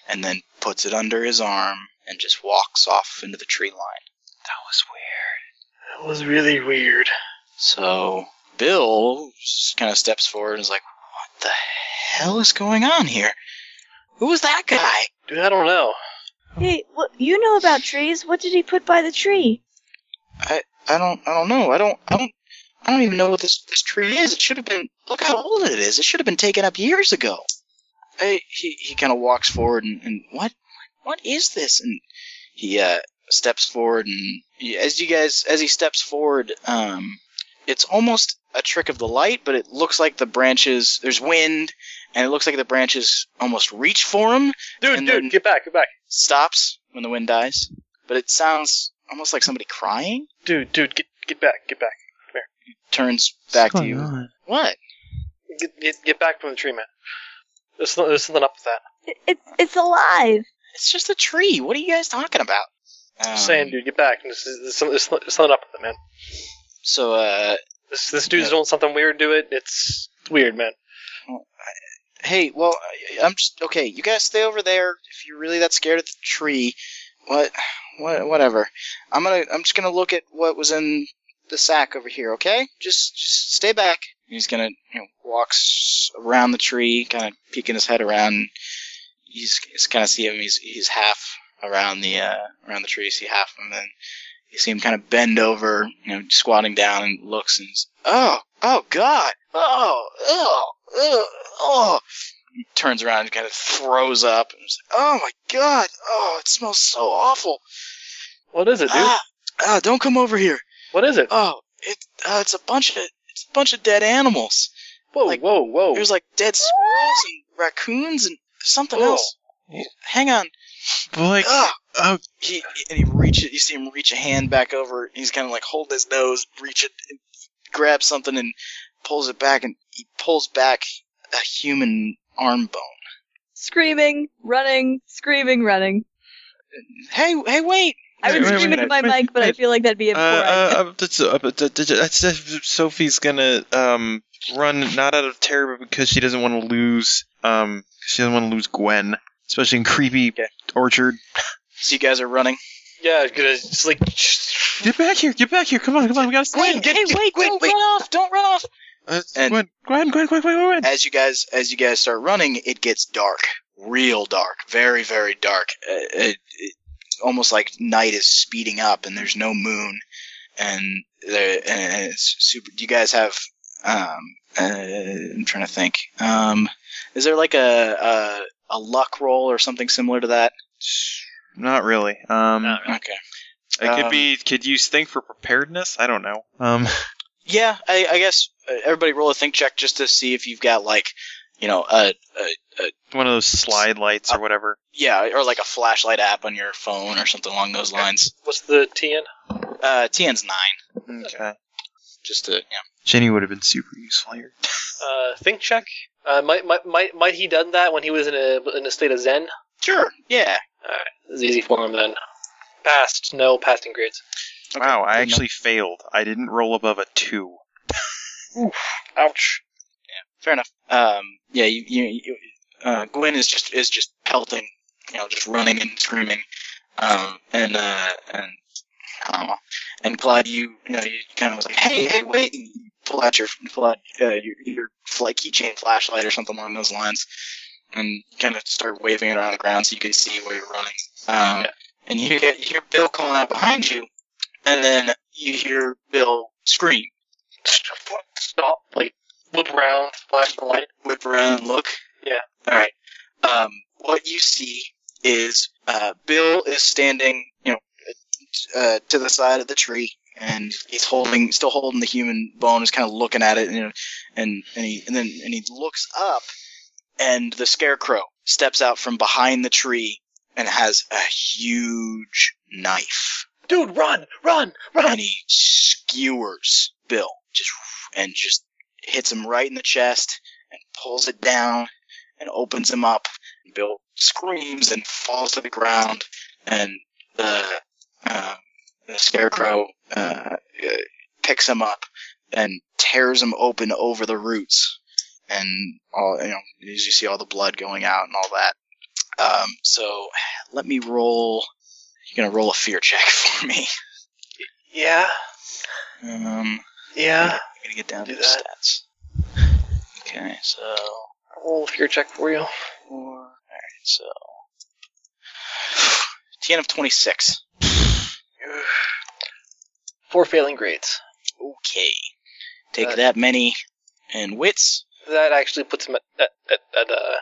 and then puts it under his arm and just walks off into the tree line. That was weird. That was really weird. So Bill just kind of steps forward and is like, "What the hell is going on here? Who was that guy?" Dude, I don't know. Hey, what, you know about trees. What did he put by the tree? I don't I don't know. I don't I don't I don't even know what this this tree is. It should have been look how old it is. It should have been taken up years ago. I, he he kind of walks forward and, and what what is this? And he uh steps forward and yeah, as you guys as he steps forward, um, it's almost a trick of the light, but it looks like the branches. There's wind, and it looks like the branches almost reach for him. Dude, And dude, then- get back, get back. Stops when the wind dies, but it sounds almost like somebody crying. Dude, dude, get get back, get back. Turns back to you. On? What? Get get, get back from the tree, man. There's, some- there's something up with that. It, it's it's alive. It's just a tree. What are you guys talking about? Um, Just saying, dude, get back. There's, there's, some- there's, some- there's something up with it, man. So, uh, This this dude's doing something weird to it. It's weird, man. hey, well, I- I'm just okay. You guys stay over there if you're really that scared of the tree. What, what, whatever. I'm gonna, I'm just gonna look at what was in the sack over here. Okay, just, just stay back. He's gonna, you know, walks around the tree, kind of peeking his head around. He's, he's kind of see him. He's, he's half around the, uh, around the tree. See half of him, then you see him kind of bend over, you know, squatting down and looks and, he's, oh, oh God, oh, oh, oh, oh turns around and kind of throws up. And is like, oh my god! Oh, it smells so awful. What is it, dude? Ah, ah, don't come over here. What is it? Oh, it, uh, it's a bunch of it's a bunch of dead animals. Whoa, like- whoa, whoa! There's like dead squirrels and raccoons and something Whoa. else. Hang on. Boy, Ah. oh. He and he reaches. You see him reach a hand back over. He's kind of like hold his nose, reach it, and grabs something and pulls it back, and he pulls back a human arm bone. Screaming, running, screaming, running. Hey, hey, wait! I Wait, would wait, scream wait, into my wait, mic, but I wait. feel like that'd be uh, important. uh, uh, that's- uh, but that- that- that's- that's- Sophie's gonna um run not out of terror but because she doesn't want to lose um she doesn't want to lose Gwen, especially in creepy Okay. orchard. So you guys are running. yeah, it's gonna- it's like shh, Get back here! Get back here! Come on! Come on! We gotta Wait, hey, wait, don't run off, don't run off. Uh, And- Gwen, Gwen, Gwen, Gwen, Gwen, Gwen. As you guys as you guys start running, it gets dark. Real dark, very very dark. Uh, It, it, almost like night is speeding up and there's no moon and there and it's super do you guys have um uh, I'm trying to think. Um is there like a a, a luck roll or something similar to that? Not really. Um, Not really. Okay. it could Um, be. Could you think for preparedness? I don't know. Um, Yeah, I, I guess uh, everybody roll a think check just to see if you've got like, you know, a, a one of those slide lights or whatever. Yeah, or like a flashlight app on your phone or something along those lines. what's the TN? Uh, TN's nine, Okay. just to yeah. Jenny would have been super useful here. Uh, think check. Uh, might might might might he done that when he was in a in a state of zen? Sure. Yeah. It's easy for him then. Passed. No passing grades. wow, I good actually failed. I didn't roll above a two. Ouch. Fair enough. Um, yeah, you, you, you uh, Gwen is just is just pelting, you know, just running and screaming, um, and uh, and I don't know. And Clyde, you you know, you kind of was like, hey, hey, wait, You pull out your pull out uh, your your fly, keychain flashlight or something along those lines, and kind of start waving it around the ground so you can see where you're running. Um, and you hear, you hear Bill calling out behind you, and then you hear Bill scream. Stop. Like look around. Flash the light. whip around and look? Yeah. All right. Um, what you see is uh, Bill is standing, you know, uh, to the side of the tree, and he's holding, still holding the human bone, is kind of looking at it, and you know, and and he and then and he looks up, and the scarecrow steps out from behind the tree and has a huge knife, Dude, run, run, and he skewers Bill, just and just hits him right in the chest, and pulls it down, and opens him up. Bill screams and falls to the ground, and the, uh, the scarecrow uh, uh, picks him up and tears him open over the roots, and all you know, as you see all the blood going out and all that. Um, so let me roll. You're gonna roll a fear check for me. Yeah, Um, yeah. I'm gonna get down to Do the that. stats. Okay, so Roll a fear check for you. four. All right, so TN of twenty six. Four failing grades. Okay. Take That- that many and wits. That actually puts him at at at, at, uh,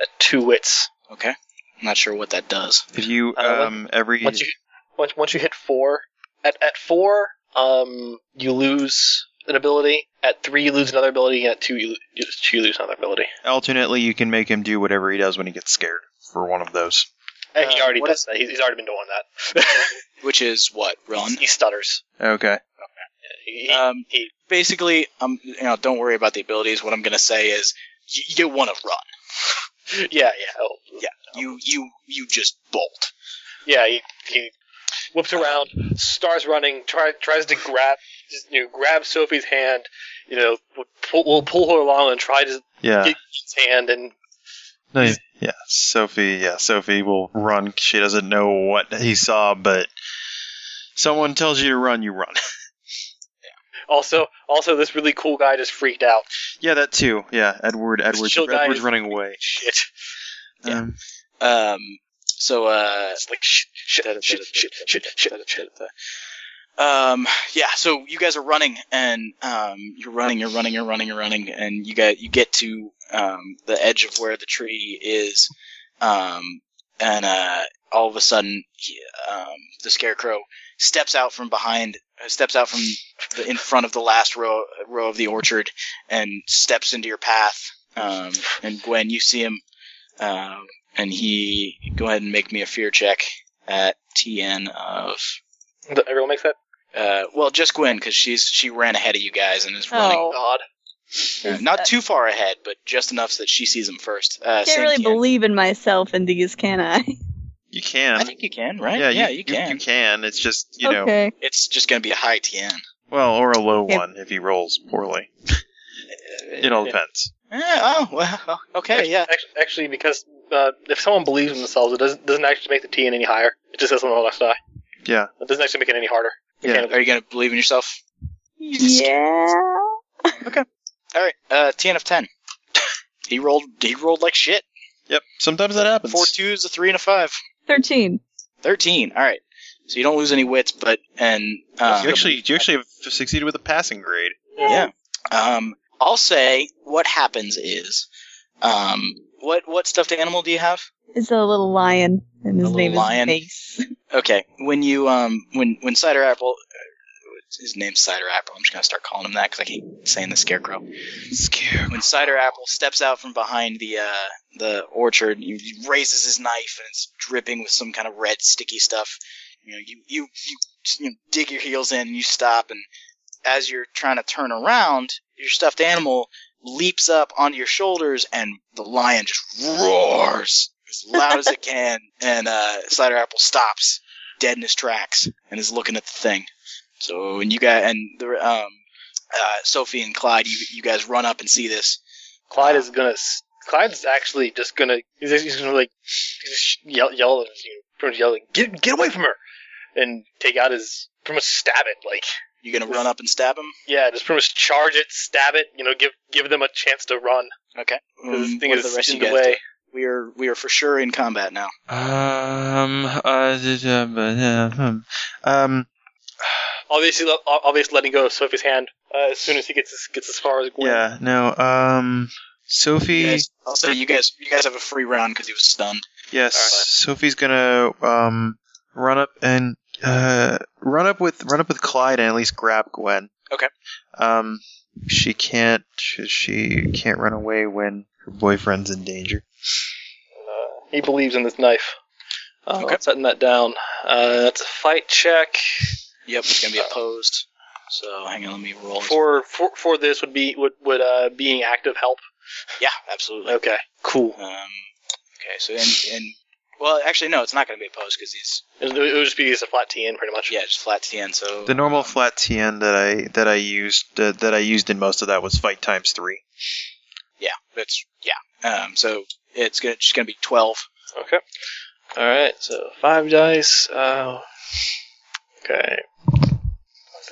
at two wits. Okay. I'm not sure what that does. If you Uh, what- um every Once you once once you hit four, at at four, um, you lose an ability. At three, you lose another ability, and at two, you lose, you lose- you lose another ability. alternately you can make him do whatever he does when he gets scared for one of those. And he Uh, already what does that. He's, he's already been doing that. Which is what? Run. he stutters. Okay. He- Um, he- basically, um, you know, don't worry about the abilities. What I'm gonna say is, you, you want to run. yeah, yeah, oh, You, you, you just bolt. yeah. He, he whips around, starts running, try, tries to grab, just, you know, grab Sophie's hand. You know, will pull, will pull her along and try to Yeah. get his hand and No, yeah. yeah. Sophie, yeah, Sophie will run. She doesn't know what he saw, but someone tells you to run, you run. also also this really cool guy just freaked out. yeah, that too. Yeah, Edward Edward chill guy Edward's is- running away. Shit. Yeah. Um, Um. So, uh, It's like shit, shit, shit, shit, shit, shit, shit. Um, yeah, so you guys are running and um, you're running, you're running, you're running, you're running, and you get you get to um, the edge of where the tree is, um, and uh, all of a sudden, he, um, the scarecrow steps out from behind, uh, steps out from the, in front of the last row row of the orchard, and steps into your path. Um, and Gwen, you see him, um, and he go ahead and make me a fear check at TN of Everyone makes that. uh, well, just Gwen because she's she ran ahead of you guys and is running. Oh. God. Uh, not too far ahead, but just enough so that she sees him first. Uh, I can't really believe in myself in these, can I? you can. I think you can, right? Yeah, you, You, can. can. It's just you know, okay. It's just gonna be a high TN. well, or a low Okay. one if he rolls poorly. It all depends. Yeah, oh well. Okay. Yeah. Actually, actually because uh, if someone believes in themselves, it doesn't doesn't actually make the TN any higher. It just says someone else die. Yeah. It doesn't actually make it any harder. Yeah. Are you gonna believe in yourself? Yeah. All right. Uh, TN of ten. he rolled. He rolled like shit. Yep. Sometimes that happens. Four twos, a three, and a five. 13. Thirteen. All right. So you don't lose any wits, but and um, you actually, you actually have succeeded with a passing grade. Yeah. Um, I'll say what happens is, um, what what stuffed animal do you have? It's a little lion, and his little name lion. is Mace. Okay, when you um when when Cider Apple, his name's Cider Apple. I'm just gonna start calling him that because I keep saying the Scarecrow. Scared. When Cider Apple steps out from behind the uh, the orchard, he he raises his knife and it's dripping with some kind of red sticky stuff. You know, you you you, you know, dig your heels in and you stop, and as you're trying to turn around, your stuffed animal leaps up onto your shoulders, and the lion just roars as loud as it can, and uh, Cider Apple stops dead in his tracks and is looking at the thing. So, and you guys and the um, uh, Sophie and Clyde, you, you guys run up and see this. Clyde is gonna. s- Clyde's actually just gonna. He's, he's gonna like he's just sh- yell, yell, at us, you know, pretty much yell like, "Get, get away from her!" and take out his pretty much stab it. Like, You gonna run up and stab him? yeah, just pretty much charge it, stab it. You know, give give them a chance to run. Okay. 'Cause this Um, thing what is do the rest in of the you guys way. do? We are we are for sure in combat now. Um. Uh. d- uh, uh, um, Um. Obviously, le- o- obviously letting go of Sophie's hand uh, as soon as he gets as, gets as far as Gwen. Yeah. No. Um. You Sophie. guys, I'll say you guys you guys have a free round because he was stunned. Yes. Sophie's gonna um run up and uh, run up with run up with Clyde and at least grab Gwen. Okay. Um, she can't she can't run away when her boyfriend's in danger. Uh, he believes in this knife. Uh, Okay. I'm setting that down. Uh, that's a fight check. Yep, it's gonna be opposed. So hang on, let me roll. For for, for this would be would would uh, being active help. Yeah, absolutely. Okay, cool. Um, okay, so and and well, actually no, it's not gonna be opposed because he's It, it would just be just a flat TN pretty much. yeah, just flat TN. So The normal flat TN that I that I used uh, that, that I used in most of that was fight times three. yeah, that's yeah. Um, so it's gonna just gonna be twelve. Okay. All right. So five dice. Uh, okay. Five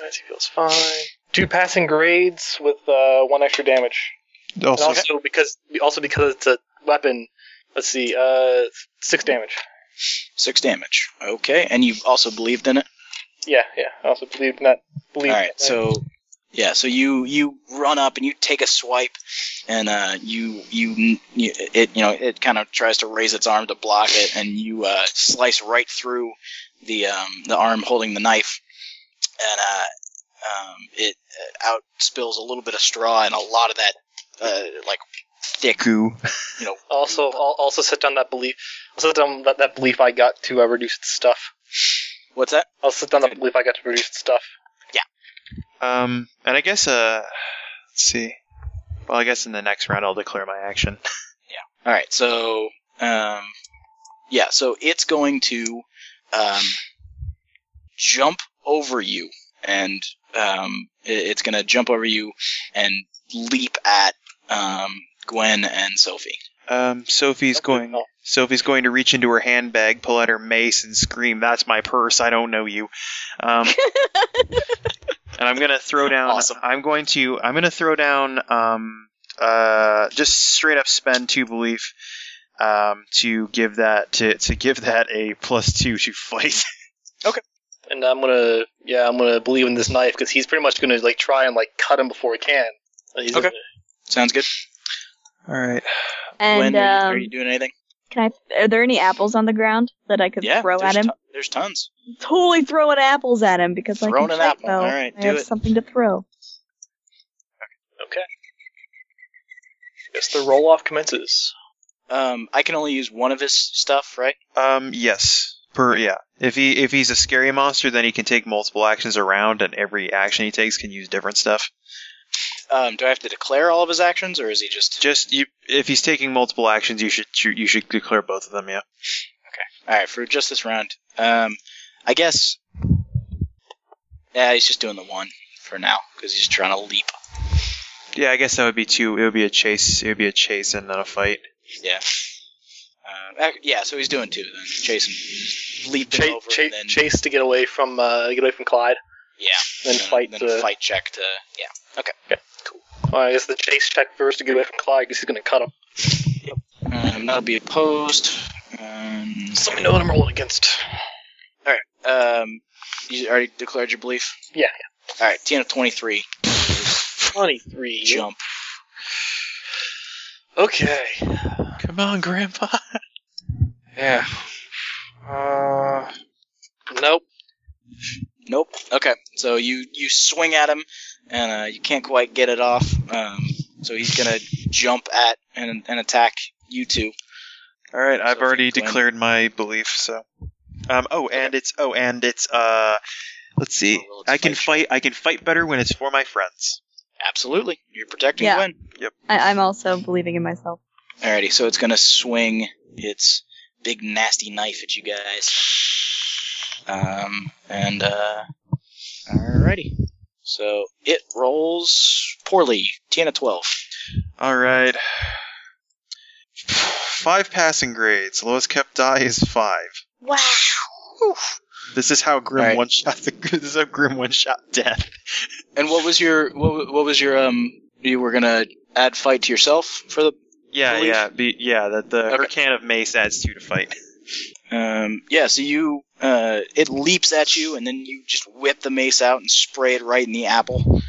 dice equals fine. Two passing grades with uh, one extra damage. And Also, also because also because it's a weapon. Let's see. Uh, six damage. Six damage. Okay, and you also believed in it. Yeah, yeah. I also believe in that. Believe. All right, so yeah, so you you run up and you take a swipe, and uh, you you you- it you know it kind of tries to raise its arm to block it, and you uh, slice right through the um, the arm holding the knife, and uh, um, it uh, out spills a little bit of straw and a lot of that uh, like thick goo. Also, I'll also set down that belief. I'll set down that, that belief I got to uh, reduce its stuff. what's that? I'll set down that belief I got to reduce its stuff. Um, and I guess uh, let's see. Well, I guess in the next round I'll declare my action. All right, so um, yeah, so it's going to um, jump over you, and um, i- it's going to jump over you and leap at um, Gwen and Sophie. Um, Sophie's going. Oh, Sophie's going to reach into her handbag, pull out her mace, and scream, "That's my purse! I don't know you." Um, and I'm gonna throw down. Awesome. I'm going to. I'm gonna throw down. Um, uh, just straight up spend two belief. Um, to give that to to give that a plus two to fight. And I'm gonna, yeah, I'm gonna believe in this knife because he's pretty much gonna like try and like cut him before he can. And he's Okay. gonna- Sounds good. All right. Gwen, And are you- are um, you doing anything? can I? Are there any apples on the ground that I could Yeah, throw there's at him? ton- there's tons. totally throwing apples at him because I Throwing an can fight, apple. Though. All right, I do have it. something to throw. Yes, the roll off commences. Um, I can only use one of his stuff, right? Um. Yes. Per. Yeah. If he if he's a scary monster, then he can take multiple actions around, and every action he takes can use different stuff. Um, do I have to declare all of his actions, or is he just Just you. If he's taking multiple actions, you should you, you should declare both of them. Yeah. all right for just this round? Um, I guess. Yeah, he's just doing the one for now because he's trying to leap. Yeah. I guess that would be two. It would be a chase. It would be a chase and then a fight. Yeah. Uh, ac- yeah, so he's doing two then, chasing, leaping Chase, over, chase, and then chase to get away from, uh, get away from Clyde. yeah, then and fight then to- fight check to yeah. All right, it's the chase check first to get away from Clyde because he's gonna cut him. Um, that'll be opposed. Um, Just let me know what I'm rolling against. um, you already declared your belief. Yeah, All right, TN of twenty three Twenty-three. jump. Okay. Come on, Grandpa. Yeah. Uh. Nope. Nope. Okay, so you you swing at him, and uh, you can't quite get it off. Um, so he's gonna jump at and, and attack you two. All right. I've So already Gwen- declared my belief. So. Um. Oh, and it's oh, and it's uh. Let's see. Oh, well, it's I can fight fight. I can fight better when it's for my friends. Absolutely, you're protecting Yeah. Gwen. I, I'm also believing in myself. Alrighty, so it's gonna swing its big nasty knife at you guys. Um, and uh, alrighty. So it rolls poorly. Ten of twelve. All right. Five passing grades. Lowest kept die is five. Wow. This is how Grim Alright. one shot. The, this is how Grim one shot death. And what was your what, wa- what was your um? You were gonna add fight to yourself for the Yeah, Belief? yeah, be, yeah. That the Okay. her can of mace adds two to fight. um. Yeah. So you uh, it leaps at you, and then you just whip the mace out and spray it right in the apple.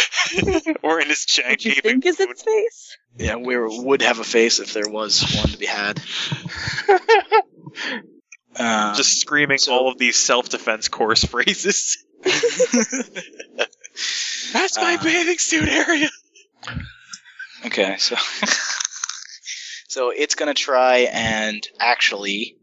or in his giant What you gaping think is its face? Yeah, we would have a face if there was one to be had. Um, just screaming so- all of these self-defense course phrases. That's my bathing suit area. Okay, so so it's gonna try and actually,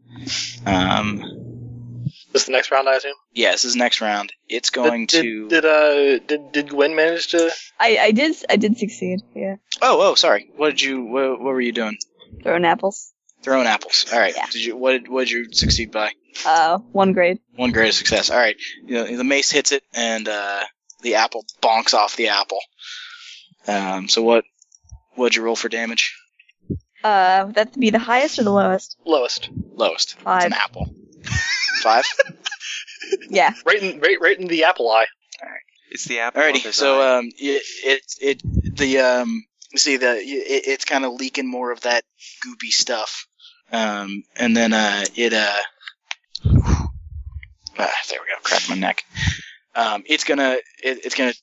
um, This is the next round, I assume. yeah, this is next round. It's going did, to. Did, did uh did did Gwen manage to? I, I did I did succeed. Yeah, oh, oh, sorry. What did you? What, what were you doing? throwing apples. Throwing apples. All right. Yeah. Did you? What did? What did you succeed by? Uh, one grade. One grade of success. All right. You know, the mace hits it, and uh, the apple bonks off the apple. Um. So what? What'd you roll for damage? Uh, would that be the highest or the lowest? Lowest. Lowest. It's Five. an apple. Five. Yeah. Right in right right in the apple eye. It's the apple. on Alrighty, his so eye. um, it it, it the um, you see the it, it's kind of leaking more of that goopy stuff, um, and then uh, it uh, ah, there we go, cracked my neck. Um, it's gonna it, it's gonna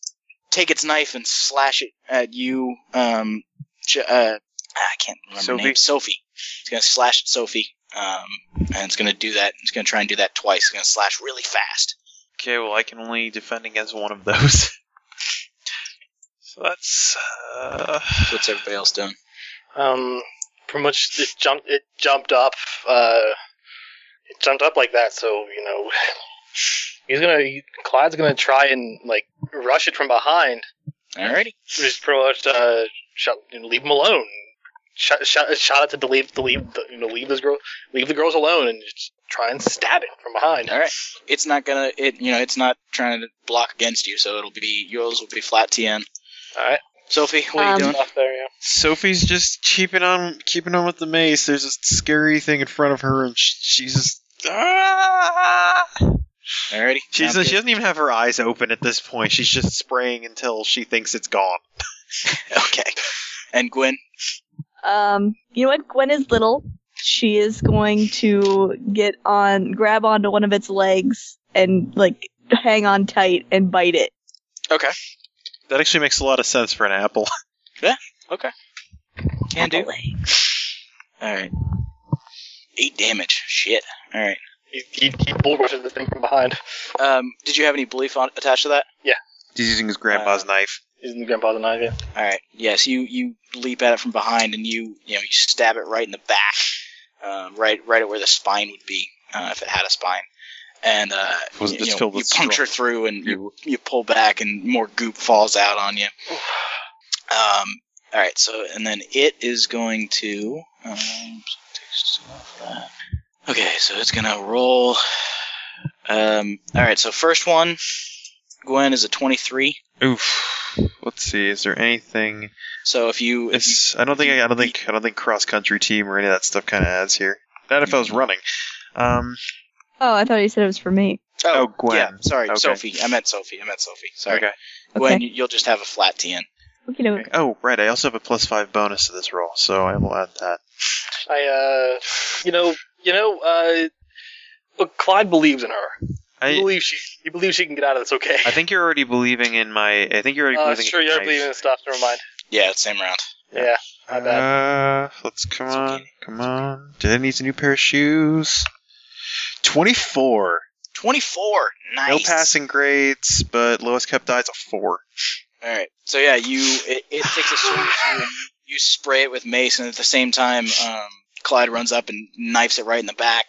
take its knife and slash it at you. Um, j- uh, I can't remember Sophie? her name. Sophie. It's gonna slash at Sophie. Um, and it's gonna do that. It's gonna try and do that twice. It's gonna slash really fast. okay, well, I can only defend against one of those. so that's uh, So what's everybody else doing? Um, pretty much it jumped. It jumped up. Uh, it jumped up like that. So you know, he's gonna. He, Clyde's gonna try and like rush it from behind. Alrighty. Just pretty much uh, shut, you know, leave him alone. Shot, shot, shot it to leave, to leave, the, you know, leave this girl, leave the girls alone, and just try and stab it from behind. All right. It's not gonna. It you know. It's not trying to block against you, so it'll be yours will be flat TN. All right, Sophie, what are Um, you doing? enough there. Yeah. Sophie's just keeping on, keeping on with the mace. There's a scary thing in front of her, and sh- she's just. Ah! Alrighty. She's Sounds she good. doesn't even have her eyes open at this point. She's just spraying until she thinks it's gone. Okay. And Gwen. Um, you know what? Gwen is little. She is going to get on, grab onto one of its legs and like hang on tight and bite it. Okay. That actually makes a lot of sense for an apple. Can do. Apple leg. All right. Eight damage. Shit. All right. He, he, he bull rushes the thing from behind. Um. Did you have any belief on, attached to that? He's using his grandpa's knife. He's in the grandpa's knife. Yeah. All right. Yes. You you leap at it from behind and you you know you stab it right in the back, uh, right right at where the spine would be uh, if it had a spine, and uh, Was you, just you, know, filled you with puncture through and you you pull back and more goop falls out on you. Um, all right, so and then it is going to. Um, takes off that. Okay, so it's gonna roll. Um, all right, so first one, Gwen is a twenty-three. Oof. Let's see. Is there anything? So if you, if you It's. I don't think. I don't think. I don't think cross country team or any of that stuff kind of adds here. Not if I was running. Um. Oh, I thought you said it was for me. Oh, Gwen. yeah, sorry, Okay. Sophie. I meant Sophie. I meant Sophie. Sorry, Okay. Gwen. Okay. you- You'll just have a flat TN. Okie doke. Oh, right. I also have a plus five bonus to this roll, so I will add that. I, uh, you know, you know, uh, look, Clyde believes in her. He I believes she, he believes she can get out of this okay. I think you're already believing in my. I think you're already Uh, believing. sure, in you're my- believing in stuff. Never mind. Yeah, it's same round. Yeah, my bad. Uh, let's come It's on, okay. come on. Did I need a new pair of shoes? Twenty-four. Twenty-four. Nice. No passing grades, but lowest kept eyes a four. All right. So yeah, you it, it takes a swing at you, and you, you spray it with mace, and at the same time, um, Clyde runs up and knifes it right in the back.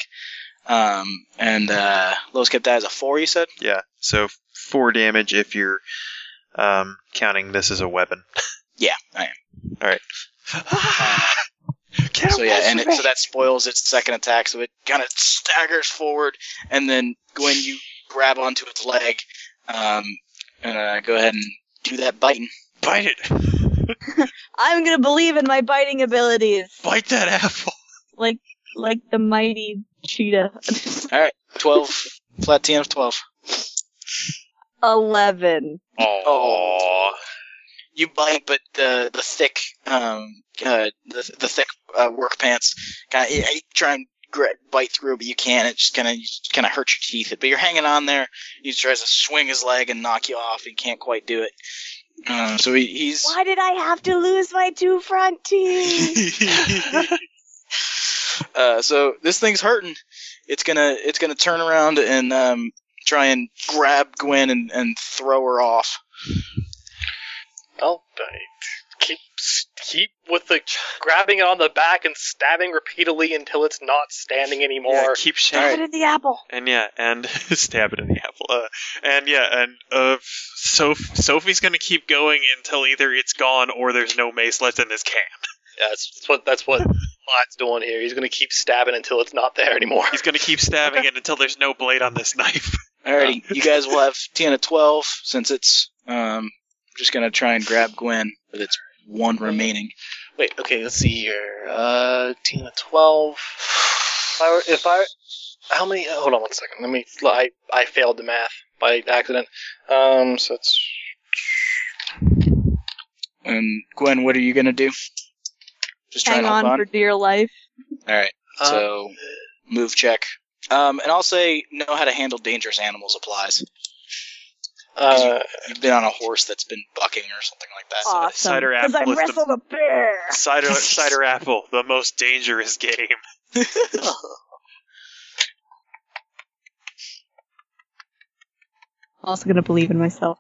Um, and uh, Lowe's kept that as a four. You said. Yeah, so four damage if you're um, counting this as a weapon. Yeah, I am. Get so yeah, and it, so that spoils its second attack. So it kind of staggers forward, and then when you grab onto its leg, um, and uh, go ahead and do that biting. Bite it. I'm gonna believe in my biting abilities, Bite that apple. like like the mighty cheetah. Twelve flat TN of twelve. Eleven. Oh. You bite, but the the thick um uh the the thick uh, work pants kind of you try and gra- bite through, but you can't. It just kind of kind of hurt your teeth. But you're hanging on there. He tries to swing his leg and knock you off. He can't quite do it. Um, so he, he's Why did I have to lose my two front teeth? uh, so this thing's hurting, It's gonna it's gonna turn around and um, try and grab Gwen and, and throw her off. Well, I keep keep with the grabbing it on the back and stabbing repeatedly until it's not standing anymore. Yeah, keep Put shaking. it in the apple. And yeah, and stab it in the apple. Uh, And yeah, and uh, so Sophie's gonna keep going until either it's gone or there's no mace left in this can. Yeah, that's, that's what that's what Lot's doing here. He's gonna keep stabbing until it's not there anymore. He's gonna keep stabbing it until there's no blade on this knife. Alrighty, you guys will have ten to twelve since it's um just gonna try and grab Gwen with its one remaining. Wait, okay, let's see here. Uh, team of twelve. If I, were, if I, how many? Hold on one second. Let me. I I failed the math by accident. Um, so it's And Gwen, what are you gonna do? Just try Hang and hop on, on. for dear life. All right. Uh, so move check. Um, and I'll say know how to handle dangerous animals applies. uh, You've been on a horse that's been bucking or something like that. Awesome. cider Because I apple is the- wrestled a bear. Cider Cider Apple, the most dangerous game. I'm also gonna believe in myself.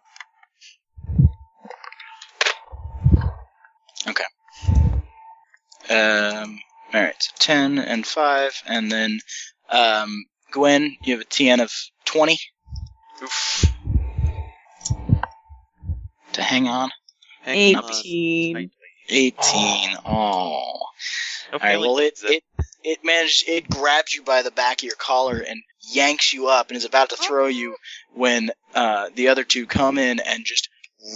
Um, all right. So ten and five, and then um, Gwen, you have a TN of twenty. Oof. To hang on. hang on. Eighteen. Eighteen. Oh. No All right. feeling. Well, it is it? it it managed. It grabs you by the back of your collar and yanks you up, and is about to throw you when uh, the other two come in and just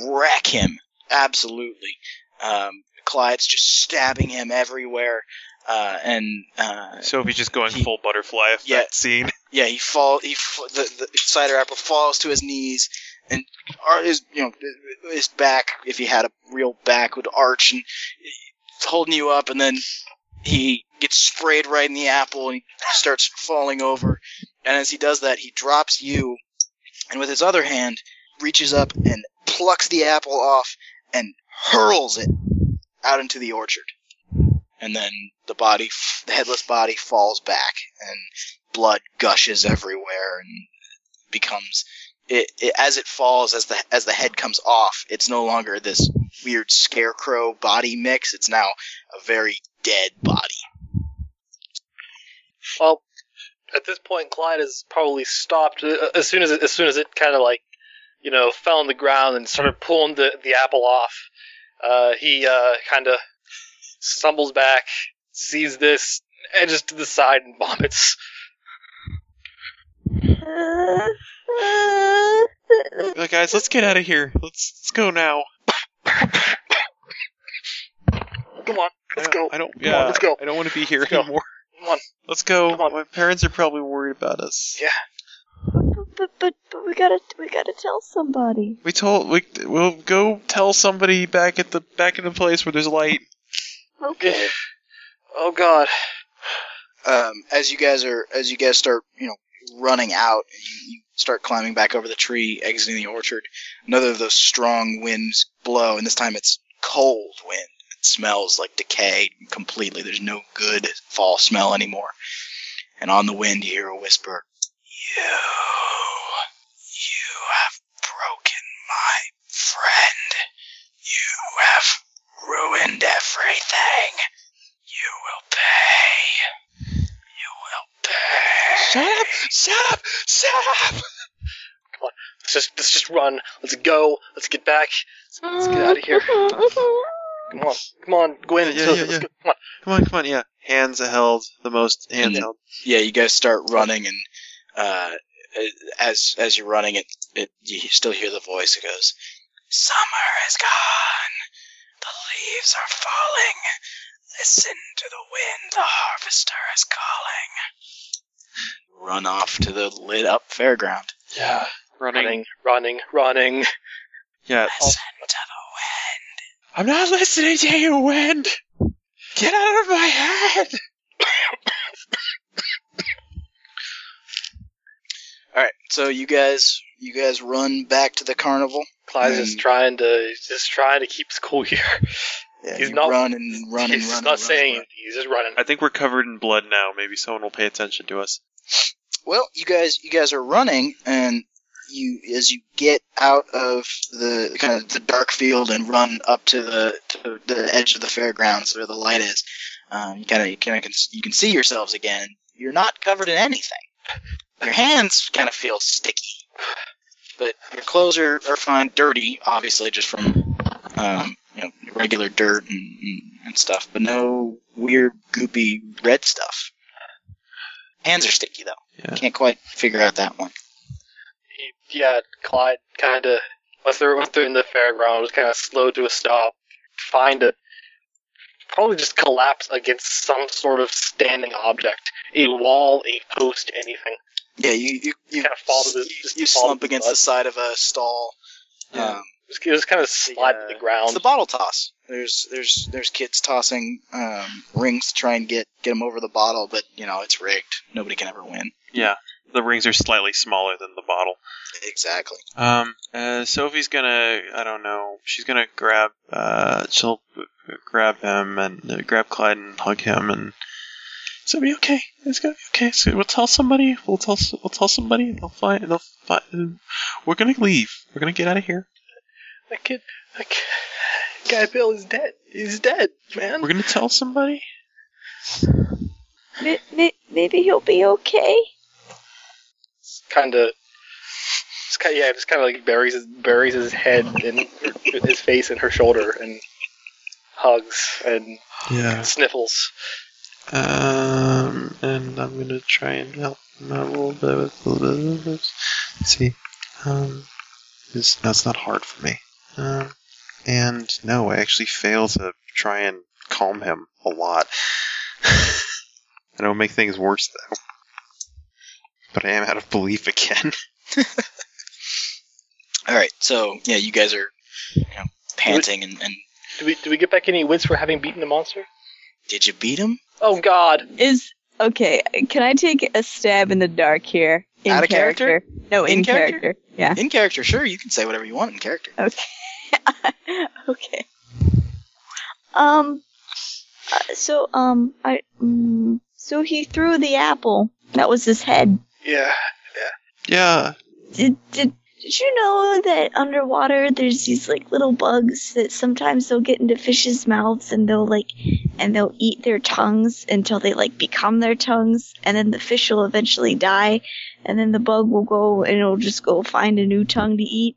wreck him. Absolutely. Um, Clyde's just stabbing him everywhere, uh, and uh, Sophie's just going He- full butterfly effect Yeah. scene. yeah, he fall. He f- the, the cider apple falls to his knees, and ar- his you know his back, if he had a real back, would arch and holding you up, and then he gets sprayed right in the apple, and he starts falling over. And as he does that, he drops you, and with his other hand, reaches up and plucks the apple off and hurls it out into the orchard. And then the body, f- the headless body, falls back, and blood gushes everywhere and becomes it, it as it falls as the as the head comes off it's no longer this weird scarecrow body mix it's now a very dead body well, at this point, Clyde has probably stopped uh, as soon as it, as soon as it kind of like you know fell on the ground and started pulling the the apple off. Uh, he uh, kind of stumbles back, sees this, edges to the side, and vomits. Like, guys, let's get out of here. Let's let's go now. Come on, let's I go. don't. I don't Come yeah, on, let's go. I don't want to be here Let's go. anymore. Come on. Let's go. Come on. My parents are probably worried about us. Yeah. But, but, but, but we gotta we gotta tell somebody. We told we we'll go tell somebody back at the back in the place where there's light. Okay. Oh God. um, as you guys are as you guys start you know running out you, you start climbing back over the tree exiting the orchard another of those strong winds blow and this time it's cold wind it smells like decay completely there's no good fall smell anymore and on the wind you hear a whisper you you have broken my friend you have ruined everything you will pay you will pay. Shut up! Shut up! Shut up! Let's just let's just run. Let's go. Let's get back. Let's get out of here. Come on, come on, Gwen. Yeah, yeah, let's- yeah, let's yeah. go. Come on. Come on, come on, yeah. Hands held, the most hands Yeah. held. Yeah, you guys start running, and uh, as as you're running, it, it you still hear the voice. It goes, "Summer is gone. The leaves are falling. Listen to the wind. The harvester is calling." Run off to the lit up fairground. Yeah. Running. Running, running, running. Yeah. Listen to the I'm not listening to you, wind. Get out of my head. wind. All right, so you guys you guys run back to the carnival. Clyde's just Mm. trying to he's just trying to keep his cool here. Yeah, He's you not- run and run and run. he's not and run and saying run. anything. He's just running. I think we're covered in blood now. Maybe someone will pay attention to us. Well, you guys, you guys are running, and you as you get out of the kind of the dark field and run up to the to the edge of the fairgrounds where the light is, um, you kind of you kind of you can see yourselves again. You're not covered in anything. Your hands kind of feel sticky, but your clothes are are fine, dirty, obviously, just from um, you know regular dirt and, and- and stuff, but no weird goopy red stuff. Hands are sticky though. Yeah. Can't quite figure out that one. yeah, Clyde kind of once they were once they were in the fairground, was kind of slowed to a stop, find a probably just collapse against some sort of standing object, a wall, a post, anything. Yeah, you you you, Kinda fall to the- you- just you fall to slump the against mud. the side of a stall. Yeah. Um, Just, just kind of slide to uh, the ground. it's the bottle toss. There's there's there's kids tossing um, rings to try and get get them over the bottle, but you know it's rigged. Nobody can ever win. The rings are slightly smaller than the bottle. Exactly. Um, Uh, Sophie's gonna, I don't know, she's gonna grab, uh, she'll grab him and uh, grab Clyde and hug him and It's gonna be okay. It's gonna be okay. So we'll tell somebody. We'll tell. We'll tell somebody. They'll find. They'll find. We're gonna leave. We're gonna get out of here. that kid, that kid, guy Bill is dead. He's dead, man. We're gonna tell somebody. May- may- Maybe he'll be okay. Kind of. Just kind of, yeah, just kind of like buries his, buries his head and his face in her shoulder and hugs and yeah, sniffles. um, and I'm gonna try and help him out a little bit with a little bit of this. Let's see, um, this that's not hard for me. Um, and no, I actually fail to try and calm him a lot. I don't make things worse though. But I am out of belief again. All right. So yeah, you guys are you know, panting and, and Do we, do we get back any wins for having beaten the monster? did you beat him? Oh God! Is okay. Can I take a stab in the dark here? In Out of character? No, in, In character? character. Yeah. In character, sure. You can say whatever you want in character. Okay. okay. Um. uh, So um I mm, so he threw the apple. That was his head. Yeah. Yeah, Did did did you know that underwater there's these like little bugs that sometimes they'll get into fishes' mouths and they'll like and they'll eat their tongues until they like become their tongues and then the fish will eventually die and then the bug will go and it'll just go find a new tongue to eat.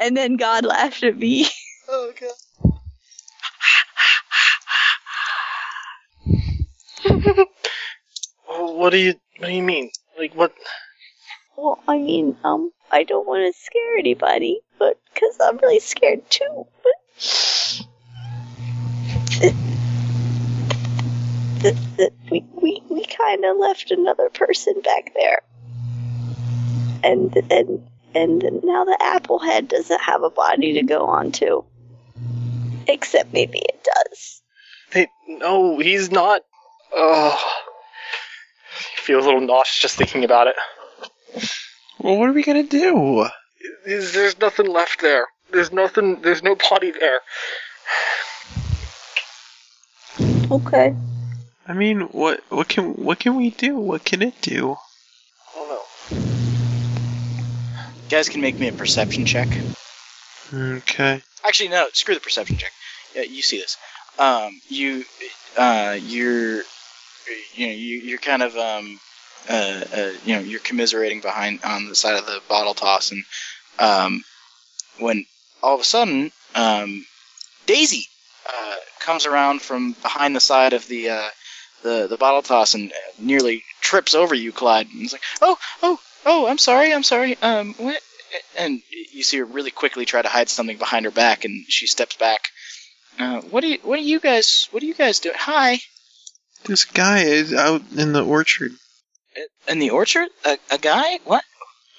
and then God laughed at me. Oh god. Well, Oh, What do you What do you mean? Like what? Well, I mean, um, I don't want to scare anybody, but because I'm really scared too. But that, that we we, we kind of left another person back there, and and and now the apple head doesn't have a body to go on to. Except maybe it does. They, no, he's not. Oh. I feel a little nauseous just thinking about it. Well, what are we gonna do? There's, there's nothing left there. There's nothing. There's no body there. Okay. I mean, what what can what can we do? What can it do? I don't know. You guys can make me a perception check. Okay. Actually, no. Screw the perception check. Yeah, you see this. Um, you, uh, you're, you know, you, you're kind of, um, uh, uh, you know, you're commiserating behind on the side of the bottle toss, and um, when all of a sudden, um, Daisy uh, comes around from behind the side of the uh, the the bottle toss and nearly trips over you, Clyde. And it's like, oh, oh, oh, I'm sorry, I'm sorry. Um, what? and you see her really quickly try to hide something behind her back, and she steps back. Uh, what do you? What are you guys? What are you guys doing? Hi, This guy is out in the orchard. in the orchard, a, a guy. What?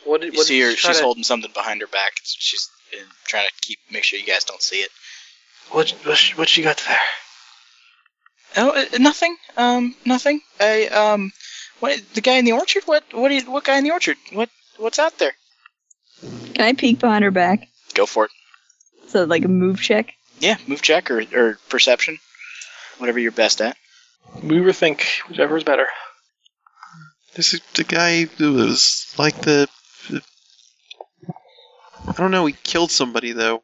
What did You what see did her? she try She's to, holding something behind her back. It's- She's uh, trying to keep make sure you guys don't see it. What what she, what she got there? Oh, uh, nothing. Um, nothing. I um, what? The guy in the orchard. What? What? do you- What guy in the orchard? What? What's out there? Can I peek behind her back? Go for it. So like a move check. Yeah, move check or or perception, whatever you're best at. We rethink whichever is better. There's a- the guy who was like the. I don't know. He killed somebody though.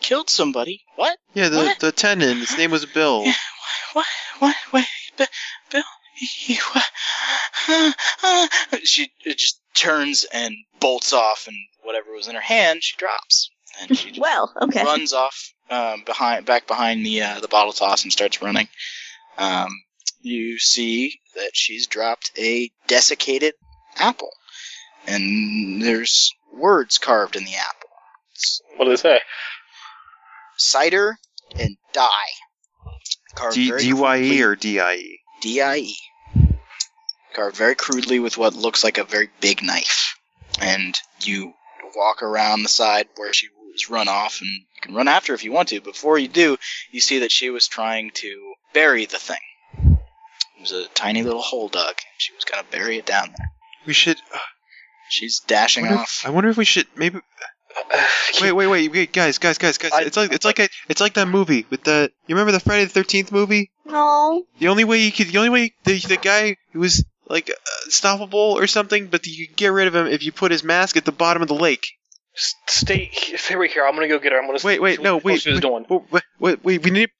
Killed somebody. What? Yeah, the What? the tenant. His name was Bill. What? What? What? B- Bill? He, what? she it just turns and bolts off, and whatever was in her hand, she drops, and she just Well, okay. runs off um, behind back behind the uh, the bottle toss and starts running. Um, you see that she's dropped a desiccated apple, and there's words carved in the apple: What do they say? cider and die. Carved D very D Y crudely. E or D I E. DIE. Carved very crudely with what looks like a very big knife. And you walk around the side where she was run off, and you can run after her if you want to. Before you do, you see that she was trying to bury the thing. It was a tiny little hole dug. She was going to bury it down there. We should. She's I dashing wonder, off. I wonder if we should maybe. Wait, wait, wait, wait, guys, guys, guys, guys! I- it's like it's like a, it's like that movie with the. You remember the Friday the Thirteenth movie? No. The only way you could, the only way the, the guy who was like uh, unstoppable or something, but you could get rid of him if you put his mask at the bottom of the lake. S- Stay, he- stay right here. I'm gonna go get her. I'm gonna. Wait, wait, no, what wait, She was wait. doing. Wait, wait, wait, wait we need.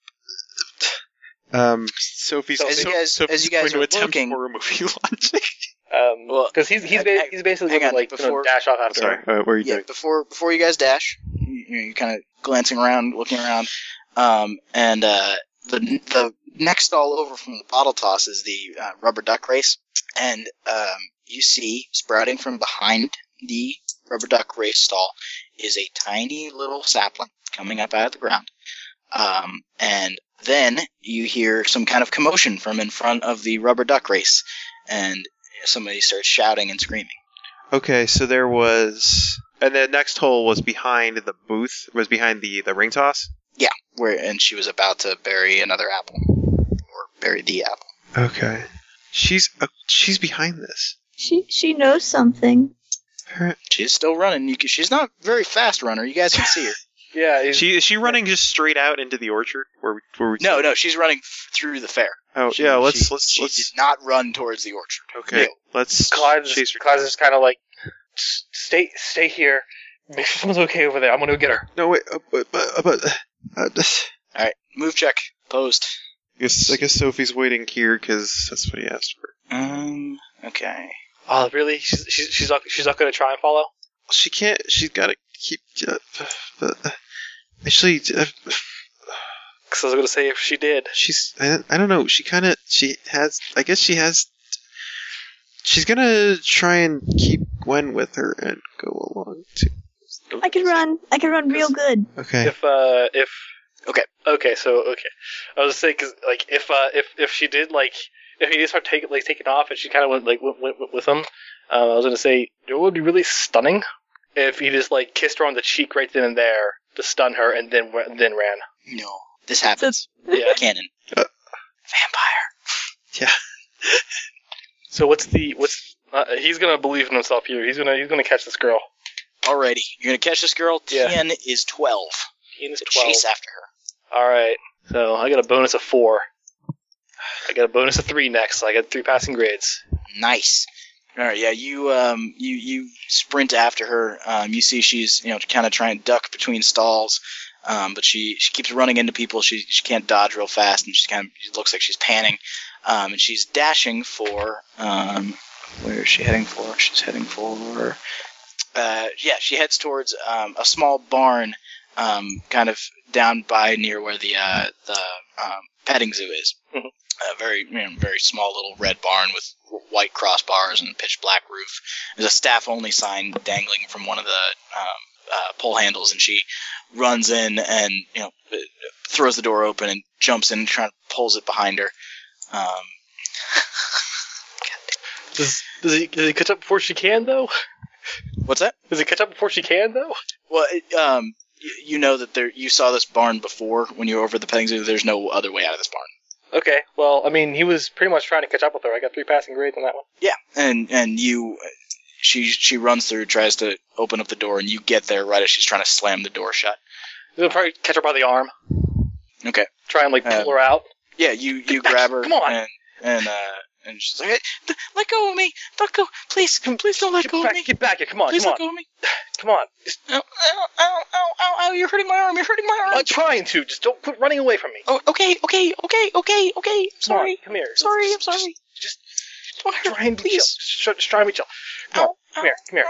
Um, Sophie's. So- As you so- guys, Sophie's as you guys going are to attempt looking, horror movie logic. Um, Well, because he's he's, hang- ba- hang- he's basically hang gonna, on, like before- gonna dash off after Sorry, her. uh, what were you yeah, doing? before before you guys dash, you, you know, you're kind of glancing around, looking around, um, and uh, the the next all over from the bottle toss is the uh, rubber duck race, and um, you see sprouting from behind the rubber duck race stall is a tiny little sapling coming up out of the ground, um, and then you hear some kind of commotion from in front of the rubber duck race, and somebody starts shouting and screaming. Okay, so there was, and the next hole was behind the booth. Was behind the the ring toss. where and she was about to bury another apple or bury the apple. Okay, she's uh, she's behind this. She she knows something. Her- She's still running. You can, she's not a very fast runner. You guys can see her. Yeah, he's, She is she running just straight out into the orchard where we, where we no, no, she's running f- through the fair. Oh She- yeah, let's she- let's She let's did not run towards the orchard. okay. no. Let's Clyde's, chase her. Clyde's just kind of like, "S- stay, stay here. Make sure someone's okay over there. I'm gonna go get her. No wait, uh, but but, but uh, All right, move check posed. I guess I guess Sophie's waiting here because that's what he asked for. Um. Okay. Oh, really? She's she's she's not, she's not gonna try and follow. She can't. She's got to keep. Uh, but uh, actually, uh, Because I was gonna say if she did, she's. I, don't- I don't know. She kind of. She has. I guess she has. She's gonna try and keep Gwen with her and go along too. I could run. I could run real good. Okay. if uh if Okay. okay so okay i was saying 'cause, like if uh if if she did like if he did start taking like taking off and she kind of went like went, went, went with him uh, i was gonna say it would be really stunning if he just like kissed her on the cheek right then and there to stun her and then went- then ran No, this happens. yeah Cannon. Uh. Vampire. so what's the what's uh, he's gonna believe in himself here he's gonna he's gonna catch this girl Alrighty, you're gonna catch this girl. Yeah. Tien is twelve. he is To 12 chase after her. all right so i got a bonus of four i got a bonus of three next so i got three passing grades Nice. All right, yeah, you um, you you sprint after her. Um, you see she's you know kind of trying to duck between stalls, um, but she she keeps running into people. She she can't dodge real fast, and she kind of she looks like she's panning, um, and she's dashing for um, where is she heading for? She's heading for uh, yeah, she heads towards um, a small barn, um, kind of down by near where the uh, the um, petting zoo is a very you know, very small little red barn with white crossbars and a pitch black roof. There's a staff only sign dangling from one of the um, uh, pole handles, and she runs in and you know throws the door open and jumps in and trying pulls it behind her. Um, does, does, he, does he catch up before she can though what's that? Does it catch up before she can, though? Well, it, um, you, you know that there you saw this barn before when you were over at the petting zoo. There's no other way out of this barn. Okay, well, I mean, he was pretty much trying to catch up with her. I got three passing grades on that one. Yeah, and and you, she she runs through, tries to open up the door, and you get there right as she's trying to slam the door shut. He'll probably catch her by the arm, Okay. try and, like, pull Um, her out, Yeah, you you back, grab her. come on. And and uh, and she's like, "Hey, d- let go of me. Don't go, please, please don't let Get go of back, me. get back here. Come on, Please come let on, go of me. come on. Just, Ow, ow, ow, ow, ow, ow, You're hurting my arm. You're hurting my I'm arm. not trying to. Just don't quit running away from me. Oh, okay, okay, okay, okay, okay. I'm Come on, sorry. come here. I'm sorry. I'm Just- just- sorry. Just, Don't just hurt try me, and be chill. please. Just, just try and be chill. Come on, Ow, come here, come here,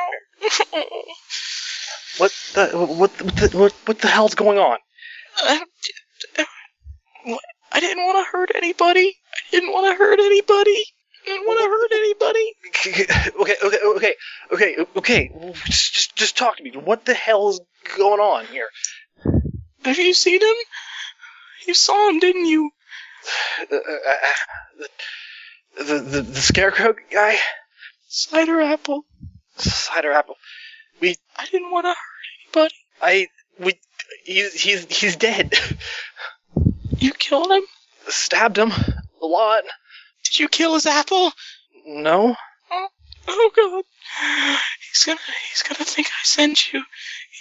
come here. ow. What the what what the, what, what the hell's going on? I uh, I didn't want to hurt anybody. I didn't want to hurt anybody. I didn't want to hurt anybody. Okay, okay, okay, okay, okay. Just, just, just talk to me. What the hell is going on here? Have you seen him? You saw him, didn't you? Uh, uh, uh, the, the, the, the scarecrow guy, Cider apple. cider apple. I didn't want to. I we he's he's he's dead. You killed him. Stabbed him a lot. Did you kill his apple? No, Oh God. He's gonna. He's gonna think I sent you.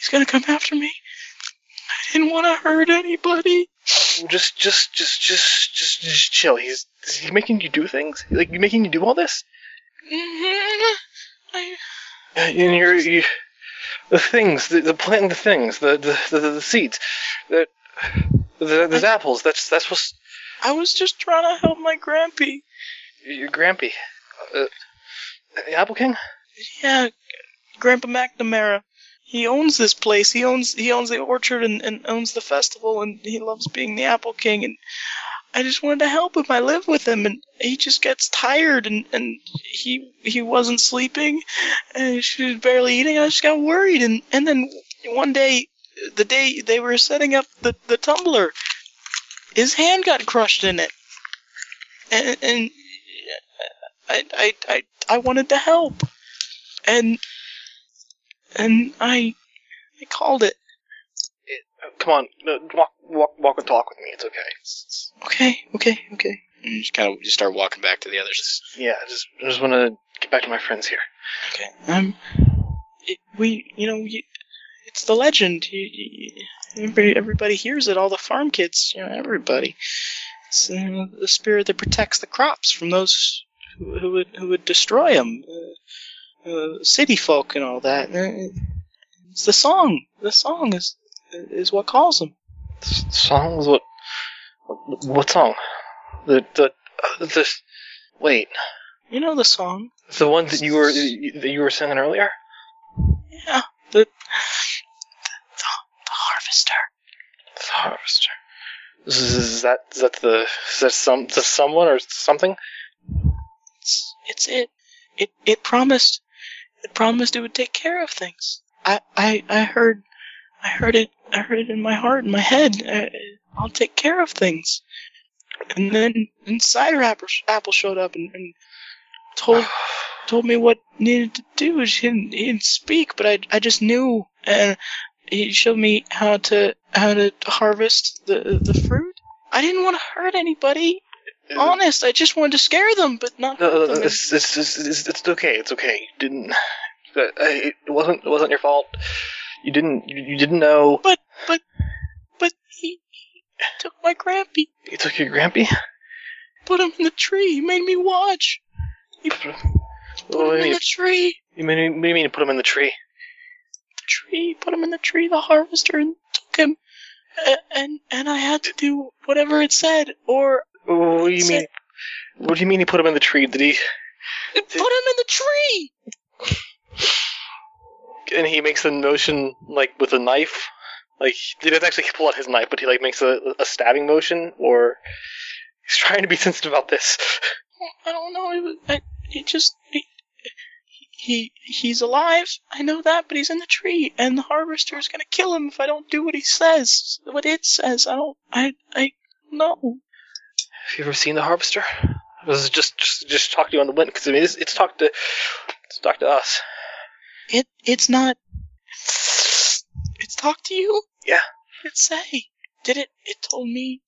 He's gonna come after me. I didn't want to hurt anybody. just just just just just, just chill. He's is he making you do things? Like you making you do all this? Mhm. I. And you're, you, the things, the, the planting the things, the the, the, the seeds, the, the the apples. That's that's what's I was just trying to help my grampy. your grampy, uh, the apple king. Yeah, Grandpa McNamara. He owns this place. He owns he owns the orchard and, and owns the festival and he loves being the apple king and I just wanted to help him. I live with him and he just gets tired and, and he he wasn't sleeping and she was barely eating. I just got worried and, and then one day the day they were setting up the, the tumbler, his hand got crushed in it. And, and I, I, I, I wanted to help and and I I called it. Come on, no, walk walk walk and talk with me. It's okay. Okay, okay, okay. And you just kind of just start walking back to the others. Yeah, I just I just want to get back to my friends here. Okay. Um, it, we you know you, it's the legend. You, you, everybody everybody hears it. All the farm kids, you know, everybody. It's uh, the spirit that protects the crops from those who, who would who would destroy them. Uh, uh, city folk and all that. Uh, It's the song. The song is is what calls them. S- Song was what? What, what song? The the uh, this. Wait, You know the song. the one that you were that you were singing earlier. Yeah, the, the, the harvester. The harvester. Is, is that is that the is that some to someone or something? It's, it's it. It it promised. It promised it would take care of things. I I I heard. I heard it. I heard it in my heart, in my head. I, I'll take care of things. And then Insider Apple, Apple showed up and, and told told me what needed to do. He didn't, he didn't speak, but I, I just knew, and he showed me how to how to harvest the the fruit. I didn't want to hurt anybody. Honest, I just wanted to scare them, but not Uh, No, no, hurt no, them. it's, it's, it's, it's, it's okay. It's okay. You didn't. that- I- It wasn't. It wasn't your fault. You didn't. You, you didn't know. but he, he took my grampy, You took your grampy. put him in the tree. He made me watch. Put What do him you in mean? the tree. You mean? What do you mean? Put him in the tree. The tree. Put him in the tree. The harvester and took him. A- And and I had to do whatever it said, or What do you Say- mean? What do you mean? He put him in the tree? Did he? put him in the tree. And he makes a motion like with a knife. Like he doesn't actually pull out his knife, but he like makes a, a stabbing motion. Or he's trying to be sensitive about this. I don't know. It, was, I, it just he, he he's alive. I know that, but he's in the tree, and the harvester is gonna kill him if I don't do what he says, what it says. I don't. I I no. Have you ever seen the Harvester? This is just just just talk to you on the wind because I mean it's, it's talk to it's talk to us. It it's not. It's talk to you. Yeah. What did it say? Did it? It told me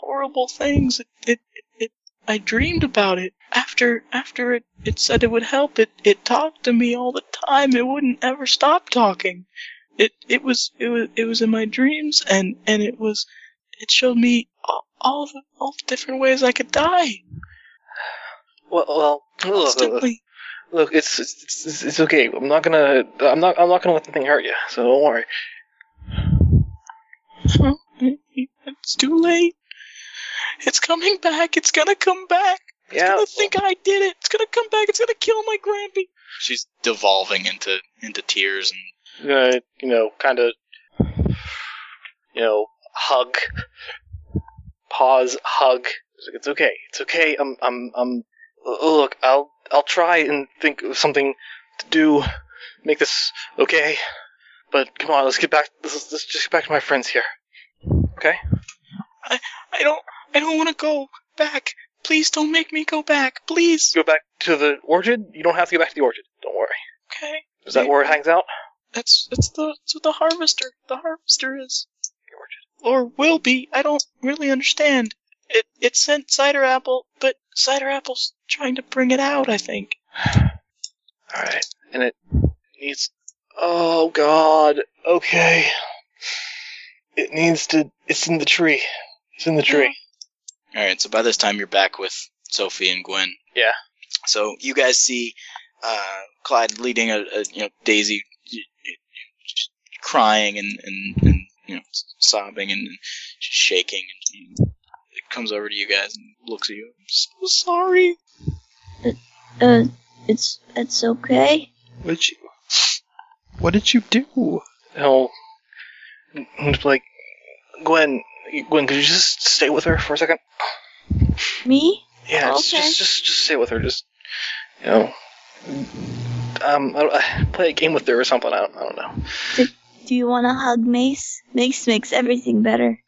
horrible things. It it, it, it I dreamed about it after after it, it said it would help. It it talked to me all the time. It wouldn't ever stop talking. It it was it was it was in my dreams and and it was it showed me all, all, the, all the different ways I could die Well, well look, look, constantly. look, it's, it's it's it's okay. I'm not gonna I'm not I'm not gonna let the thing hurt you. So don't worry. It's too late. It's coming back. It's gonna come back. It's Yeah. gonna think I did it. It's gonna come back. It's gonna kill my grampy. She's devolving into into tears and uh, you know, kind of, you know, hug, pause, hug. It's like, "It's okay. It's okay. I'm, I'm, I'm. l- Look, I'll, I'll try and think of something to do, make this okay. But come on, let's get back. Let's, let's just get back to my friends here. I don't I don't want to go back. Please don't make me go back. Please. Go back to the orchard. You don't have to go back to the orchard. Don't worry. Okay. Is that where it hangs out? That's that's the that's what the harvester the harvester is. Or will be. I don't really understand. It it sent cider apple, but cider apple's trying to bring it out. I think. All right, and it needs. Oh God. Okay. It needs to. It's in the tree. It's in the tree. All right, so by this time you're back with Sophie and Gwen. Yeah. So you guys see uh, Clyde leading a, a you know Daisy y- y- crying and, and, and you know sobbing and shaking and it comes over to you guys and looks at you. I'm so sorry. Uh, it's it's okay. What did you? What did you do? He'll. I'm just like, Gwen. Gwen, could you just stay with her for a second? Me? Yeah, just, Okay. just just just stay with her. Just you know, um, I don't- I, play a game with her or something. I don't, I don't know. Do you want to hug Mace? Mace makes everything better.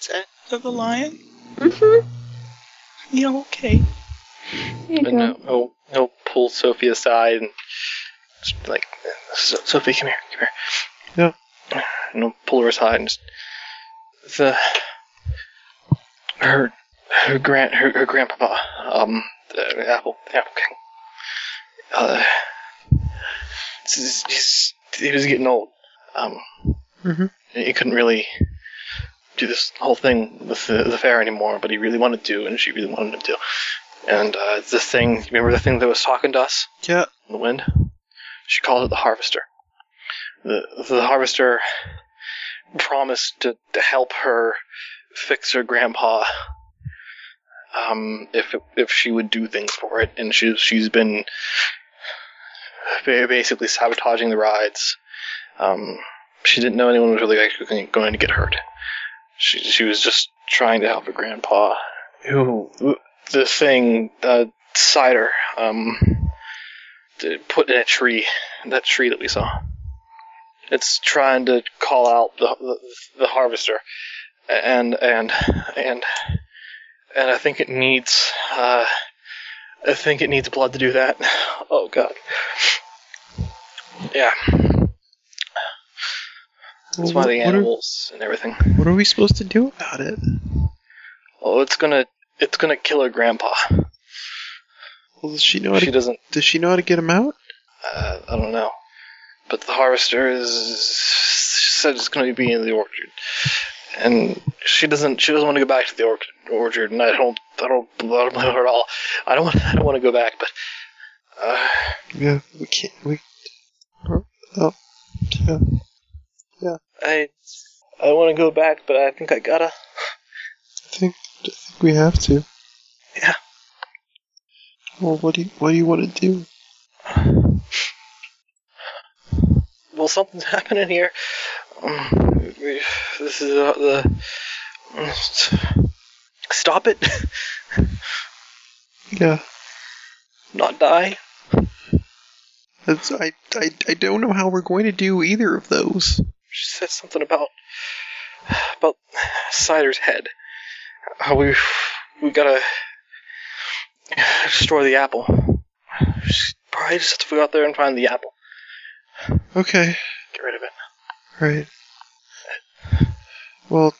Is that the- the lion? Mm-hmm. Yeah, okay. Here you And go. uh, he'll he'll pull Sophie aside and just be like, "So- Sophie, come here, come here. And he'll pull her aside and just the her her grand her, her grandpapa um the apple the apple king uh s- s- he's, he was getting old um Mhm. he couldn't really do this whole thing with the, the fair anymore but he really wanted to and she really wanted him to and uh the thing remember the thing that was talking to us Yeah. in the wind she called it the harvester the the harvester promised to, to help her fix her grandpa um, if if she would do things for it, and she she's been ba- basically sabotaging the rides. Um, she didn't know anyone was really actually going to get hurt. She she was just trying to help her grandpa, who the thing uh, cider um to put in a tree that tree that we saw. It's trying to call out the the, the harvester, and and and and I think it needs uh, I think it needs blood to do that. Oh God. Yeah, that's why the animals and everything. What are, what are we supposed to do about it? Oh, it's gonna it's gonna kill her grandpa. Well, does she know? How She to, doesn't. does she know how to get him out? Uh, I don't know. But the harvester is said it's going to be in the orchard, and she doesn't. She doesn't want to go back to the orchard, orchard and I don't. I don't. I don't blame her at all. I don't. Want, I don't want to go back. But uh, Yeah, we can't. We. I. I want to go back, but I think I gotta. We have to. Yeah. Well, what do you, what do you want to do? Well, something's happening here. Um, we- this is uh, the. Stop it! Yeah. Not die. That's, I, I I don't know how we're going to do either of those. She said something about about Cider's head. How we we gotta destroy the apple. She probably just have to go out there and find the apple. Okay. Get rid of it. All right. Well,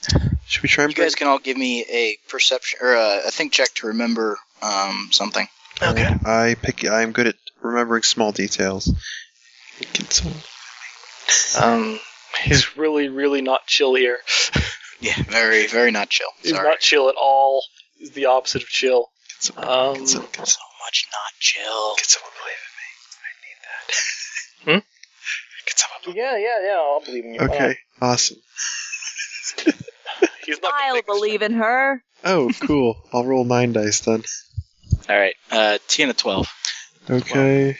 t- should we try and You guys can all give me a perception or uh, a, a think check to remember um, something. Okay. I pick. I am good at remembering small details. break it? some- Um, he's really really not chill here. Yeah, very, very not chill. He's Sorry. not chill at all. He's the opposite of chill. Get someone, Um, get, some, get, so much not chill. get someone to believe in me. I need that. Get someone. yeah, yeah, yeah. I'll believe in you. Okay, Oh. awesome. Uh, he's not. gonna I'll make this- believe in her. Oh, cool. I'll roll nine dice then. All right, uh, ten to twelve. Okay.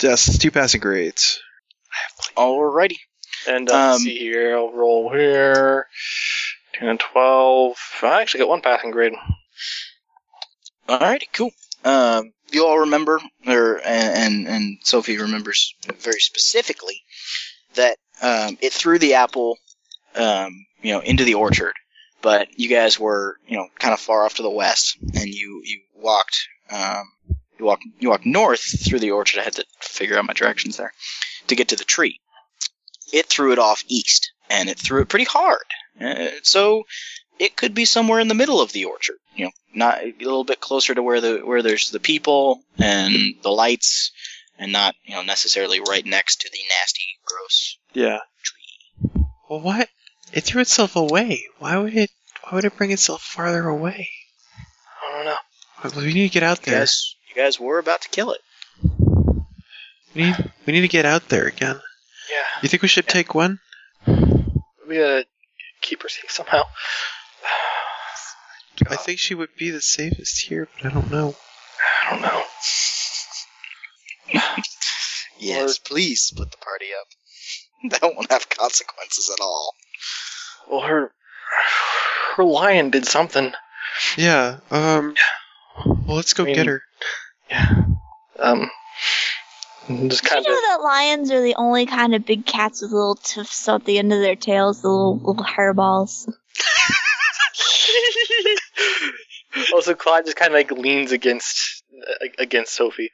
Yes, it's two passing grades. Alrighty. And uh, let's Um, see here. I'll roll here. Ten and twelve. I actually got one passing grade. Alrighty, cool. Um, you all remember, or and and, and Sophie remembers very specifically that um, it threw the apple, um, you know, into the orchard. But you guys were, you know, kind of far off to the west, and you you walked, um, you walked you walked north through the orchard. I had to figure out my directions there to get to the tree. It threw it off east, and it threw it pretty hard. Uh, so it could be somewhere in the middle of the orchard. You know, not a little bit closer to where the where there's the people and the lights, and not you know necessarily right next to the nasty, gross Yeah. tree. Well, what? It threw itself away. Why would it? Why would it bring itself farther away? I don't know. We need to get out You there. guys, you guys were about to kill it. We need. We need to get out there again. Yeah, You think we should take one? we gotta keep her safe somehow. I think she would be the safest here, but I don't know. I don't know. Yes, please split the party up. That won't have consequences at all. Well, her her lion did something. Yeah. Um. Well, let's go I mean- get her. Yeah. Um. Just Did you kind of. know that lions are the only kind of big cats with little tufts at the end of their tails, the little little hairballs? also, Claude just kind of like leans against uh, against Sophie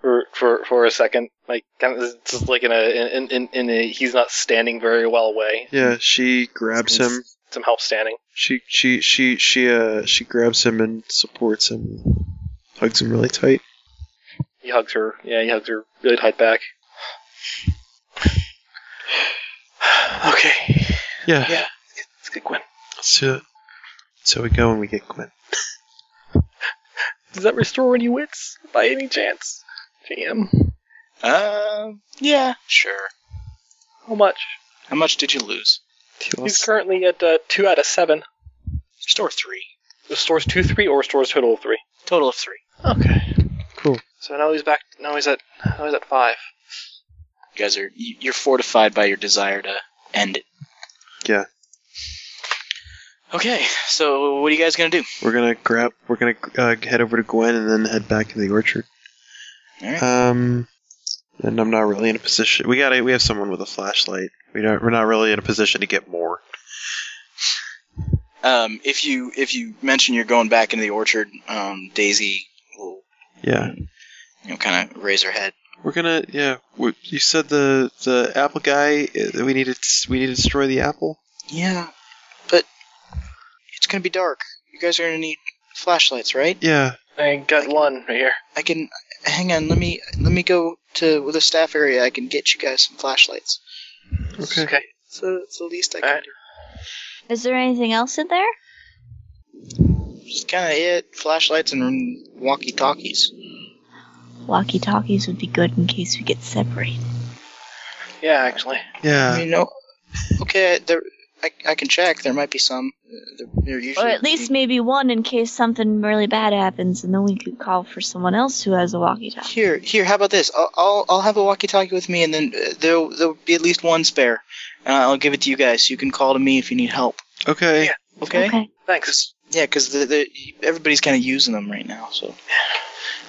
for for for a second, like kind of just like in a in in, in a he's not standing very well way. Yeah. She grabs him. Some help standing. She she she she uh she grabs him and supports him, hugs him really tight. He hugs her. Yeah, he hugs her really tight back. okay. Yeah. Yeah. Let's get Gwen. So so we go and we get Gwen. Does that restore any wits by any chance? GM, Um, yeah, sure. how much? How much did you lose? He He's lost- currently at uh, two out of seven. Store three. Restores two, three, or restores total of three. Total of three. Okay. Cool. So now he's back. Now he's at. Now he's at five. You guys are you- you're fortified by your desire to end it. Yeah. Okay, so what are you guys gonna do? We're gonna grab. We're gonna uh, head over to Gwen and then head back to the orchard. Alright. Um, and I'm not really in a position. We got. We have someone with a flashlight. We don't. We're not really in a position to get more. Um, if you if you mention you're going back into the orchard, um, Daisy will Yeah, you know kind of raise her head. we're gonna. Yeah, we, you said the the apple guy. uh, We need to. s- We need to destroy the apple. Yeah, but it's gonna be dark. You guys are gonna need flashlights, right? Yeah. I got one right here. I can hang on. Let me let me go to the staff area. I can get you guys some flashlights. Okay. Okay. It's the, it's the least I can Alright. do. Is there anything else in there? Just kind of it. Flashlights and walkie talkies. Walkie talkies would be good in case we get separated. Yeah, actually. I Yeah. mean, no. Okay, there. I, I can check. There might be some. Uh, They're, they're Or usually at least maybe one in case something really bad happens, and then we could call for someone else who has a walkie talkie. Here, here. How about this? I'll, I'll, I'll have a walkie-talkie with me, and then uh, there'll, there'll be at least one spare, and I'll give it to you guys. So you can call to me if you need help. Okay. Yeah. Okay. Okay. Thanks. Yeah, because the, the, everybody's kind of using them right now. So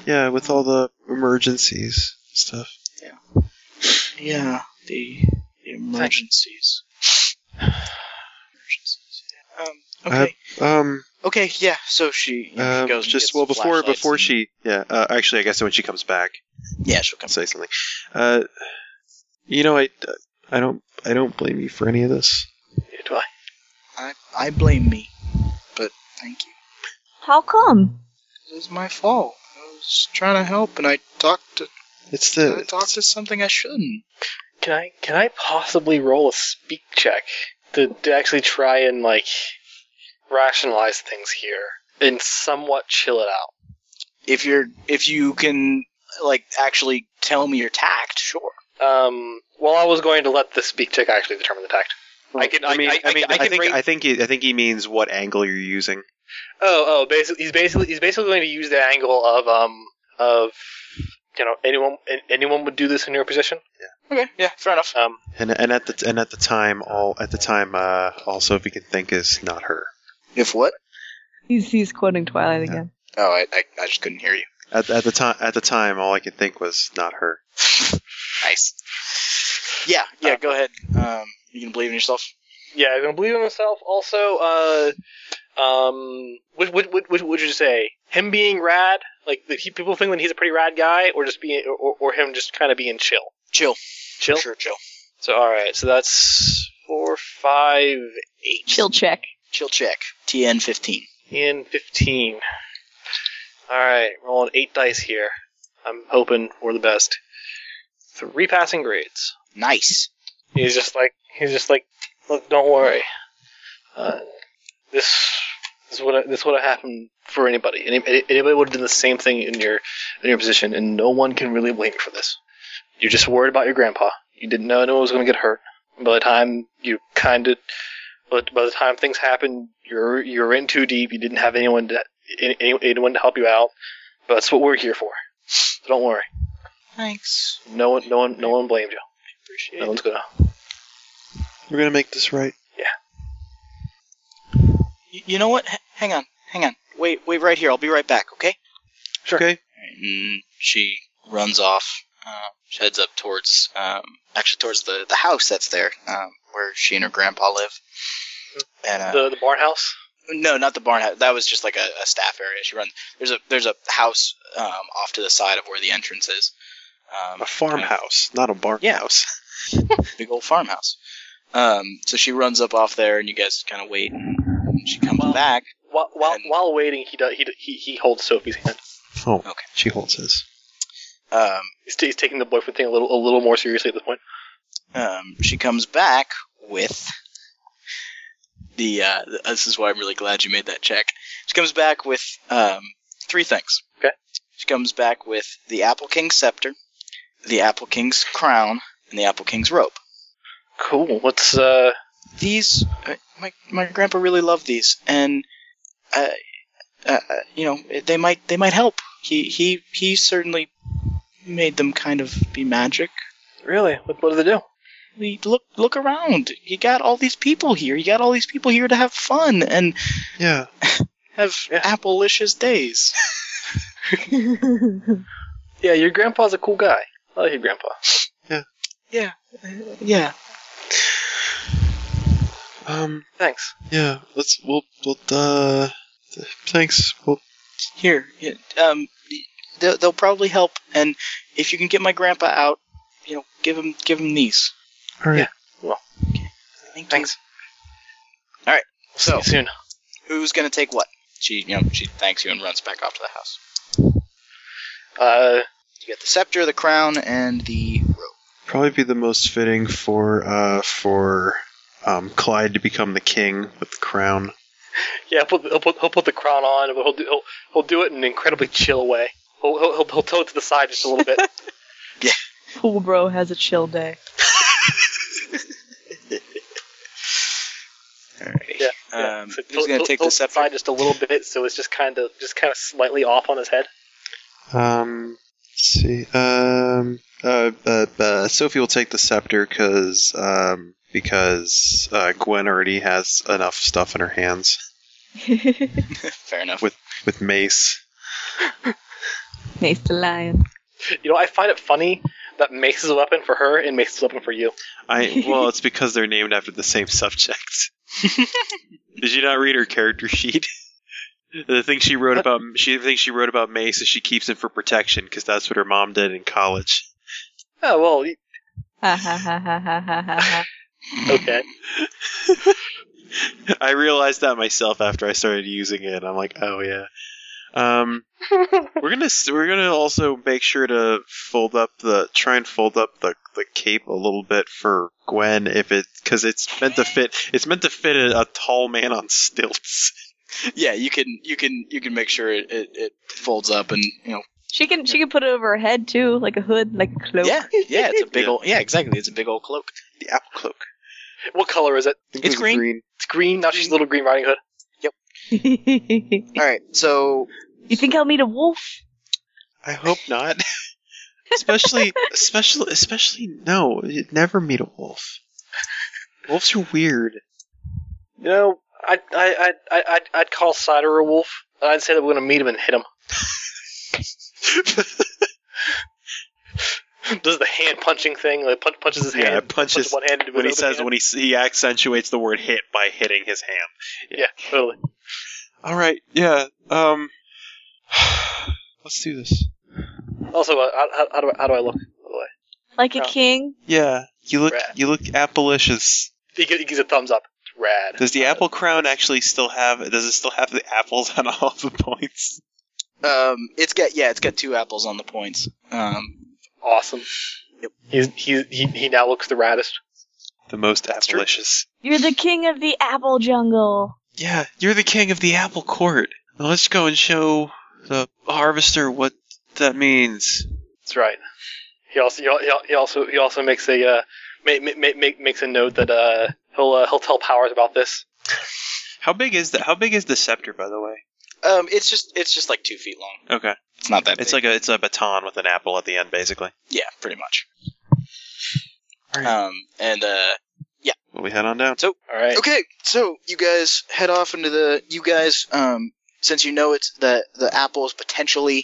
Yeah, with all the emergencies and stuff. yeah, the, the emergencies. emergencies. Um. Okay. Um. okay. Yeah. So she, um, she goes. and just gets well the before flashlights before and- she. Yeah. Uh, actually, I guess when she comes back, Yeah, she'll come. say something. Uh, you know, I I don't I don't blame you for any of this. Yeah, Do I? I I blame me, but thank you. How come? It was my fault. I was trying to help, and I talked to It's I the talked to something I shouldn't. Can I? Can I possibly roll a speak check? to, to actually try and like rationalize things here and somewhat chill it out. If you're if you can like actually tell me your tact, sure. Um, well, I was going to let the speak tick actually determine the tact. I can. I, mean, I, mean, I, can think rate- I think he, I think he means what angle you're using. oh, oh, basically, he's basically he's basically going to use the angle of um of you know anyone an- anyone would do this in your position. Okay, yeah, fair enough. Um, And and at the and at the time, all at the time, uh, also if you can think is not her. If what? He's, he's quoting Twilight again. Oh, I, I, I just couldn't hear you. At, at the time, at the time, all I could think was not her. Nice. Yeah, yeah. go ahead. Um, you can believe in yourself. yeah, I'm gonna believe in himself. Also, uh, um, what what what, what would you say? Him being rad, like the, he, people think that he's a pretty rad guy, or just being, or, or, or him just kind of being chill. Chill. Chill. Sure, chill. So all right, so that's four, five, eight. Chill check. Chill check. TN fifteen. In 15. Alright, rolling 8 dice here. I'm hoping for the best. Three passing grades. Nice. He's just like, he's just like, look, don't worry. Uh, this this would have this would have happened for anybody. Any, any- anybody would have done the same thing in your in your position, and no one can really blame you for this. You're just worried about your grandpa. You didn't know anyone was going to get hurt. By the time you kind of, but by the time things happened, you're you're in too deep. You didn't have anyone to any- any- anyone to help you out. But that's what we're here for. So don't worry. Thanks. No one, no one, no one blamed you. Appreciate No one's gonna. We're gonna make this right. Y- You know what? H- hang on. Hang on. Wait, wait right here. I'll be right back. Okay. Sure. Okay. And she runs off. Uh, she heads up towards, um, actually towards the, the house that's there, um, where she and her grandpa live. And uh, The the barn house. no, not the barn house. That was just like a, a staff area. She runs. There's a there's a house um, off to the side of where the entrance is. Um, A farmhouse, not a barn Yeah. house. big old farmhouse. Um, so she runs up off there, and you guys kind of wait. And she comes Well- back. While while, And- while waiting, he, does, he do- he he holds Sophie's hand. Oh, Okay. She holds his. Um, He's, t- he's taking the boyfriend thing a little a little more seriously at this point. um, she comes back with the. Uh, th- this is why I'm really glad you made that check. She comes back with um, three things. Okay. She comes back with the Apple King's scepter, the Apple King's crown, and the Apple King's rope. Cool. What's uh? These, uh, my my grandpa really loved these, and uh, uh, you know they might they might help. He he he certainly made them kind of be magic. Really? What what do they do? We- look look around. You got all these people here. You got all these people here to have fun and Yeah. have Yeah. applicious days. Yeah, your grandpa's a cool guy. I like your grandpa. Yeah. Um. Thanks. Yeah. Let's. We'll. We'll. Uh. th- Thanks. We'll. Here. yeah, Um they'll, they'll probably help and if you can get my grandpa out, you know, give him give him these. All right. Yeah. Thank you. Thanks. So, See you soon. who's going to take what? She, you know, she thanks you and runs back off to the house. Uh, You got the scepter, the crown, and the rope. Probably be the most fitting for. Uh. For. Um. Clyde to become the king with the crown. yeah, he'll put, he'll put he'll put the crown on, but he'll do he'll, he'll do it in an incredibly chill way. He'll he'll, he'll, he'll toe it to the side just a little bit. Pool bro has a chill day. All right. Yeah, Um, so who's going he'll- to take he'll the tilt scepter? side just a little bit, so it's just kind of just kind of slightly off on his head. Um, let's see. Um, uh, uh, uh, Sophie will take the scepter because um, because uh, Gwen already has enough stuff in her hands Fair enough. with mace. Mace the lion. You know, I find it funny that Mace is a weapon for her and Mace is a weapon for you. I well, it's because they're named after the same subjects. Did you not read her character sheet? The thing she wrote about she the thing she wrote about mace is she keeps it for protection because that's what her mom did in college. Oh well, y- Ha ha ha ha ha ha ha. ha. okay. I realized that myself after I started using it. I'm like, oh yeah. Um, we're gonna s- we're gonna also make sure to fold up the try and fold up the the cape a little bit for Gwen if it because it's meant to fit it's meant to fit a, a tall man on stilts. Yeah, you can you can you can make sure it, it, it folds up and you know. She can she can put it over her head too, like a hood, like a cloak. Yeah, yeah, it's a big Yeah. old yeah, exactly. It's a big old cloak. The apple cloak. What color is it? It's green. It's green. Now she's Little Green Riding Hood. you All right, so think I'll meet a wolf? I hope not. especially especially especially no, you'd never meet a wolf. Wolves are weird. You know, I I I I I'd, I'd call Cider a wolf. and I'd say that we're gonna meet him and hit him. Does the hand punching thing? Like punch, punches his Yeah, hand. punches one handed when he says when he s- he accentuates the word hit by hitting his hand. yeah, totally. All right, yeah. Um, let's do this. Also, uh, how, how- how do I, how do I look? By the way, Like a Yeah. king? Yeah, you look Rad. you look appleicious. he, gi- he gives a thumbs up. It's rad. Does the apple crown actually still have? Does it still have the apples on all the points? um, it's got yeah, it's got two apples on the points. Um, awesome. He's, he's, he he now looks the raddest. The most appleicious. You're the king of the apple jungle. Yeah, you're the king of the apple court. Now let's go and show the harvester what that means. That's right. He also he, al- he al- he also he also makes a uh, make, make, make, makes a note that uh, he'll uh, he'll tell Powers about this. How big is that? How big is the scepter, by the way? um, it's just it's just like two feet long. Okay, It's not that. it's big. like a it's a baton with an apple at the end, basically. yeah, pretty much. All right. Um, and uh, Well, we head on down. All right. Okay, so you guys head off into the. You guys, um, since you know it's that the apple is potentially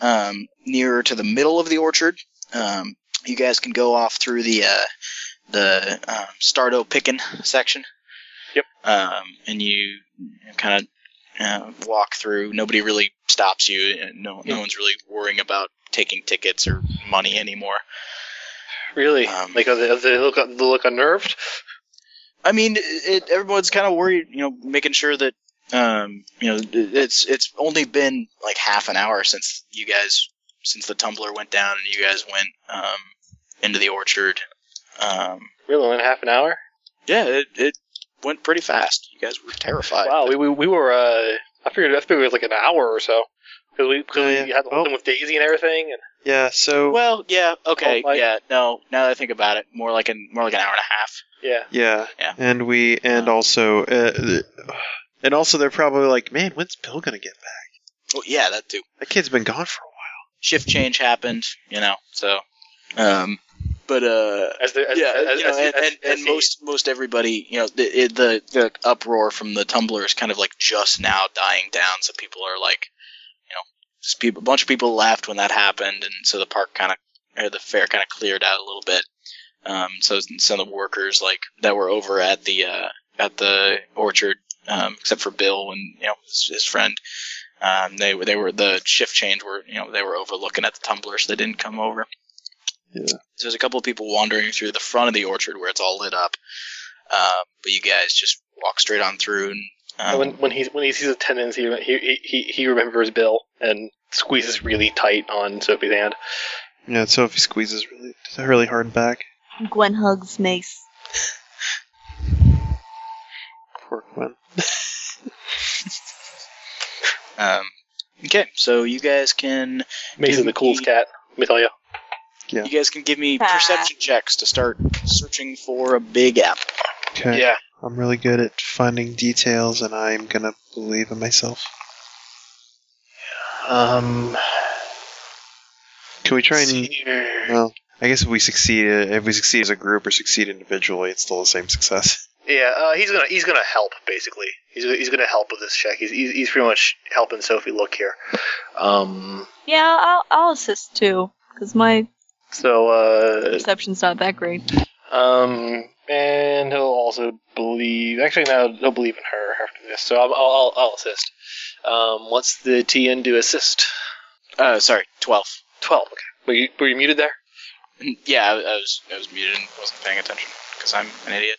um, nearer to the middle of the orchard, um, you guys can go off through the uh, the um, Stardo picking section. Yep. Um, and you kind of uh, walk through. Nobody really stops you. and No, no Yeah. one's really worrying about taking tickets or money anymore. Really? Um, like, are they, are they look, uh, they look unnerved? I mean, it, everyone's kind of worried, you know, making sure that, um, you know, it's it's only been like half an hour since you guys, since the tumbler went down and you guys went um, into the orchard. Um, Really, in half an hour? yeah, it, it went pretty fast. You guys were terrified. Wow, we, we, we were, uh, I figured, I figured it was like an hour or so. Because we, cause Oh, we yeah. had the whole Oh. thing with Daisy and everything. And, Yeah. So Well, yeah, okay, Oh, like- yeah. No, now that I think about it, more like an more like an hour and a half. yeah. Yeah. Yeah. Um, And we and also uh, th- and also they're probably like, man, when's Bill gonna get back? Well, Oh, yeah, that too. That kid's been gone for a while. Shift change happened, you know. So, um, but uh, As the, as, yeah, as, you know, as- and, as- and, as and he- most most everybody, you know, the, it- the the uproar from the Tumblr is kind of like just now dying down, so people are like, you know, just people, a bunch of people left when that happened, and so the park kind of or the fair kind of cleared out a little bit. Um, so some of the workers like that were over at the uh, at the orchard, um, except for Bill and you know his, his friend. Um, they were they were the shift change were you know they were overlooking at the Tumblr, so they didn't come over. So there's a couple of people wandering through the front of the orchard where it's all lit up. Um, but you guys just walk straight on through and. Um, When, when, he, when he sees attendance, he, he, he, he remembers Bill and squeezes really tight on Sophie's hand. Yeah, Sophie squeezes really really hard back. Gwen hugs Mace. Poor Gwen. um, okay, so you guys can Mace is the coolest cat, let me tell you. you guys can give me Ah. perception checks to start searching for a big apple. Okay. Yeah. I'm really good at finding details and I'm gonna believe in myself. Um, Can we try and yeah, well I guess if we succeed if we succeed as a group or succeed individually, it's still the same success. uh, he's gonna he's gonna help basically. He's he's gonna help with this check. He's he's, he's pretty much helping Sophie look here. Um, Yeah, I'll, I'll assist too, because my So, uh, perception's not that great. um, and he'll also believe. Actually, no, he'll believe in her after this. So I'll, I'll, I'll assist. Um, what's the TN do assist? Uh, sorry, twelve. Twelve. Okay. Were you, were you muted there? Yeah, I, I was I was muted and wasn't paying attention because I'm an idiot.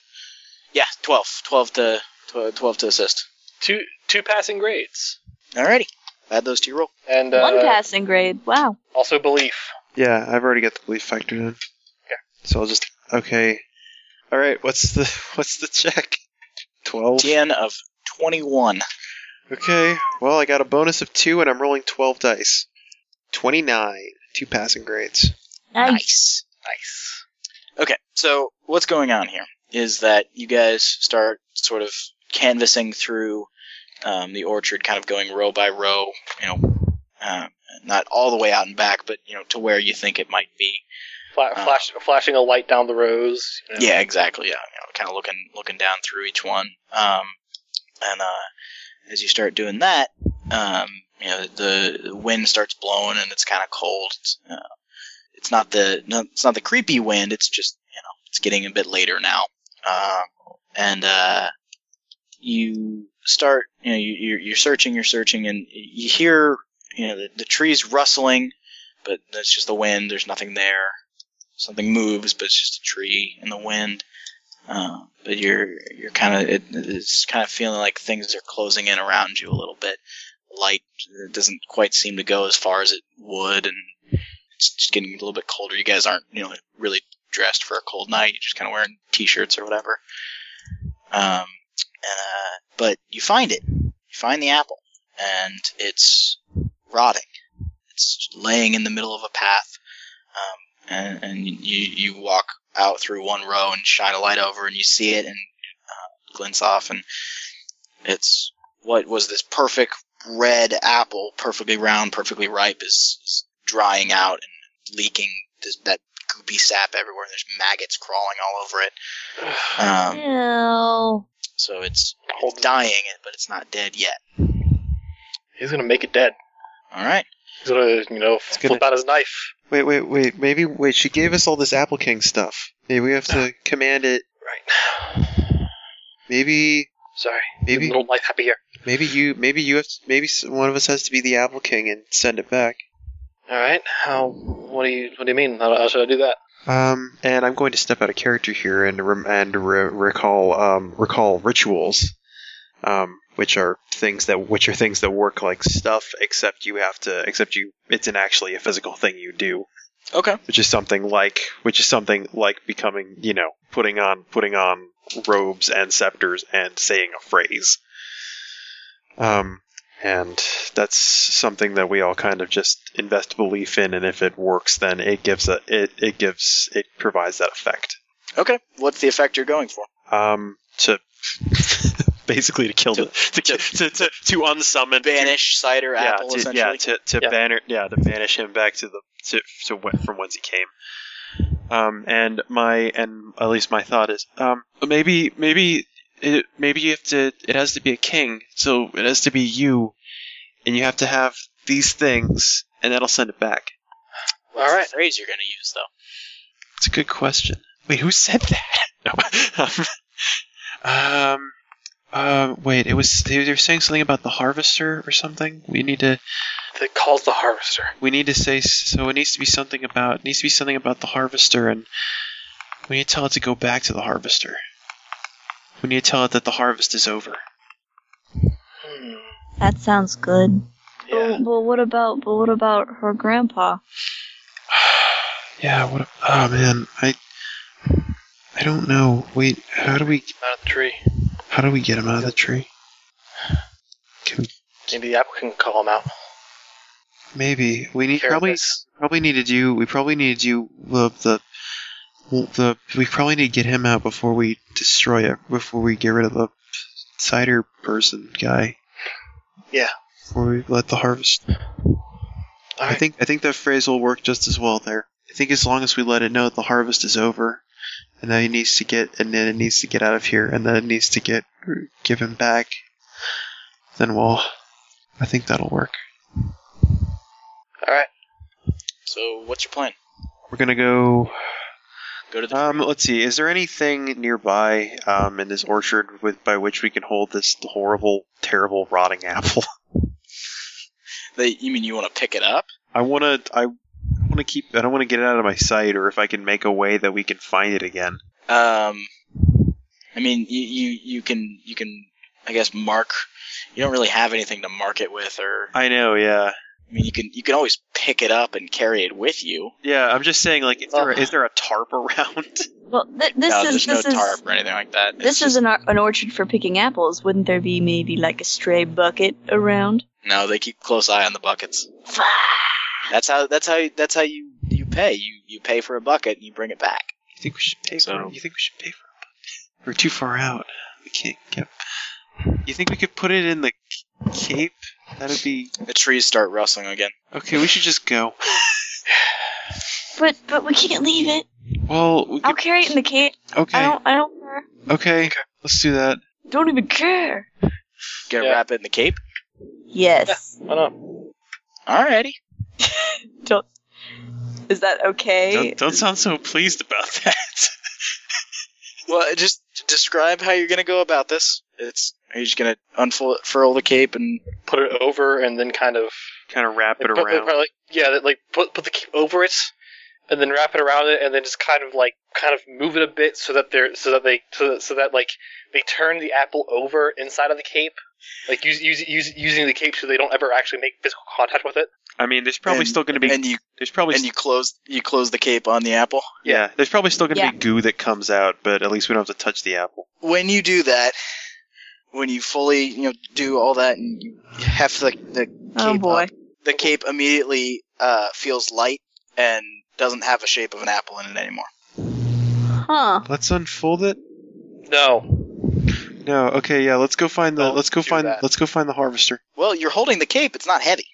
Yeah, twelve. Twelve to tw- twelve to assist. Two two passing grades. Alrighty. Add those to your roll. and uh, One passing grade. Wow. also belief. Yeah, I've already got the belief factored in. Okay. So I'll just okay. All right. What's the what's the check? Twelve. Tien of 21. Okay. Well, I got a bonus of two, and I'm rolling twelve dice. Twenty-nine. Two passing grades. Nice. Nice. Okay, so what's going on here is that you guys start sort of canvassing through um, the orchard, kind of going row by row, you know, uh, not all the way out and back, but, you know, to where you think it might be. Fla- Uh. flash, flashing a light down the rows. you know. Yeah, exactly. Yeah, you know, kind of looking looking down through each one. Um, and uh, as you start doing that, um, you know the, the wind starts blowing and it's kind of cold. It's, uh, it's not the no, it's not the creepy wind. It's just you know it's getting a bit later now. Uh, and uh, you start you know you, you're, you're searching, you're searching, and you hear you know the, the trees rustling, but that's just the wind. There's nothing there something moves, but it's just a tree in the wind. Uh, but you're you're kind of it, it's kind of feeling like things are closing in around you a little bit. Light uh, doesn't quite seem to go as far as it would, and it's just getting a little bit colder. You guys aren't you know really dressed for a cold night. You're just kind of wearing t-shirts or whatever. Um, and, uh, but you find it. You find the apple, and it's rotting. It's laying in the middle of a path. Um, and, and you you walk out through one row and shine a light over, and you see it and uh, glints off, and it's what was this perfect red apple, perfectly round, perfectly ripe, is, is drying out and leaking this, that goopy sap everywhere. There's maggots crawling all over it, um, Ew. so it's, it's dying, but it's not dead yet. He's gonna make it dead. All right. He's gonna, you know, flip gonna- out his knife. Wait, wait, wait. Maybe wait. She gave us all this Apple King stuff. Maybe we have to command it. Right. Maybe, Sorry. maybe, Little knife happy here. maybe you, maybe you have. To, maybe s- one of us has to be the Apple King and send it back. All right. How? What do you? What do you mean? How, how should I do that? Um, and I'm going to step out of character here and rem- and re- recall um, recall rituals, um, which are things that which are things that work like stuff, except you have to except you it's an actually a physical thing you do, Okay. which is something like which is something like becoming you know putting on putting on robes and scepters and saying a phrase. Um, and that's something that we all kind of just invest belief in and if it works then it gives a it, it gives it provides that effect Okay. What's the effect you're going for? um to basically to kill the to, to, to, to, to unsummon Banish cider yeah, apple, to, essentially. yeah to, to Yeah. banner yeah to banish him back to the to, to wh- from whence he came um and my and at least my thought is um maybe maybe it, maybe you have to it has to be a king so it has to be you and you have to have these things and that'll send it back All right. Phrase you're going to use though. It's a good question. Wait, who said that? No. um, uh, wait, it was they they were saying something about the harvester or something. We need to That calls the harvester. we need to say so. It needs to be something about it needs to be something about the harvester, and we need to tell it to go back to the harvester. We need to tell it that the harvest is over. Hmm. That sounds good. Yeah. Oh. But, Oh, but what about but what about her grandpa? yeah. What? A, oh man, I I don't know. Wait, how do we Out of the tree. how do we get him out of the tree? Maybe the apple can call him out. Maybe we need Care of probably this. probably need to do we probably need to do the the the we probably need to get him out before we destroy it before we get rid of the cider person guy. Yeah. Before we let the harvest. I Alright. think I think that phrase will work just as well there. I think as long as we let it know that the harvest is over, and that he needs to get and then it needs to get out of here, and then it needs to get given back, then we'll. I think that'll work. All right. So what's your plan? We're gonna go Go to the Um, let's see. Is there anything nearby um, in this orchard with by which we can hold this horrible, terrible, rotting apple? They, you mean you want to pick it up? I wanna, I wanna keep. I don't want to get it out of my sight. Or if I can make a way that we can find it again. Um, I mean, you, you you can you can I guess mark. You don't really have anything to mark it with, or I know, yeah. I mean, you can you can always pick it up and carry it with you. Yeah, I'm just saying, like, is there, is there a tarp around? Well, th- this no, is there's no this tarp is or anything like that. this is an, ar- an orchard for picking apples. Wouldn't there be maybe like a stray bucket around? No, they keep close eye on the buckets. That's how. That's how. That's how you you pay. You you pay for a bucket and you bring it back. You think we should pay So- for it? You think we should pay for it? We're too far out. We can't get. You think we could put it in the cape? That'd be The trees start rustling again. okay. We should just go. But but we can't leave it. Well, we I'll could, carry it in the cave. I okay, don't I don't care. okay. Let's do that. Don't even care. Gonna Yeah. wrap it in the cape. Yes. Why not? Alrighty. Don't. Is that okay? Don't, don't sound so pleased about that. Well, just describe how you're gonna go about this. It's are you just gonna unfurl furl the cape and Put it over and then kind of Kind of wrap it Like, put- around. probably, like, yeah, that, like put put the cape over it, and then wrap it around it, and then just kind of like kind of move it a bit so that they're so that they so that, so that like they turn the apple over inside of the cape, like use, use, use, using the cape so they don't ever actually make physical contact with it. I mean, there's probably And- still going to be. and you there's probably. and you close you close the cape on the apple. yeah, there's probably still going to Yeah. be goo that comes out, but at least we don't have to touch the apple. When you do that, when you fully you know do all that and you heft the the oh cape boy. up, the cape immediately uh, feels light and doesn't have a shape of an apple in it anymore. Huh. Let's unfold it. No, No, okay, yeah. Let's go find the. Don't let's go do find. that. Let's go find the harvester. Well, you're holding the cape. It's not heavy.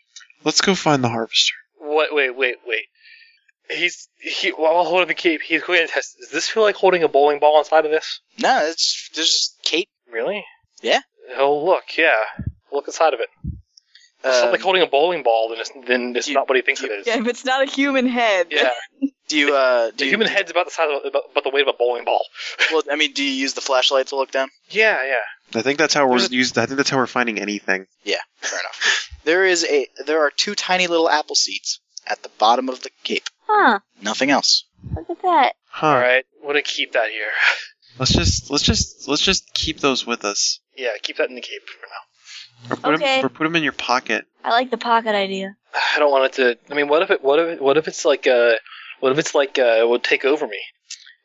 Let's go find the harvester. what? Wait, wait, wait. He's he while holding the cape, he's going to test. Does this feel like holding a bowling ball inside of this? No, it's there's just cape. Really? Yeah. Oh look, yeah. Look inside of it. It's Um, not like holding a bowling ball. Then it's then it's you- not what he thinks you- it is. Yeah, if it's not a human head. yeah. do you uh do The you, human head's about the size of about, about the weight of a bowling ball. well, I mean, do you use the flashlight to look down? Yeah, yeah. I think that's how we're There's used. I think that's how we're finding anything. Fair enough. There is a there are two tiny little apple seeds at the bottom of the cape. Huh. Nothing else. Look at that. Huh. All right, want to keep that here. Let's just let's just let's just keep those with us, Yeah, keep that in the cape for now. or put Okay. them or put them in your pocket. I like the pocket idea. I don't want it to. I mean, what if it? What if? It, what if it's like uh What if it's like uh? It would take over me.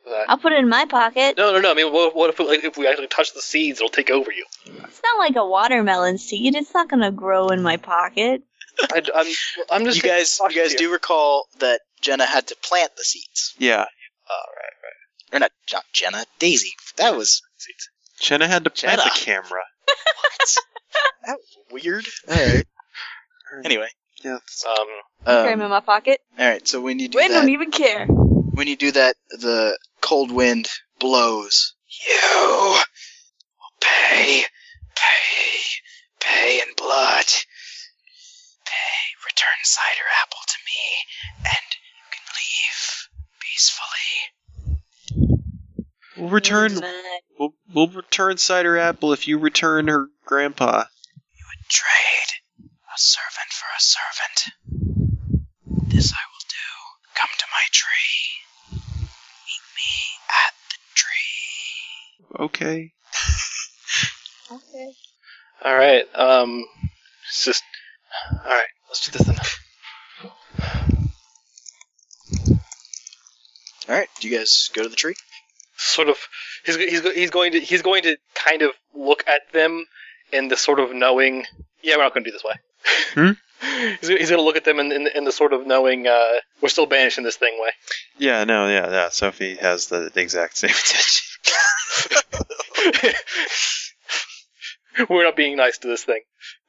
That- I'll put it in my pocket. No, no, no. I mean, what, what if like if we actually touch the seeds, it'll take over you? It's not like a watermelon seed. It's not gonna grow in my pocket. I, am I'm just. You guys, you talking guys to do recall that Jenna had to plant the seeds, Yeah, All right. or not, not Jenna, Daisy. That was Jenna had to plant Jenna. the camera. that was weird. All right. Anyway, Yeah, that's- Um. Carry 'em um, in my pocket. all right. So when you do Wayne that, don't even care. when you do that, the cold wind blows. You will pay, pay, pay in blood. Pay, return cider apple to me, and you can leave peacefully. we'll return. Mad. We'll, we'll return cider apple if you return her grandpa. Trade a servant for a servant. This I will do. Come to my tree. Meet me at the tree. Okay. Okay. All right. Um. It's just. All right. Let's do this then. All right, do you guys go to the tree? sort of he's he's he's going to he's going to kind of look at them in the sort of knowing yeah we're not going to do this way Hmm? he's, he's going to look at them in, in in the sort of knowing uh we're still banished in this thing way Yeah, no, yeah, yeah. Sophie has the exact same intention. we're not being nice to this thing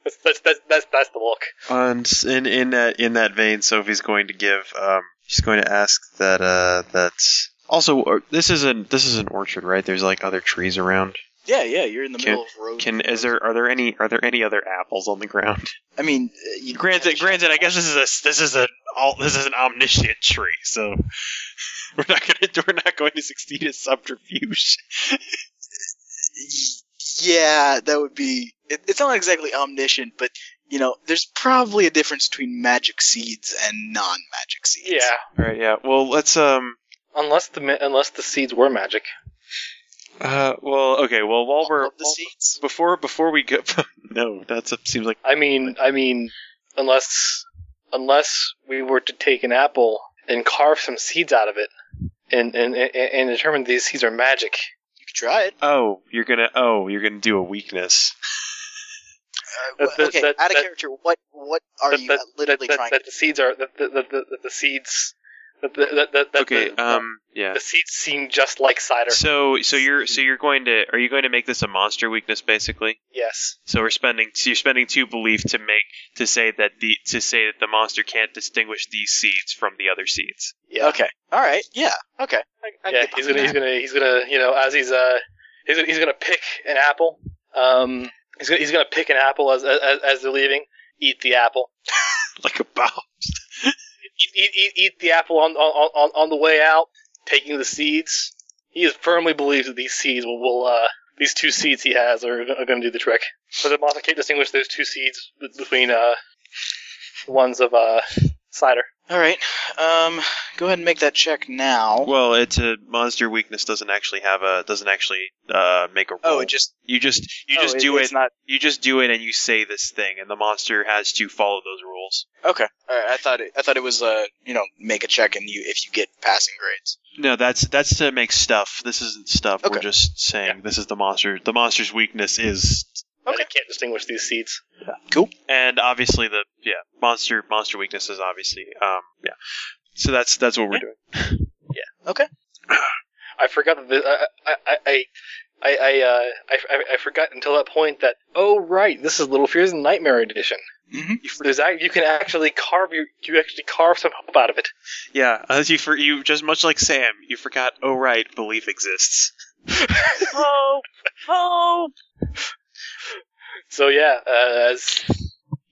that's that's that's that's, that's the look And s- in in that in that vein, Sophie's going to give. Um, she's going to ask that. Uh, that also or- this is an this is an orchard, right? There's like other trees around. Yeah, yeah, you're in the Can- middle of road. Can is there are there any are there any other apples on the ground? I mean, uh, you granted, granted, I guess this is a this is a all this is an omniscient tree, so we're not gonna we're not going to succeed at subterfuge. Yeah, that would be. It, it's not exactly omniscient, but you know, there's probably a difference between magic seeds and non-magic seeds. yeah All right. Yeah. Well, let's um. unless the ma- unless the seeds were magic Uh, well, okay. Well, while we're Love the seats. before before we go, no, that seems like I mean, I mean, unless unless we were to take an apple and carve some seeds out of it, and and and, and determine these seeds are magic. You could try it. oh, you're gonna oh, you're gonna do a weakness. Uh, That- that- okay, that- out of that- character. What what are that, you that- literally that, trying that to? the seeds are that the, that the, that the seeds that the, that, that, that okay. the, um. Yeah. the seeds seem just like cider. So so you're so you're going to are you going to make this a monster weakness basically? yes. So we're spending so you're spending two belief to make to say that the to say that the monster can't distinguish these seeds from the other seeds. Yeah. Okay. All right. Yeah. Okay. I, I yeah, get he's behind gonna he's that. gonna he's gonna you know as he's uh he's gonna, he's gonna pick an apple. Um, he's gonna he's gonna pick an apple as as, as they're leaving. Eat the apple. Like a bow. Eat, eat, eat, eat the apple on, on on on the way out, taking the seeds. He is firmly believes that these seeds will, will uh these two seeds he has are, are gonna do the trick. So the monster can't distinguish those two seeds be- between uh the ones of uh cider. All right. Um, go ahead and make that check now. Well, it's a monster weakness doesn't actually have a doesn't actually uh make a roll. oh, it just you just you oh, just do it It's not. you just do it and you say this thing and the monster has to follow those rules. Okay. All right. I thought it, I thought it was uh you know make a check and you if you get passing grades. No, that's that's to make stuff. This isn't stuff. We're Okay. just saying this is the monster. The monster's weakness is Okay. And it can't distinguish these seeds. and obviously the yeah monster monster weakness is obviously um yeah so that's that's what we're Yeah. doing I forgot that the, I I I I I, uh, I I I forgot until that point that oh right, this is Little Fears Nightmare Edition. Mhm. There's ac- you can actually carve you you actually carve some hope out of it. yeah as you for you just much like sam you forgot oh right belief exists Hope, hope. So yeah, uh, as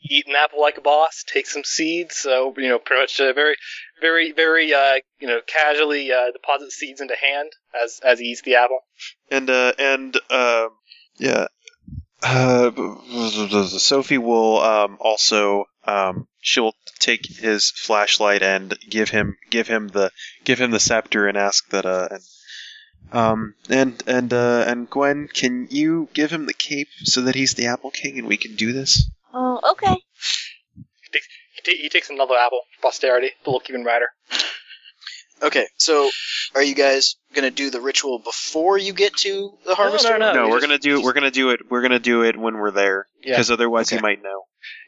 eat an apple like a boss, take some seeds. So you know, pretty much uh, very very very uh, you know casually uh, deposit seeds into hand as as he eats the apple. and uh and um yeah uh sophie will um also um she'll take his flashlight and give him give him the give him the scepter and ask that uh and um and and uh and Gwen, can you give him the cape so that he's the Apple King and we can do this? Oh, okay. He, ta- he takes another apple, for posterity, the look even rider. Okay. So are you guys gonna do the ritual before you get to the harvester? no, no, we we're just- gonna do we're gonna do it we're gonna do it when we're there Yeah. because otherwise he Okay. might know.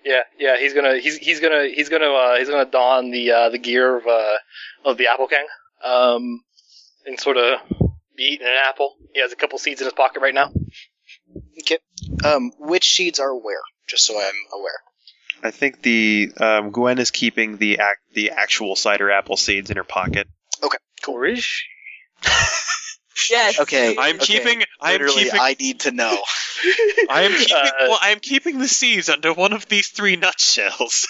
Yeah, yeah, he's gonna he's he's gonna he's gonna uh, he's gonna don the uh, the gear of uh, of the Apple King, um, and sort of be eating an apple. He has a couple seeds in his pocket right now. Um, which seeds are where? Just so I'm aware. I think the um, Gwen is keeping the ac- the actual cider apple seeds in her pocket. Courage. Yes. Okay. I'm okay. keeping. I'm Literally, keeping. I need to know. I am keeping. Uh, well, I am keeping the seeds under one of these three nutshells.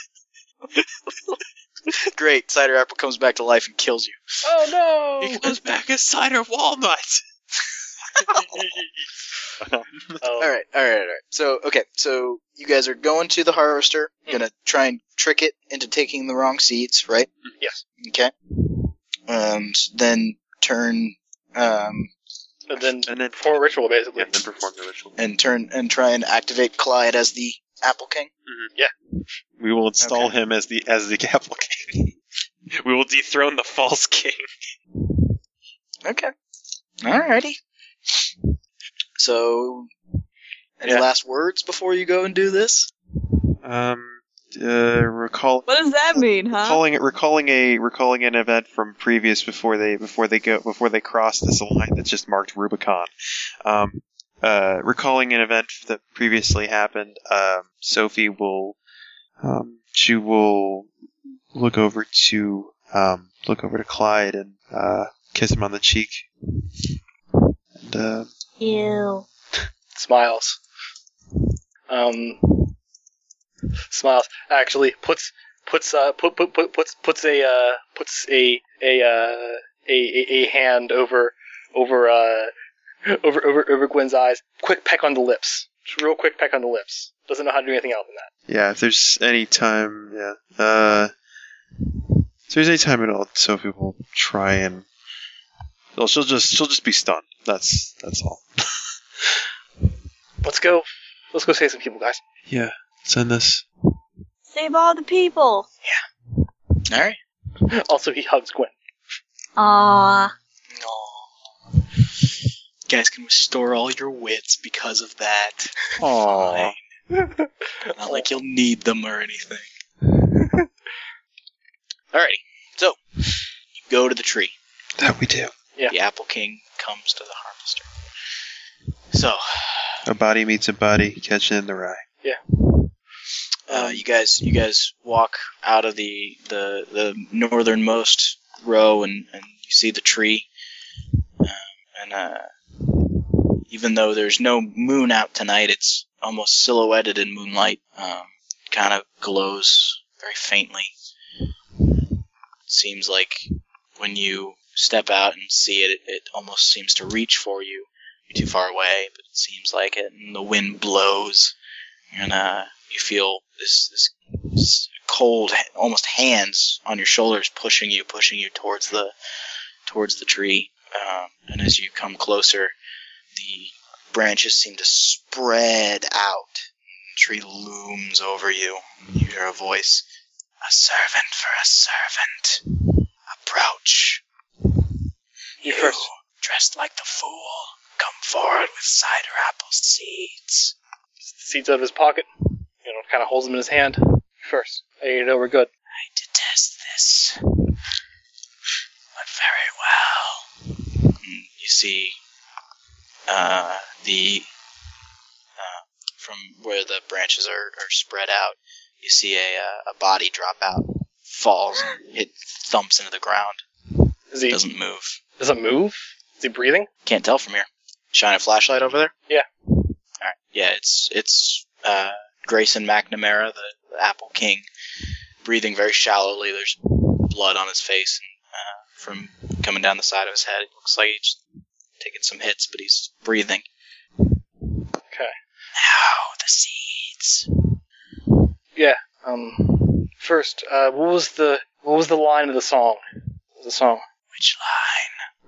Great. Cider apple comes back to life and kills you. Oh It comes back as cider walnut. Oh, All right, all right, all right. So, okay, so you guys are going to the harvester, Hmm. gonna try and trick it into taking the wrong seeds, right? Mm-hmm. Yes. Okay. Um, s- then turn, um, And then And then perform a ritual basically. yeah, then perform the ritual. and turn and try and activate Clyde as the Apple King. We will install Okay. him as the as the apple king. we will dethrone the false king. Okay. Alrighty. So, any Yeah. last words before you go and do this? Um, uh, recall What does that mean, huh? recalling recalling a recalling an event from previous before they before they go before they cross this line that's just marked Rubicon. Um, uh, recalling an event that previously happened. Um, Sophie will um, she will look over to um, look over to Clyde and uh, kiss him on the cheek. And uh, Ew. Smiles. Um. Smiles. Actually, puts puts uh put, put, put puts puts a uh puts a a uh a a, a hand over over uh over over over Gwen's eyes. Quick peck on the lips. Just real quick peck on the lips. Doesn't know how to do anything else than that. yeah, if there's any time, yeah. Uh, if there's any time at all, Sophie will try and So she'll just she'll just be stunned. That's that's all. Let's go. Let's go save some people, guys. Yeah. Send this. Save all the people. All right. Also, he hugs Gwen. Aww. Aw. Guys can restore all your wits because of that. Aww. Not like you'll need them or anything. Alrighty. So, you go to the tree. That we do. The Apple King comes to the harvester. So, A body meets a body, catching in the rye. uh, you guys, you guys walk out of the the, the northernmost row, and, and you see the tree. Um, and uh, even though there's no moon out tonight, it's almost silhouetted in moonlight. Um, kind of glows very faintly. Seems like when you step out and see it, it, it almost seems to reach for you. You're too far away, but it seems like it. And the wind blows, and uh, you feel this, this s- cold, h- almost hands on your shoulders pushing you, pushing you towards the towards the tree. Um, and as you come closer, the branches seem to spread out. The tree looms over you. You hear a voice: "A servant for a servant. Approach. You first. dressed like the fool, come forward with cider apple seeds." Seeds out of his pocket. You know, kind of holds them in his hand. First, hey, you know we're good. I detest this. But very well. Hmm, You see, uh, the, uh, from where the branches are, are spread out, you see a, uh, a body drop out, falls, and hit, thumps into the ground, Is he? doesn't move. Does it move? Is he breathing? Can't tell from here. Shine a flashlight over there? Yeah. Alright. Yeah, it's, it's, uh, Grayson McNamara, the, the Apple King, breathing very shallowly. There's blood on his face and, uh, from coming down the side of his head. It looks like he's taking some hits, but he's breathing. Okay. Now, the seeds. Um, first, uh, what was the what was the line of the song? The song, Which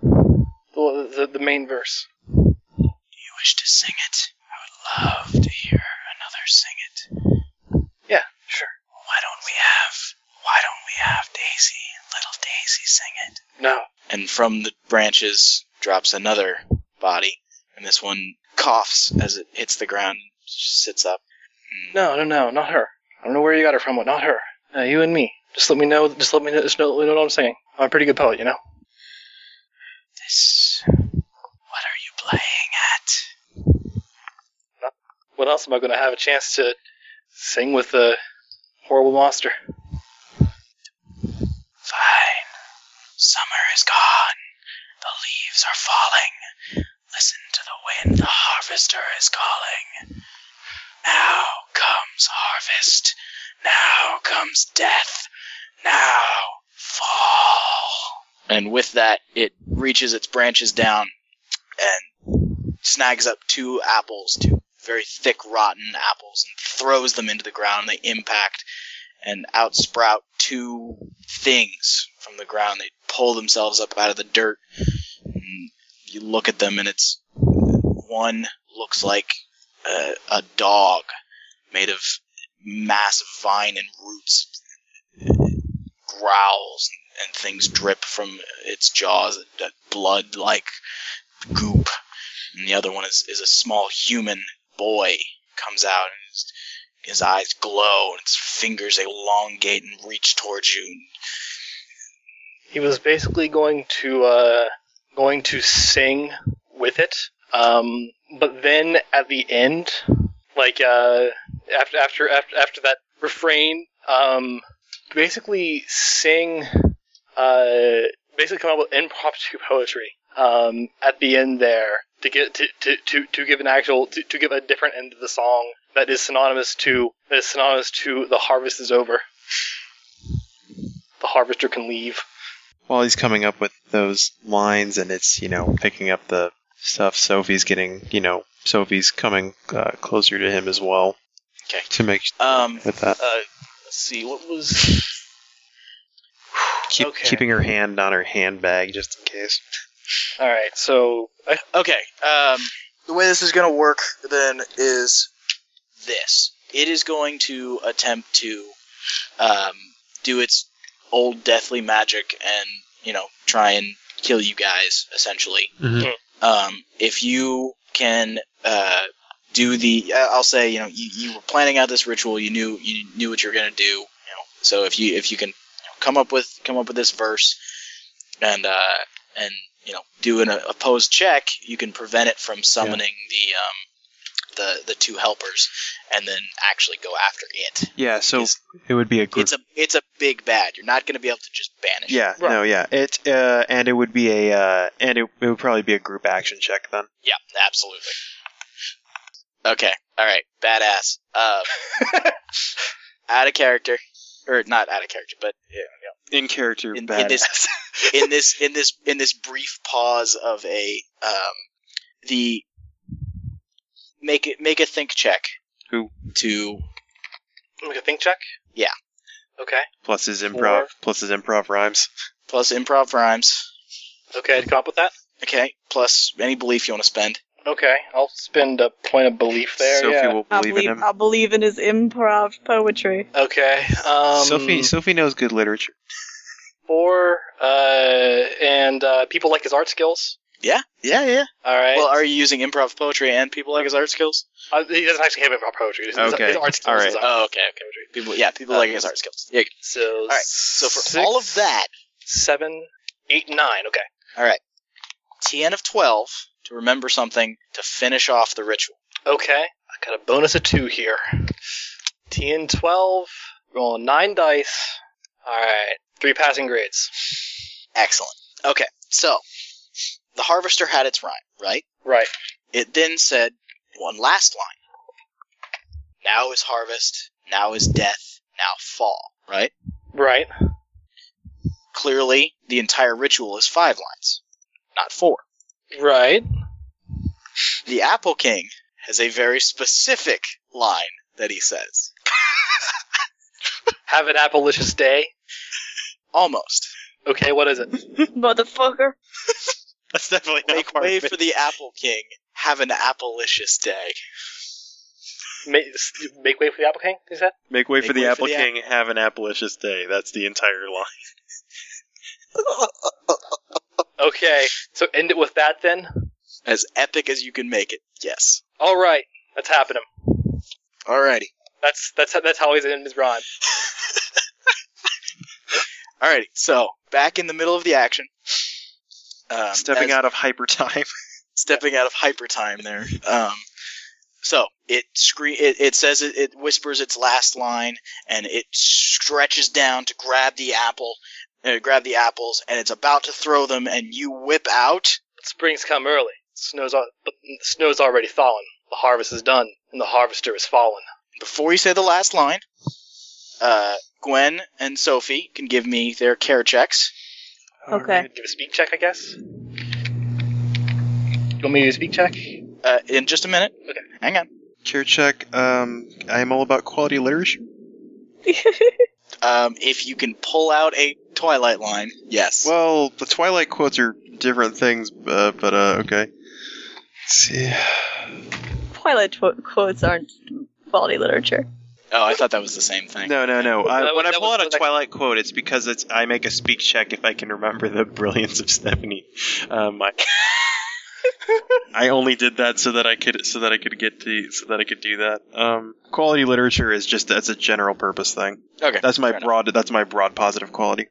line? the the, the main verse. You wish to sing it? I would love to hear another sing it. Yeah, sure. Why don't we have, why don't we have Daisy, little Daisy sing it? No. and from the branches drops another body, and this one coughs as it hits the ground and sits up. No, no, no, not her. I don't know where you got her from, but not her. Uh, you and me. Just let me know. Just let me know. Just know, let me know what I'm saying. I'm a pretty good poet, you know. This. What are you playing at? What else am I going to have a chance to sing with the horrible monster? Fine. Summer is gone. The leaves are falling. Listen to the wind. The harvester is calling. Now comes harvest. Now comes death. Now fall. And with that, it reaches its branches down and snags up two apples, two very thick, rotten apples, and throws them into the ground. They impact and outsprout two things from the ground. They pull themselves up out of the dirt. And you look at them, and it's one looks like a, a dog made of massive vine and roots. It growls, and things drip from its jaws, that blood like goop. And the other one is, is a small human boy comes out and is his eyes glow, and its fingers elongate and reach towards you. He was basically going to uh, going to sing with it, um, but then at the end, like uh, after after after after that refrain, um, basically sing, uh, basically come up with impromptu poetry um, at the end there to get to, to, to, to give an actual to, to give a different end to the song that is synonymous to that is synonymous to the harvest is over. The harvester can leave. While he's coming up with those lines and it's, you know, picking up the stuff, Sophie's getting, you know, Sophie's coming uh, closer to him as well. Okay. To make sure Um, with that. Let's see, what was. Keep, okay. Keeping her hand on her handbag just in case. All right, so I, Okay. Um, the way this is going to work then is this: it is going to attempt to um, do its old deathly magic and you know try and kill you guys essentially. Mhm. Um, if you can uh, do the, uh, I'll say you know you, you were planning out this ritual. You knew you knew what you were going to do. You know, so if you if you can you know, come up with come up with this verse and uh, and you know do an opposed check, you can prevent it from summoning the um, the the two helpers, and then actually go after it. Yeah, so It's- it would be a group. It's a it's a big bad. You're not going to be able to just banish. it. yeah, no, yeah. It uh, and it would be a uh, and it, it would probably be a group action check then. Yeah, absolutely. Okay, all right, badass. Um, out of character, or not out of character, but yeah, In character, in, in this in this in this in this brief pause of a um, the make it make a think check. Who? to make a think check. Yeah. Okay. plus his improv, Four. plus his improv rhymes. plus improv rhymes? Okay, I'd come up with that. Okay, plus any belief you want to spend. Okay, I'll spend a point of belief there. Sophie yeah. will I believe, believe, in him. I believe in his improv poetry. Okay. Um, Sophie, Sophie knows good literature. four, uh, and uh, people like his art skills. Yeah, yeah, yeah. All right. Well, are you using improv poetry and people like his art skills? Uh, he doesn't actually have it about poetry. His, his- Okay. his art skills. All right. is uh, art. Oh, okay, okay. People, yeah, people Uh, like his art skills. Yeah. So. All right, So for all of that, seven, eight, nine. Okay. TN of twelve to remember something to finish off the ritual. Okay. I got a bonus of two here. TN twelve. Rolling nine dice. All right. Three passing grades. Excellent. Okay, so the harvester had its rhyme, right? Right. It then said one last line. Now is harvest. Now is death. Now fall. Right. Right. Clearly, the entire ritual is five lines, not four. Right. The Apple King has a very specific line that he says. Have an appalicious day. Almost. Okay. What is it? Motherfucker. That's definitely not Make part way of it. for the Apple King. Have an appalicious day. Make, make way for the apple king. Is that? Make way Make for the way for Apple the King. Have an appalicious day. That's the entire line. Okay. So end it with that then. As epic as you can make it. Yes. All right. That's happening. Alrighty. That's that's that's how he's in his rhyme. Alrighty. So back in the middle of the action. Um, Stepping as- out of hyper time. Stepping out of hyper time there. Um, so it scree- it, it says it, it whispers its last line and it stretches down to grab the apple, uh, grab the apples, and it's about to throw them, and you whip out. Spring's come early. Snow's al- but the snow's already thawing. The harvest is done, and the harvester is fallen. before you say the last line, uh, Gwen and Sophie can give me their care checks. Okay. Give a speak check, I guess. You want me to do a speak check? Uh, in just a minute. Okay. Hang on. Chair check. Um, I am all about quality literature. Um, if you can pull out a Twilight line, yes. Well, the Twilight quotes are different things, uh, but uh, okay. Let's see. Twilight tw- quotes aren't quality literature. oh, I thought that was the same thing. No, no, no. I, That when was- I that pull was out a the next- Twilight quote, it's because it's I make a speak check if I can remember the brilliance of Stephanie. Um, I, I only did that so that I could so that I could get to so that I could do that. Um, quality literature is just that's a general purpose thing. Okay. That's my fair enough. broad. That's my broad positive quality.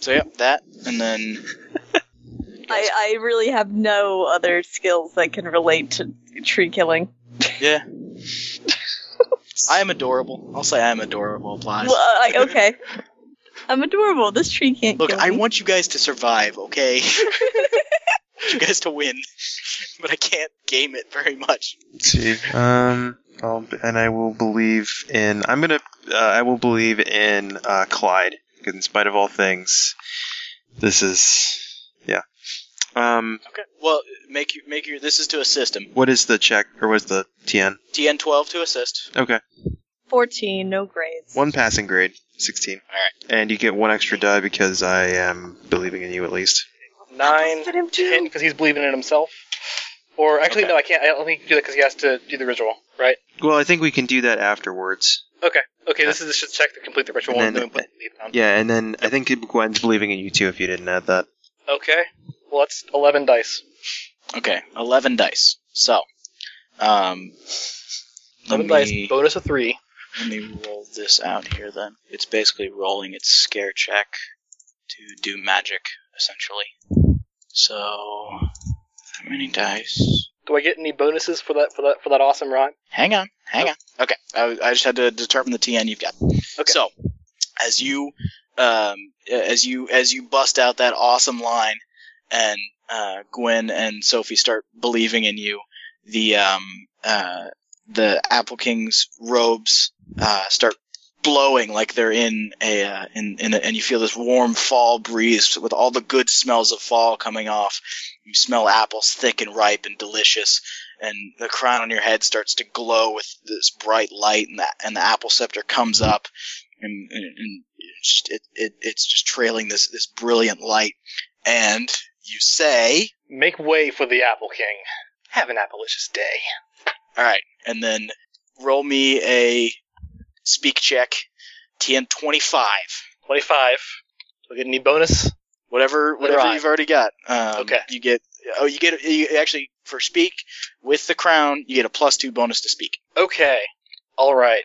So yeah, that and then I, I really have no other skills that can relate to tree killing. yeah. I am adorable. I'll say I am adorable applies. Well, uh, I, okay. I'm adorable. This tree can't Look, kill I me. want you guys to survive, okay? I want you guys to win, but I can't game it very much. Let's see. Um, I'll, and I will believe in. I'm gonna. Uh, I will believe in uh, Clyde. 'cause in spite of all things, this is. Yeah. Um, Okay. Well, make you make your. This is to assist him. what is the check or was the TN? TN twelve to assist. Okay. 14, no grades. One passing grade, 16. Alright. And you get one extra die because I am believing in you at least. Nine, Look at him do. ten, because he's believing in himself. Or actually, Okay. no, I can't. I don't think you can do that because he has to do the ritual, right? Well, I think we can do that afterwards. Okay. Okay, this is just a check to complete the ritual. And And then- then, put the down. Yeah, and then I think Gwen's believing in you too if you didn't add that. Okay. Well, that's 11 dice. Okay, eleven dice. So, um, let 11 dice, me- bonus of 3. Let me roll this out here then. It's basically rolling its scare check to do magic, essentially. So, how many dice? Do I get any bonuses for that for that for that awesome rhyme? Hang on, hang on. Okay, I, I just had to determine the TN you've got. Okay. So, as you, um, as you, as you bust out that awesome line, and uh, Gwen and Sophie start believing in you, the um, uh, the Apple King's robes uh, start blowing like they're in a uh, in in a, and you feel this warm fall breeze with all the good smells of fall coming off. You smell apples thick and ripe and delicious and the crown on your head starts to glow with this bright light, and the, and the apple scepter comes up, and, and, and it's just- it, it, it's just trailing this, this brilliant light. And you say, Make way for the Apple King. Have an appalicious day. All right, and then roll me a speak check, TN 25. 25. Do I get any bonus? Whatever, whatever Right. you've already got. Um, Okay. You get, oh, you get, you actually, for speak, with the crown, you get a plus two bonus to speak. Okay. All right.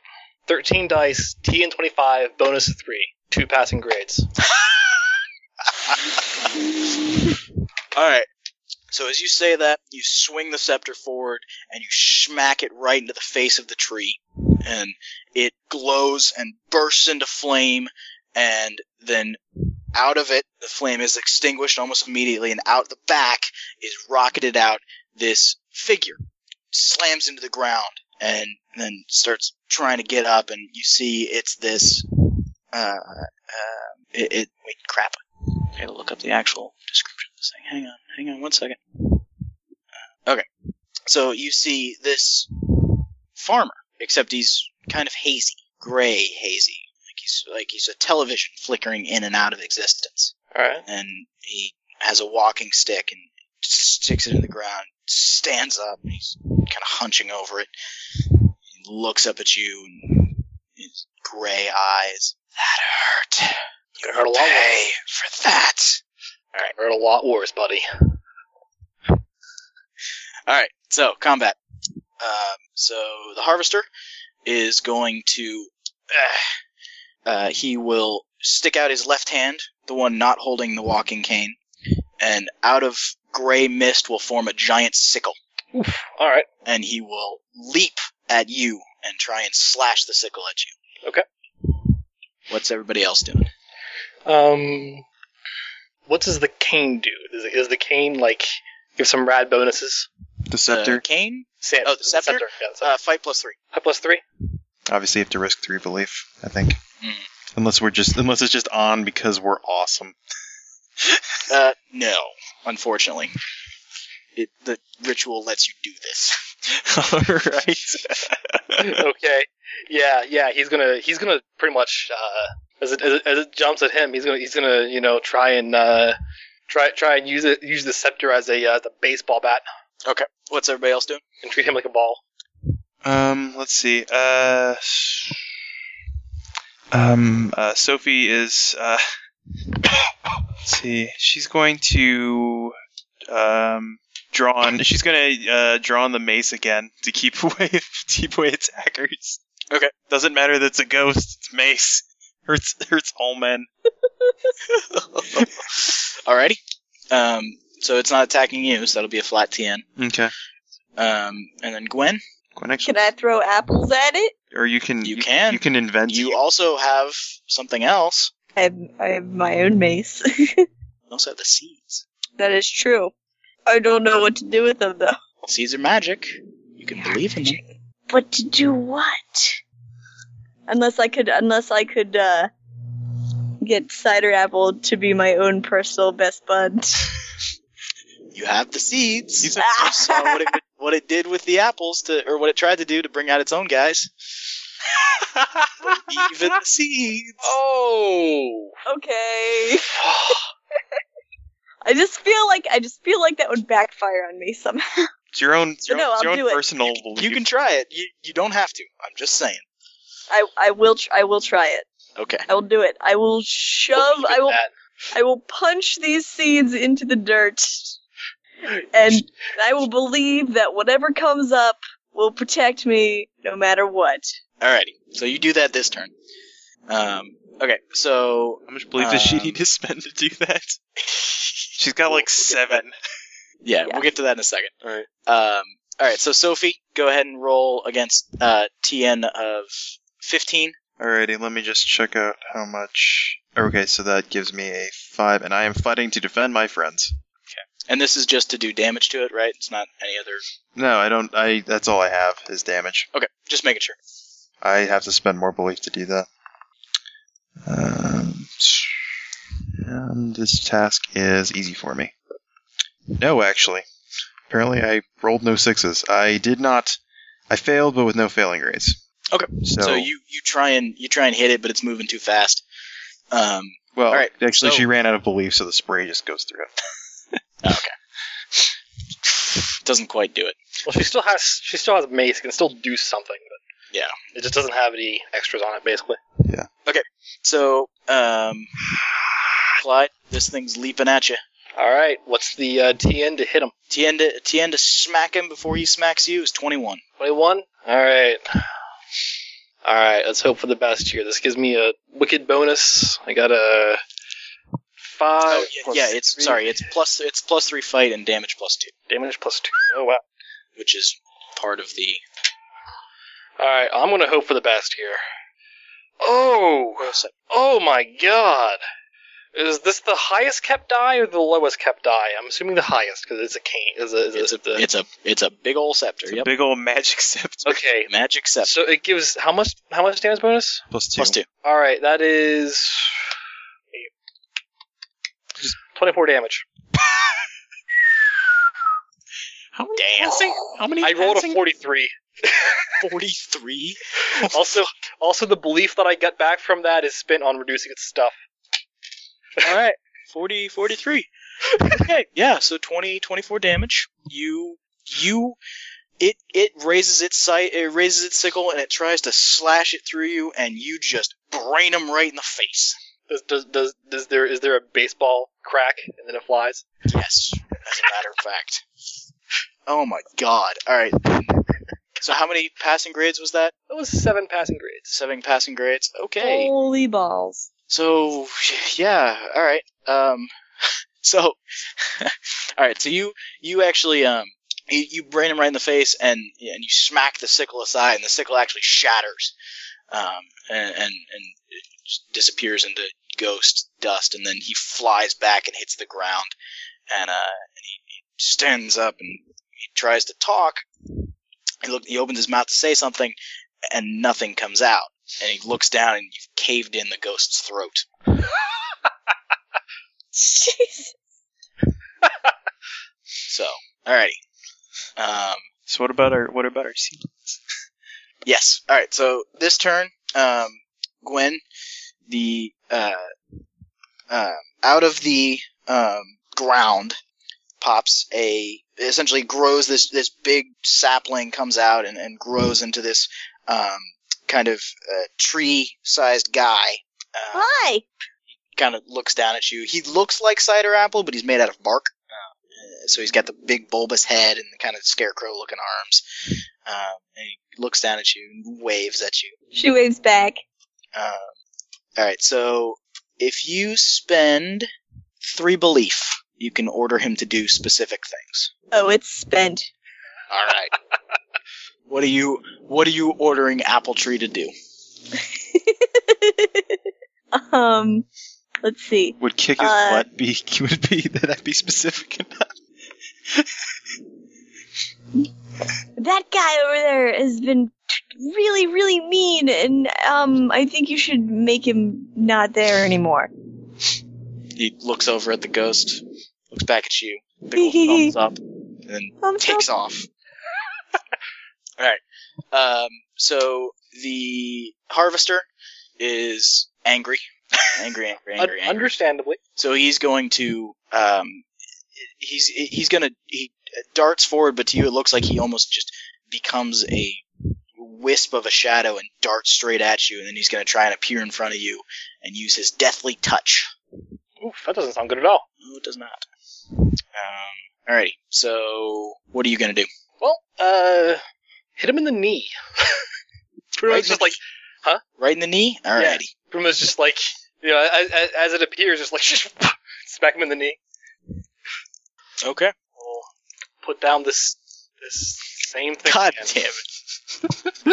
13 dice, T and 25, bonus of 3. Two passing grades. All right. So as you say that, you swing the scepter forward and you smack it right into the face of the tree, and it glows and bursts into flame, and then out of it, the flame is extinguished almost immediately, and out the back is rocketed out this figure, slams into the ground, and then starts trying to get up, and you see it's this. Uh, uh, it, it wait, crap. I gotta look up the actual description of this thing. Hang on, hang on one second. Okay. So you see this farmer, except he's kind of hazy, gray hazy. Like he's like he's a television flickering in and out of existence. All right. And he has a walking stick and sticks it in the ground, stands up, and he's kind of hunching over it. He looks up at you and his gray eyes. That hurt. You That hurt a lot. pay for that. All right. Heard a lot worse, buddy. All right, so combat. Um, so the harvester is going to. uh, he will stick out his left hand, the one not holding the walking cane, and out of gray mist will form a giant sickle, All right. and he will leap at you and try and slash the sickle at you. Okay. What's everybody else doing? Um, what does the cane do? Does, it, does the cane like give some rad bonuses? The scepter, The Uh, cane? Sand, Oh, the scepter? Yeah, the scepter. Uh, fight plus three. High plus three. obviously, you have to risk three belief, I think. Mm. Unless we're just unless it's just on because we're awesome. Uh, no, unfortunately. It, the ritual lets you do this. All right. okay. Yeah, yeah. He's gonna he's gonna pretty much uh, as it, as it as it jumps at him, he's gonna he's gonna you know try and uh, try try and use it use the scepter as a uh, the baseball bat What's everybody else doing? and treat him like a ball. Um, let's see. Uh, um, uh, Sophie is. Uh, let's see. She's going to um, draw on. She's going to uh, draw on the mace again to keep away to keep away attackers. Okay. Doesn't matter that it's a ghost. It's mace. Hurts hurts all men. Alrighty. Um, so it's not attacking you, so that'll be a flat TN. Okay. Um, and then Gwen, Gwen, actually, Can I throw apples at it? or you can you can. you can invent You also have something else. I have, I have my own mace. You also have the seeds. that is true. I don't know what to do with them though. Seeds are magic. You can believe in them. But to do what? Unless I could, unless I could uh, get cider apple to be my own personal best bud. You have the seeds. These You saw what it, what it did with the apples to, or what it tried to do to bring out its own guys. Even the seeds. Oh. Okay. I just feel like I just feel like that would backfire on me somehow. It's your own, it's your No, own, it's your I'll own do it. personal belief. You can try it. You you don't have to. I'm just saying. I I will tr- I will try it. Okay. I will do it. I will shove. I will That. I will punch these seeds into the dirt, and I will believe that whatever comes up will protect me no matter what. Alrighty. So you do that this turn. Um. Okay. So How much belief does she Um, need to spend to do that? She's got like seven. yeah, Yeah. we'll get to that in a second. All right. Um. All right. So Sophie, go ahead and roll against uh TN of fifteen. Alrighty, let me just check out how much. Okay, so that gives me a five, and I am fighting to defend my friends. And this is just to do damage to it, right? It's not any other. No, I don't. I that's all I have is damage. Okay, just making sure. I have to spend more belief to do that. Um, and this task is easy for me. No, actually, apparently I rolled no sixes. I did not. I failed, but with no failing grades. Okay, So, So you you try and you try and hit it, but it's moving too fast. Um. well, all right, actually, so- she ran out of belief, so the spray just goes through it. Doesn't quite do it. Well, she still has she still has mace. Can still do something. But Yeah. It just doesn't have any extras on it, basically. So um. Clyde, this thing's leaping at you. All right. What's the uh, TN to hit him? Tien to, Tien to smack him before he smacks you is 21. 21? Alright. Alright, let's hope for the best here. This gives me a wicked bonus. I got a 5. Oh, yeah, plus yeah, it's three. sorry, it's plus it's plus 3 fight and damage plus 2, Damage plus 2. Oh, wow. which is part of the Alright, I'm going to hope for the best here. Oh! set. Oh my god! Is this the highest kept die or the lowest kept die? I'm assuming the highest because it's a cane. Is a, is It's a the, it's a it's a big ol' scepter. It's a yep. big old magic scepter. okay. Magic scepter So it gives how much? How much damage bonus? Plus two. plus 2. All right, that is twenty-four damage. How many Damn. passing? How many? I rolled a passing- forty-three. 43. Also, also the belief that I got back from that is spent on reducing its stuff. All right. 40 43. okay. Yeah, so 20 24 damage. You you it it raises its sight, it raises its sickle and it tries to slash it through you and you just brain him right in the face. Does does does, does there is there a baseball crack and then it flies? Yes, as a matter of fact. Oh my god. Alright. So how many passing grades was that? That was seven passing grades. Seven passing grades? Okay. Holy balls! So yeah, alright. Um so alright, so you you actually um you, you brain him right in the face and and you smack the sickle aside and the sickle actually shatters. Um and and, and it just disappears into ghost dust and then he flies back and hits the ground and uh and he, he stands up and he tries to talk. He look he opens his mouth to say something and nothing comes out. And he looks down and you've caved in the ghost's throat. Jeez. So, alrighty. Um, So what about our? What about our seeds? yes. Alright, so this turn, um, Gwen, the, uh, uh, out of the, um, ground pops a, essentially grows this, this big sapling comes out and, and grows into this, um, kind of, uh, tree sized guy. Uh, Hi. kind of looks down at you. He looks like cider apple, but he's made out of bark. Uh, so he's got the big bulbous head and the kind of scarecrow looking arms. Um, and he looks down at you and waves at you. She waves back. Um, all right, so if you spend three belief, you can order him to do specific things. Oh, it's spent. All right. what are you What are you ordering Apple Tree to do? um, let's see. Would kick his Uh, butt be would be that be specific enough? That guy over there has been really, really mean, and um, I think you should make him not there anymore. He looks over at the ghost, looks back at you, big old thumbs up, and then Thumbs up. takes off. All right. Um, so the harvester is angry, angry, angry, Un- angry, angry. understandably. So he's going to um, he's he's gonna he darts forward, but to you it looks like he almost just becomes a wisp of a shadow and darts straight at you, and then he's gonna try and appear in front of you and use his deathly touch. Oof, that doesn't sound good at all. No, it does not. Um, alrighty. So what are you gonna do? Well, uh, hit him in the knee. Pretty Right much just in the- like Right in the knee. Alrighty. Yeah. pretty much just like you know, as, as, as it appears, just like smack him in the knee. Okay. We'll put down this this same thing. God again. damn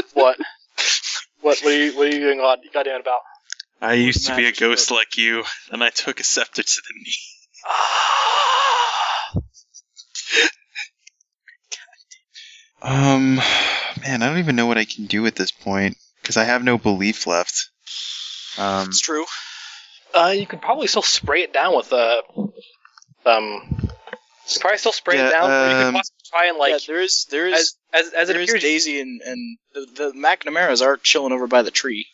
it. What? What? What are you? What are you doing? God, goddamn about? I used to be a Magic ghost like you, and I took a scepter to the knee. Um, man, I don't even know what I can do at this point because I have no belief left. Um, It's true. Uh, you could probably still spray it down with uh, um. You could probably still spray Yeah, it down. or you could um, possibly try and yeah, like there is there is as as as it There's appears. Daisy and, and the, the McNamara's are chilling over by the tree.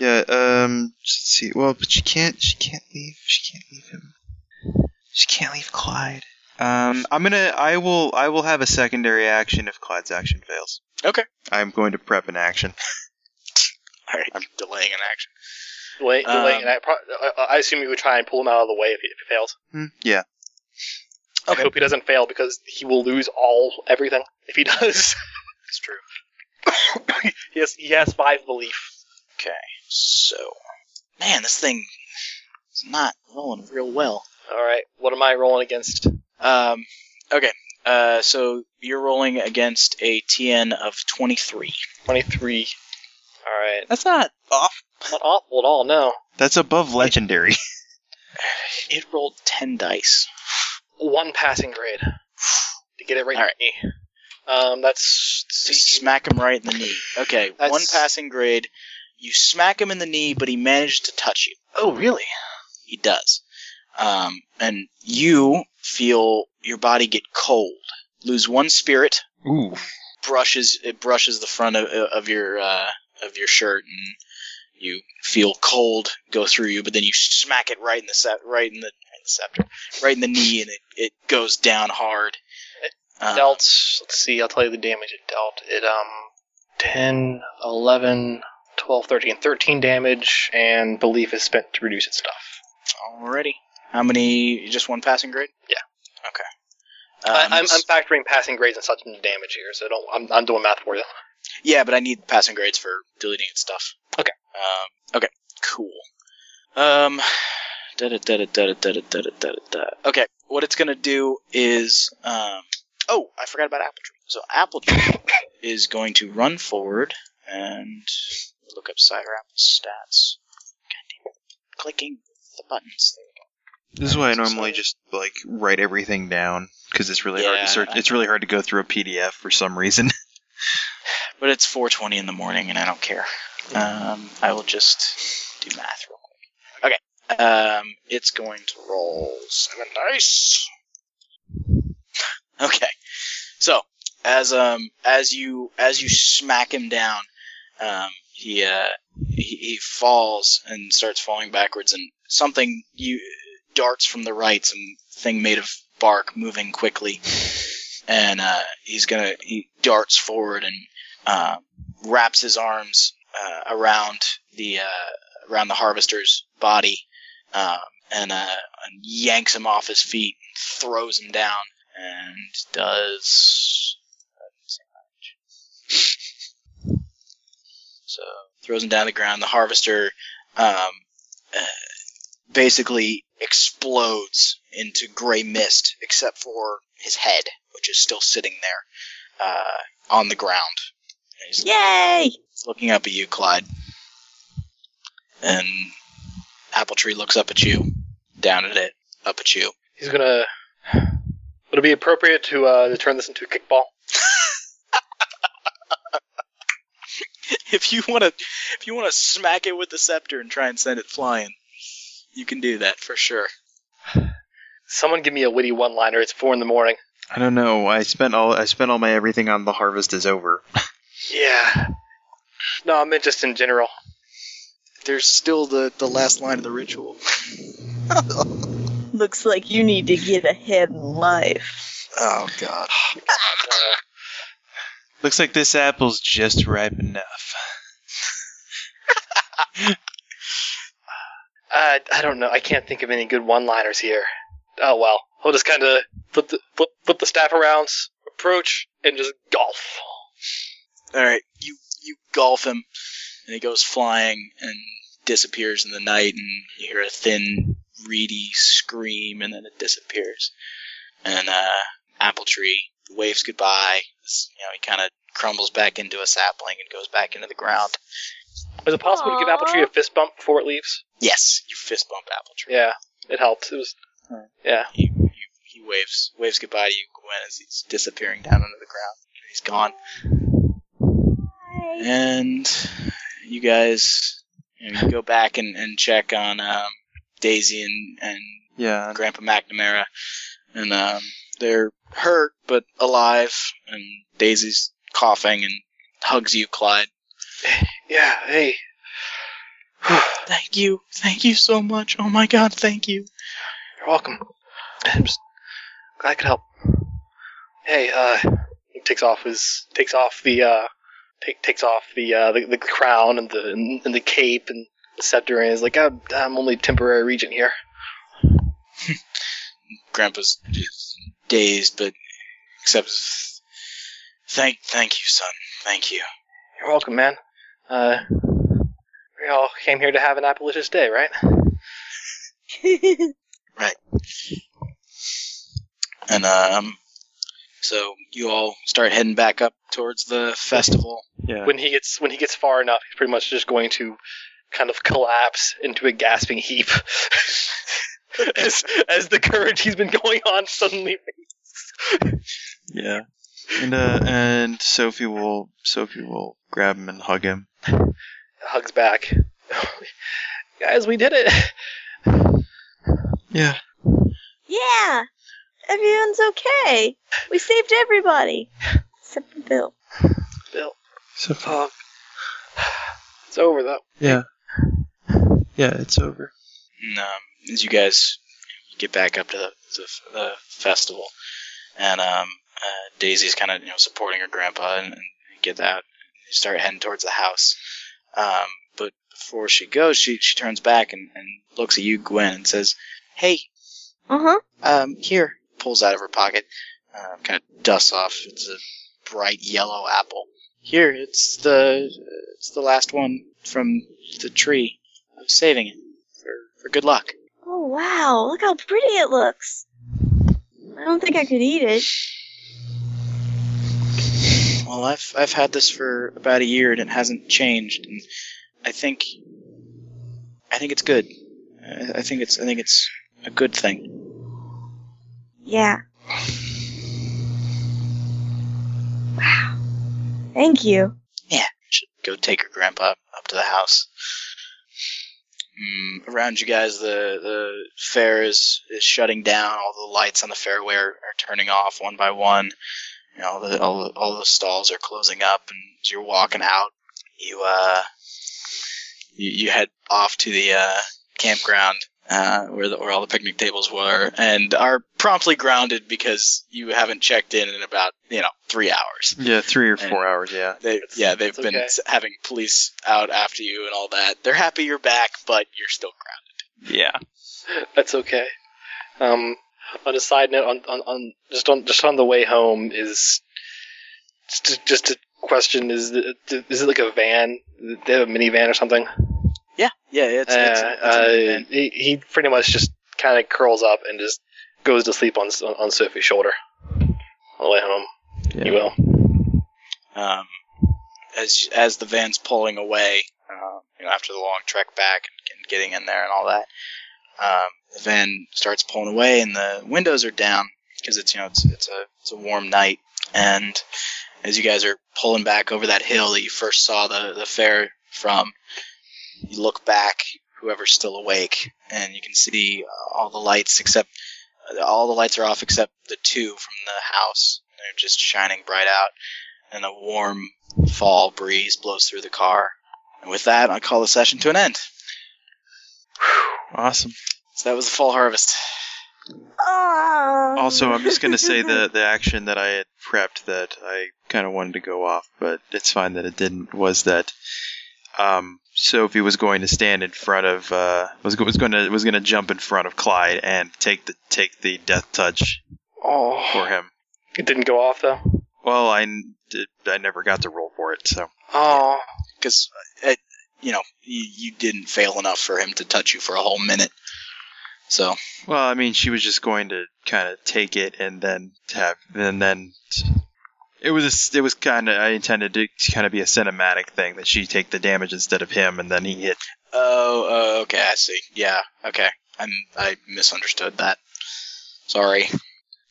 yeah. Um, let's see. Well, but she can't. She can't leave. She can't leave him. She can't leave Clyde. Um, I'm gonna. I will. I will have a secondary action if Clyde's action fails. Okay. I'm going to prep an action. All right, I'm delaying an action. Delay, delaying um, that. Pro- I, I assume you would try and pull him out of the way if he, if he fails. Hmm, yeah. Okay. I hope he doesn't fail because he will lose all everything if he does. It's true. he has he has five belief. Okay, so man, this thing is not rolling real well. All right, what am I rolling against? Um, okay, uh, so you're rolling against a TN of 23. Twenty three. All right, That's not off. not awful at all. No. That's above legendary. It rolled 10 dice. one passing grade to get it right. All right. in the knee. Um, that's Just smack him right in the knee. Okay, That's- one passing grade. You smack him in the knee, but he managed to touch you. oh really? He does. Um, and you feel your body get cold, lose one spirit, Ooh. brushes it brushes the front of, of your uh, of your shirt, and you feel cold go through you. But then you smack it right in the sep- right in the, in the scepter, right in the knee, and it, it goes down hard. It Uh, dealt. Let's see. I'll tell you the damage it dealt. It um, 10, 11, 12, 13, 13 damage, and belief is spent to reduce its stuff. Um, already. How many? Just one passing grade. Yeah. Okay. I, Um, I'm, I'm factoring passing grades and such into damage here, so don't. I'm, I'm doing math for you. Yeah, but I need passing grades for deleting its stuff. Okay. Um, okay. Cool. Um. Da da da da da da da da da da. Okay. What it's gonna do is um. Oh, I forgot about Apple Tree. So Apple Tree is going to run forward and look up Cyrapple's stats. God damn it. Clicking the buttons. This is why I I'm normally sorry. just like write everything down because it's really hard Yeah, to search. I- It's really hard to go through a PDF for some reason. But it's 4:20 in the morning, and I don't care. Um, I will just do math real quick. Okay. Um, it's going to roll seven dice. Okay. So as um as you as you smack him down, um he uh he, he falls and starts falling backwards, and something you darts from the right, some thing made of bark, moving quickly, and uh, he's gonna he darts forward and uh, wraps his arms uh, around the uh, around the harvester's body um, and, uh, and yanks him off his feet, throws him down, and does. So throws him down to the ground. The harvester um, uh, basically explodes into gray mist, except for his head, which is still sitting there uh, on the ground. And he's Yay! looking up at you, Clyde. And Apple Tree looks up at you, down at it, up at you. He's gonna. Would it be appropriate to uh, to turn this into a kickball? If you want to, if you want to smack it with the scepter and try and send it flying, you can do that for sure. Someone give me a witty one-liner. It's four in the morning. I don't know. I spent all I spent all my everything on the harvest is over. Yeah. No, I meant just in general. There's still the, the last line of the ritual. Looks like you need to get ahead in life. Oh god. Looks like this apple's just ripe enough. I Uh, I don't know. I can't think of any good one-liners here. Oh well, he'll just kind of flip the flip, flip the staff around, approach, and just golf. All right, you you golf him, and he goes flying and disappears in the night, and you hear a thin, reedy scream, and then it disappears. And uh, apple tree waves goodbye. It's- You know, he kind of crumbles back into a sapling and goes back into the ground. Is it possible to give Apple Tree a fist bump before it leaves? Yes, you fist bump apple tree. Yeah, it helps. It was. Alright. Yeah. He, you, he waves waves goodbye to you, Gwen, as he's disappearing down under the ground. He's gone. Bye. And you guys you, know, you go back and, and check on um, Daisy and, and Yeah. Grandpa McNamara. And um, they're hurt but alive. And Daisy's coughing and hugs you, Clyde. Yeah. Hey. You're Thank you. Thank you so much. Oh my god, thank you. welcome. I'm just glad I could help. Hey. Uh, he takes off his takes off the uh take, takes off the uh the, the crown and the and the cape and the scepter and is like I'm, I'm only temporary regent here. Grandpa's just dazed but accepts. Thank, thank you, son. Thank you. You're welcome, man. Uh, we all came here to have an Appalicious day, right? And um, so you all start heading back up towards the festival. Yeah. when he gets when he gets far enough, he's pretty much just going to kind of collapse into a gasping heap as, as the current he's been going on suddenly. Yeah. And uh, and Sophie will Sophie will grab him and hug him. Hugs back. Guys, we did it. Yeah. Yeah, everyone's okay. We saved everybody except for Bill. Sophie. Um, it's over though. Yeah. Yeah, it's over. And, um, as you guys get back up to the, the, the festival, and um, uh, Daisy's kind of you know supporting her grandpa and, and get out. They start heading towards the house. Um, but before she goes, she she turns back and, and looks at you, Gwen, and says, "Hey, Uh huh. um, here." Pulls out of her pocket, uh, kind of dusts off. It's a bright yellow apple. Here, it's the it's the last one from the tree. I'm saving it for for good luck. Oh wow, look how pretty it looks. I don't think I could eat it. Well, I've I've had this for about a year and it hasn't changed, and I think I think it's good. I I think it's I think it's a good thing. Yeah. Wow. Thank you. Should go take her grandpa up, up to the house. Mm, around you guys, the the fair is is shutting down. All the lights on the fairway are, are turning off one by one. You know, all the all the, all the stalls are closing up, and as you're walking out, you uh you, you head off to the uh, campground uh, where the, where all the picnic tables were, and are promptly grounded because you haven't checked in in about you know three hours. Yeah, three or four hours. Yeah. They, It's- yeah, they've it's been okay. s having police out after you and all that. They're happy you're back, but you're still grounded. Yeah. That's okay. Um, on a side note, on, on, on just on just on the way home is just just a question: is the, is it like a van? Do They have a minivan or something. Yeah, yeah, it's, it's, Uh, it's amazing. uh, he, he pretty much just kind of curls up and just goes to sleep on on Sophie's shoulder on the way home. You will. um, as as the van's pulling away, um, you know, after the long trek back and, and getting in there and all that, um, the van starts pulling away and the windows are down because it's you know it's it's a it's a warm night and as you guys are pulling back over that hill that you first saw the the fair from, you look back, whoever's still awake, and you can see uh, all the lights except all the lights are off except the two from the house. They're just shining bright out and a warm fall breeze blows through the car. And with that, I call the session to an end. Awesome. So that was the fall harvest. Also, I'm just gonna say the the action that I had prepped that I kind of wanted to go off, but it's fine that it didn't. Was that um, Sophie was going to stand in front of uh, was go- was going to was going to jump in front of Clyde and take the take the death touch Oh, for him. it didn't go off though. Well, I n- did, I never got to roll for it, so Oh, Because, eh, you know, you, you didn't fail enough for him to touch you for a whole minute. So, well, I mean, she was just going to kind of take it and then have and then it was a s it was kind of I intended to kind of be a cinematic thing that she take the damage instead of him and then he hit oh, uh, okay, I see. Yeah, okay. I'm, I misunderstood that. Sorry.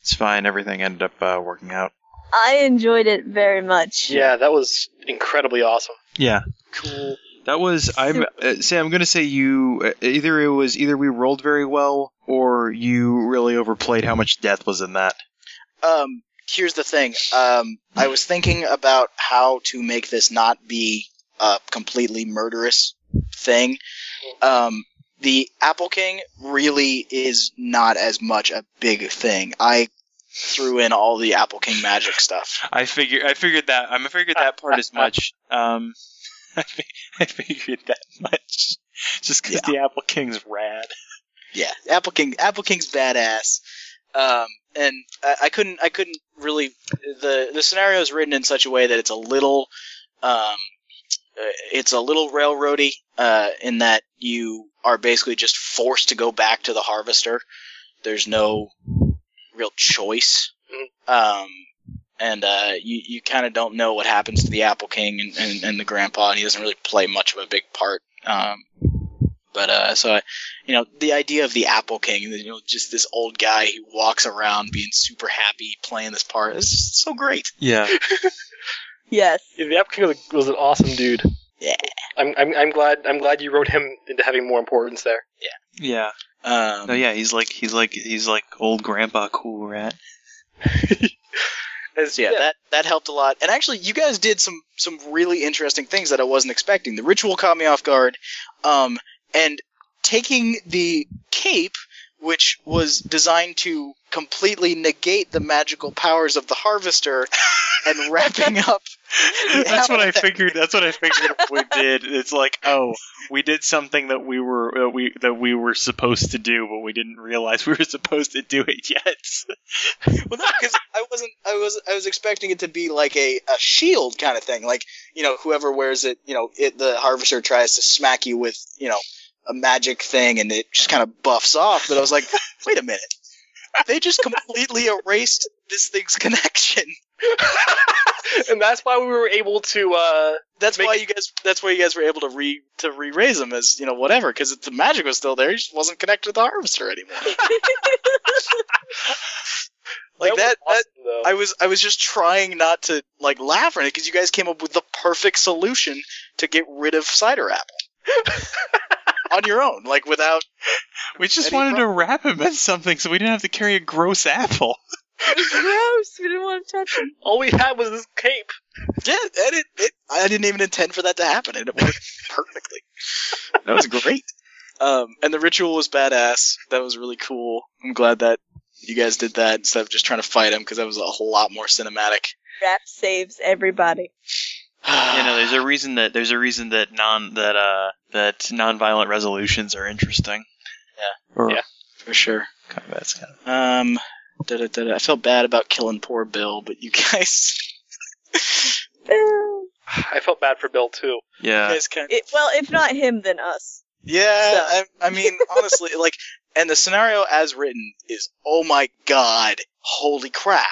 It's fine. Everything ended up uh, working out. I enjoyed it very much. yeah, that was incredibly awesome. Yeah, Cool. that was. I'm uh, Sam. I'm gonna say you. Uh, either it was either we rolled very well, or you really overplayed how much death was in that. Um, here's the thing. Um, I was thinking about how to make this not be a completely murderous thing. Um, the Apple King really is not as much a big thing. I threw in all the Apple King magic stuff. I figure I figured that I'm I figured that part as much. Um, I, fi- I figured that much just because the Apple King's rad. Yeah, Apple King. Apple King's badass. Um, and I, I couldn't. I couldn't really. The the scenario is written in such a way that it's a little. Um, uh, it's a little railroady uh, in that you are basically just forced to go back to the harvester. There's no real choice, um, and uh, you you kind of don't know what happens to the Apple King and, and, and the Grandpa, and he doesn't really play much of a big part. Um, but uh, so I, you know, the idea of the Apple King, you know, just this old guy who walks around being super happy playing this part, it's just so great. Yeah, Yes. Yeah, the applicant was, was an awesome dude. Yeah. I'm, I'm, I'm glad I'm glad you wrote him into having more importance there. yeah. Um, No, yeah. He's like he's like he's like old grandpa cool rat. So yeah, that that helped a lot. And actually, you guys did some some really interesting things that I wasn't expecting. The ritual caught me off guard, um, and taking the cape, which was designed to completely negate the magical powers of the harvester, and wrapping up. that's what I figured. That's what I figured we did. It's like, oh, we did something that we were uh, we that we were supposed to do, but we didn't realize we were supposed to do it yet. Well, no, because I wasn't. I was. I was expecting it to be like a, a shield kind of thing. Like you know, whoever wears it, you know, it the harvester tries to smack you with you know a magic thing, and it just kind of buffs off. But I was like, wait a minute, they just completely erased this thing's connection. and that's why we were able to. Uh, That's Make- why you guys. That's why you guys were able to re to re raise them as you know whatever because the magic was still there. He just wasn't connected to the harvester anymore. Like that. that was awesome, though. I was I was just trying not to like laugh or anything because you guys came up with the perfect solution to get rid of cider apple on your own, like without. We just Any wanted pro- to wrap him in something so we didn't have to carry a gross apple. It was gross. We didn't want to touch him. All we had was this cape. Yeah, and it, it, I didn't even intend for that to happen, and it worked perfectly. That was great. Um, and the ritual was badass. That was really cool. I'm glad that you guys did that instead of just trying to fight him because that was a whole lot more cinematic. Rap saves everybody. you know, there's a reason that there's a reason that non that uh that nonviolent resolutions are interesting. for sure. Combat's kind of Um, da-da-da-da. I felt bad about killing poor Bill, but you guys, it, I felt bad for Bill too. you yeah. guys kind of. Eh, well, if not him, then us. Yeah, So- I, I mean, honestly, like, and the scenario as written is, oh my god, holy crap!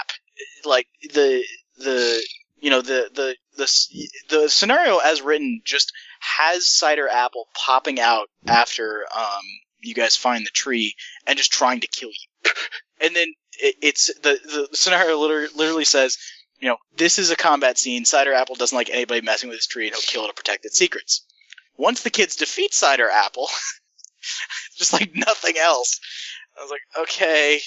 Like the the you know the the the s- the scenario as written just has cider apple popping out after um you guys find the tree and just trying to kill you, and then it, it's the the scenario literally, literally says. You know, this is a combat scene. Cider Apple doesn't like anybody messing with his tree, and he'll kill it to protect its secrets once the kids defeat Cider Apple, just like nothing else. I was like, okay,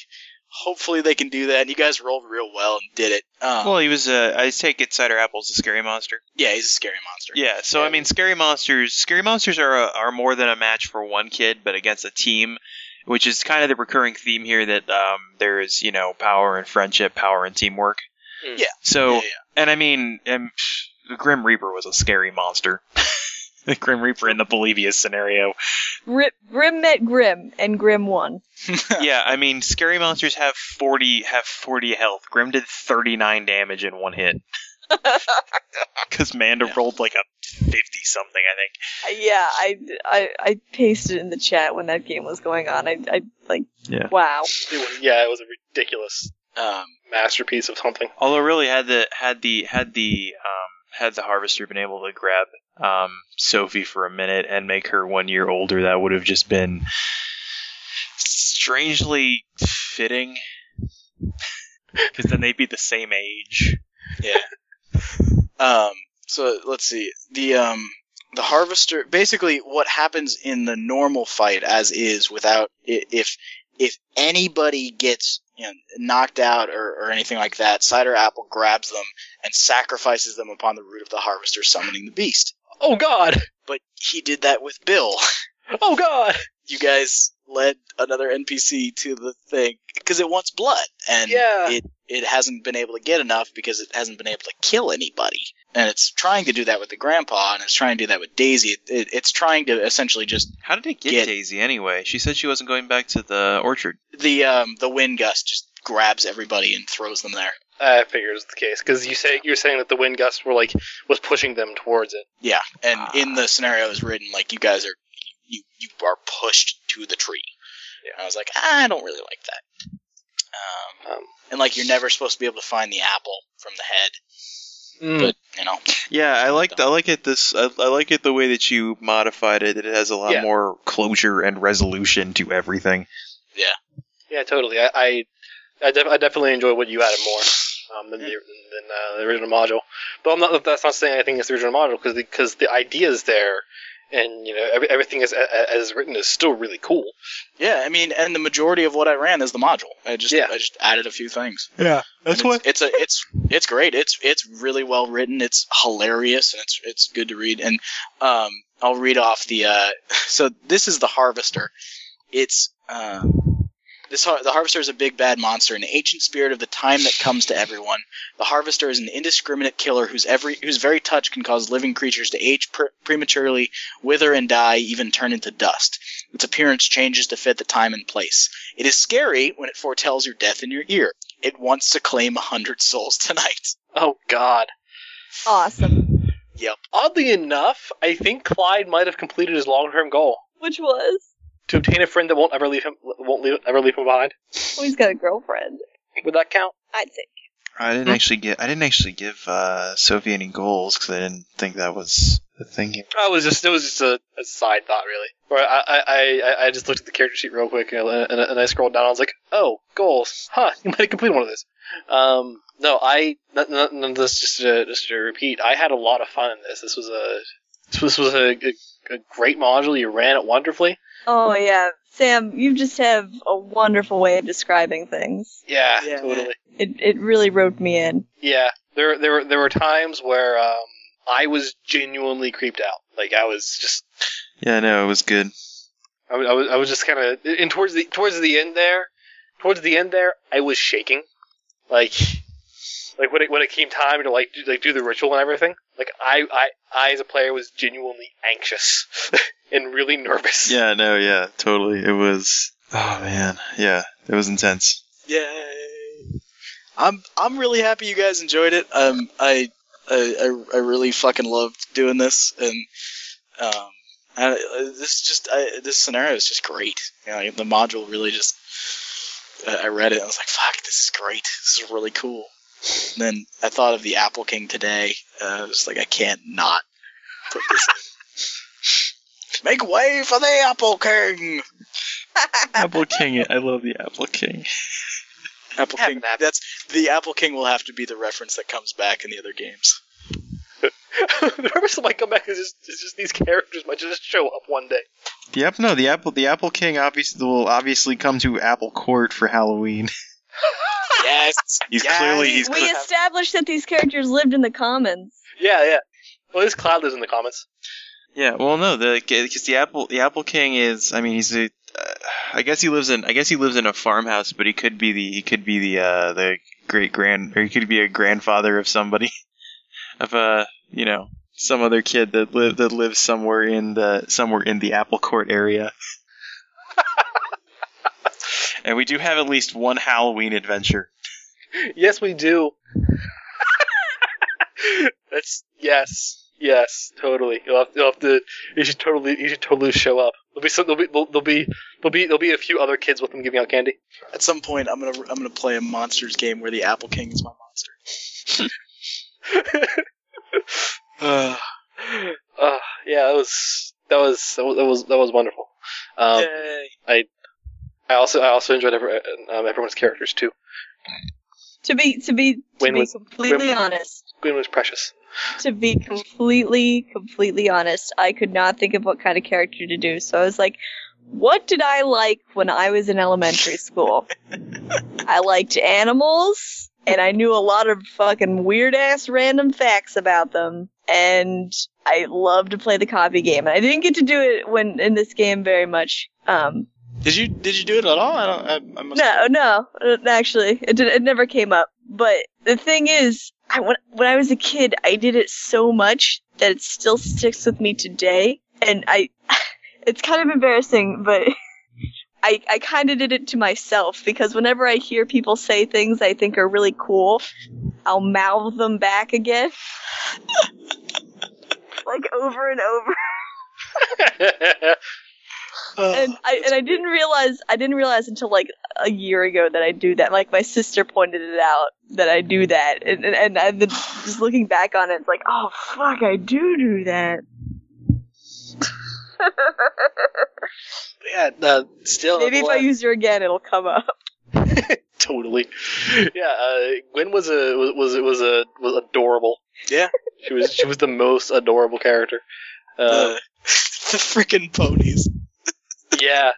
Hopefully they can do that. And you guys rolled real well and did it. Um, Well, he was. Uh, I take it Cider Apple's a scary monster. yeah, he's a scary monster. Yeah. So I mean, scary monsters. Scary monsters are a, are more than a match for one kid, but against a team, which is kind of the recurring theme here. That um, there is you know power and friendship, power and teamwork. Mm. Yeah. So Yeah, yeah. and I mean, and pff, the Grim Reaper was a scary monster. the Grim Reaper in the Polybius scenario. Grim, Grim met Grim, and Grim won. yeah, I mean, scary monsters have forty have forty health. Grim did thirty nine damage in one hit. Because Manda Yeah. rolled like a fifty something, I think. Uh, Yeah, I, I, I pasted in the chat when that game was going on. I, I like, Yeah. wow. It was, yeah, it was a ridiculous Um, masterpiece of something. Although really had the had the had the um, had the harvester been able to grab um, Sophie for a minute and make her one year older, that would have just been strangely fitting. Because then they'd be the same age. Um, so let's see. The um, the harvester. Basically, what happens in the normal fight, as is, without i- if if anybody gets you know, knocked out or, or anything like that, Cider Apple grabs them and sacrifices them upon the root of the harvester, summoning the beast. Oh God! But he did that with Bill. Oh God! You guys led another NPC to the thing because it wants blood, and Yeah. it it hasn't been able to get enough because it hasn't been able to kill anybody. And it's trying to do that with the grandpa, and it's trying to do that with Daisy. It, it, it's trying to essentially just How did it get Yeah. Daisy anyway? She said she wasn't going back to the orchard. the um, the wind gust just grabs everybody and throws them there. I figure it's the case because you say you're saying that the wind gusts were like was pushing them towards it. Yeah, and Ah. in the scenario is written like you guys are you you are pushed to the tree. And I was like, "Ah, I don't really like that. Um, Um, and like you're never supposed to be able to find the apple from the head, but- Mm. but you know, Yeah, I like I like it this I, I like it the way that you modified it. That it has a lot Yeah. more closure and resolution to everything. yeah, totally. I I, I, def- I definitely enjoy what you added more um, than the than uh, the original module. But I'm not. That's not saying anything against the original module because because the, idea is there, and you know every, everything is a- a- as written is still really cool. Yeah, I mean, and the majority of what I ran is the module. I just Yeah. I just added a few things. Yeah, And it's, it's a it's it's great. It's it's really well written. It's hilarious and it's it's good to read. And um, I'll read off the uh, so this is the harvester. It's um, this har- the harvester is a big bad monster, an ancient spirit of the time that comes to everyone. The harvester is an indiscriminate killer whose every whose very touch can cause living creatures to age pre- prematurely, wither and die, even turn into dust. Its appearance changes to fit the time and place. It is scary when it foretells your death in your ear. It wants to claim a hundred souls tonight. Oh God. Awesome. Oddly enough, I think Clyde might have completed his long-term goal Which was? to obtain a friend that won't ever leave him won't leave, ever leave him behind. Well, he's got a girlfriend. Would that count? I'd say. I Hmm. didn't actually get I didn't actually give uh, Sophie any goals because I didn't think that was the thing. here. I was just it was just a, a side thought really. Where I, I I I just looked at the character sheet real quick and, and, and I scrolled down. I was like, oh, goals, huh? You might have completed one of those. Um, no, I n- n- n- this just to, just to repeat. I had a lot of fun in this. This was a this was a, a, a great module. You ran it wonderfully. Oh yeah, Sam, you just have a wonderful way of describing things. Yeah, Yeah. totally. It it really roped me in. Yeah, there there were there were times where um, I was genuinely creeped out. Like I was just Yeah, no, it was good. I was, I was, I was just kind of and towards the towards the end there, towards the end there, I was shaking, like, like when it when it came time to like do, like do the ritual and everything, like I I I as a player was genuinely anxious and really nervous. Yeah, no, yeah, totally. It was. Oh man, yeah, it was intense. Yay! I'm I'm really happy you guys enjoyed it. Um, I I I- I really fucking loved doing this, and um, I, I- this just I, this scenario is just great. You know, like, the module really just uh, I I read it. I was like, fuck, this is great. This is really cool. And then I thought of the Apple King today. Uh, I was like, I can't not put this. in. Make way for the Apple King. Apple King, I love the Apple King. Apple Have King. an apple. That's the Apple King will have to be the reference that comes back in the other games. the purpose of my comeback is just, is just these characters might just show up one day. Yep, no, the Apple, the Apple King obviously will obviously come to Apple Court for Halloween. Yes. He's Yes. clearly We, he's we clear- established that these characters lived in the commons. Yeah, yeah. Well, this cloud lives in the comments. Yeah, well, no, the because the apple the apple king is. I mean, he's a. Uh, I guess he lives in. I guess he lives in a farmhouse, but he could be the. He could be the. Uh, the great grand, or he could be a grandfather of somebody, of uh, you know, some other kid that live that lives somewhere in the somewhere in the apple court area. and we do have at least one Halloween adventure. Yes, we do. That's yes, yes, totally. You'll have, you'll have to. You should totally. You should totally show up. There'll be some. There'll be. There'll, there'll be. There'll be. There'll be a few other kids with them giving out candy. At some point, I'm gonna I'm gonna play a monsters game where the Apple King is my monster. uh, uh, yeah, that was that was that was- that was that was wonderful. Um, Yay. I also I also enjoyed every, um, everyone's characters too. To be to be to When be was- completely when- honest, Gwyn was precious. to be completely, completely honest, I could not think of what kind of character to do. So I was like, what did I like when I was in elementary school? I liked animals, and I knew a lot of fucking weird ass random facts about them. And I loved to play the copy game. And I didn't get to do it when in this game very much. Um, Did you did you do it at all? I don't. I, I must no, no, uh, actually, it did, it never came up. But the thing is, I when, when I was a kid, I did it so much that it still sticks with me today, and I, it's kind of embarrassing, but. I, I kind of did it to myself because whenever I hear people say things I think are really cool, I'll mouth them back again. like over and over and I and I didn't realize I didn't realize until like a year ago that I do that. Like my sister pointed it out that I do that, and and, and I've been just looking back on it, it's like oh fuck, I do do that. yeah, uh, still Maybe if I use her again, it'll come up. totally. Yeah, uh, Gwen was a was was was a was adorable. Yeah. she was she was the most adorable character. Uh, the, the freaking ponies. yeah,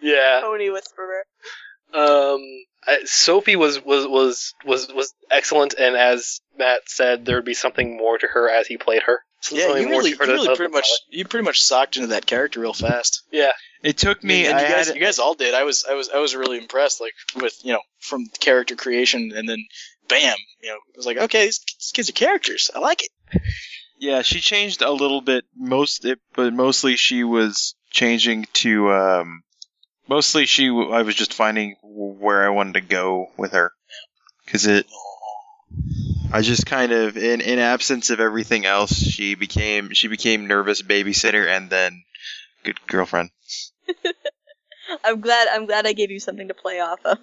yeah. Pony whisperer. Um, I, Sophie was was was was was excellent, and as Matt said, there would be something more to her as he played her. So Yeah, something you more really, to you her to- really of- pretty much you pretty much socked into that character real fast. It took me. and I you guys, had, you guys all did. I was I was I was really impressed. Like with you know from character creation and then bam, you know it was like okay these, these kids are characters. I like it. Yeah, she changed a little bit. Most, it, but mostly she was changing to. um Mostly she. w- I was just finding where I wanted to go with her, because it. I just kind of, in in absence of everything else, she became she became nervous babysitter and then good girlfriend. I'm glad I'm glad I gave you something to play off of.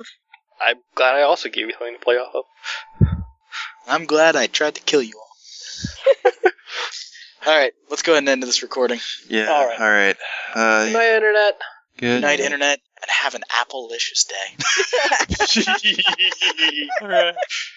I'm glad I also gave you something to play off of. I'm glad I tried to kill you all. all right, let's go ahead and end this recording. Yeah. All All right. right. Uh, My internet. good Good night, internet, and have an apple-licious day. All right.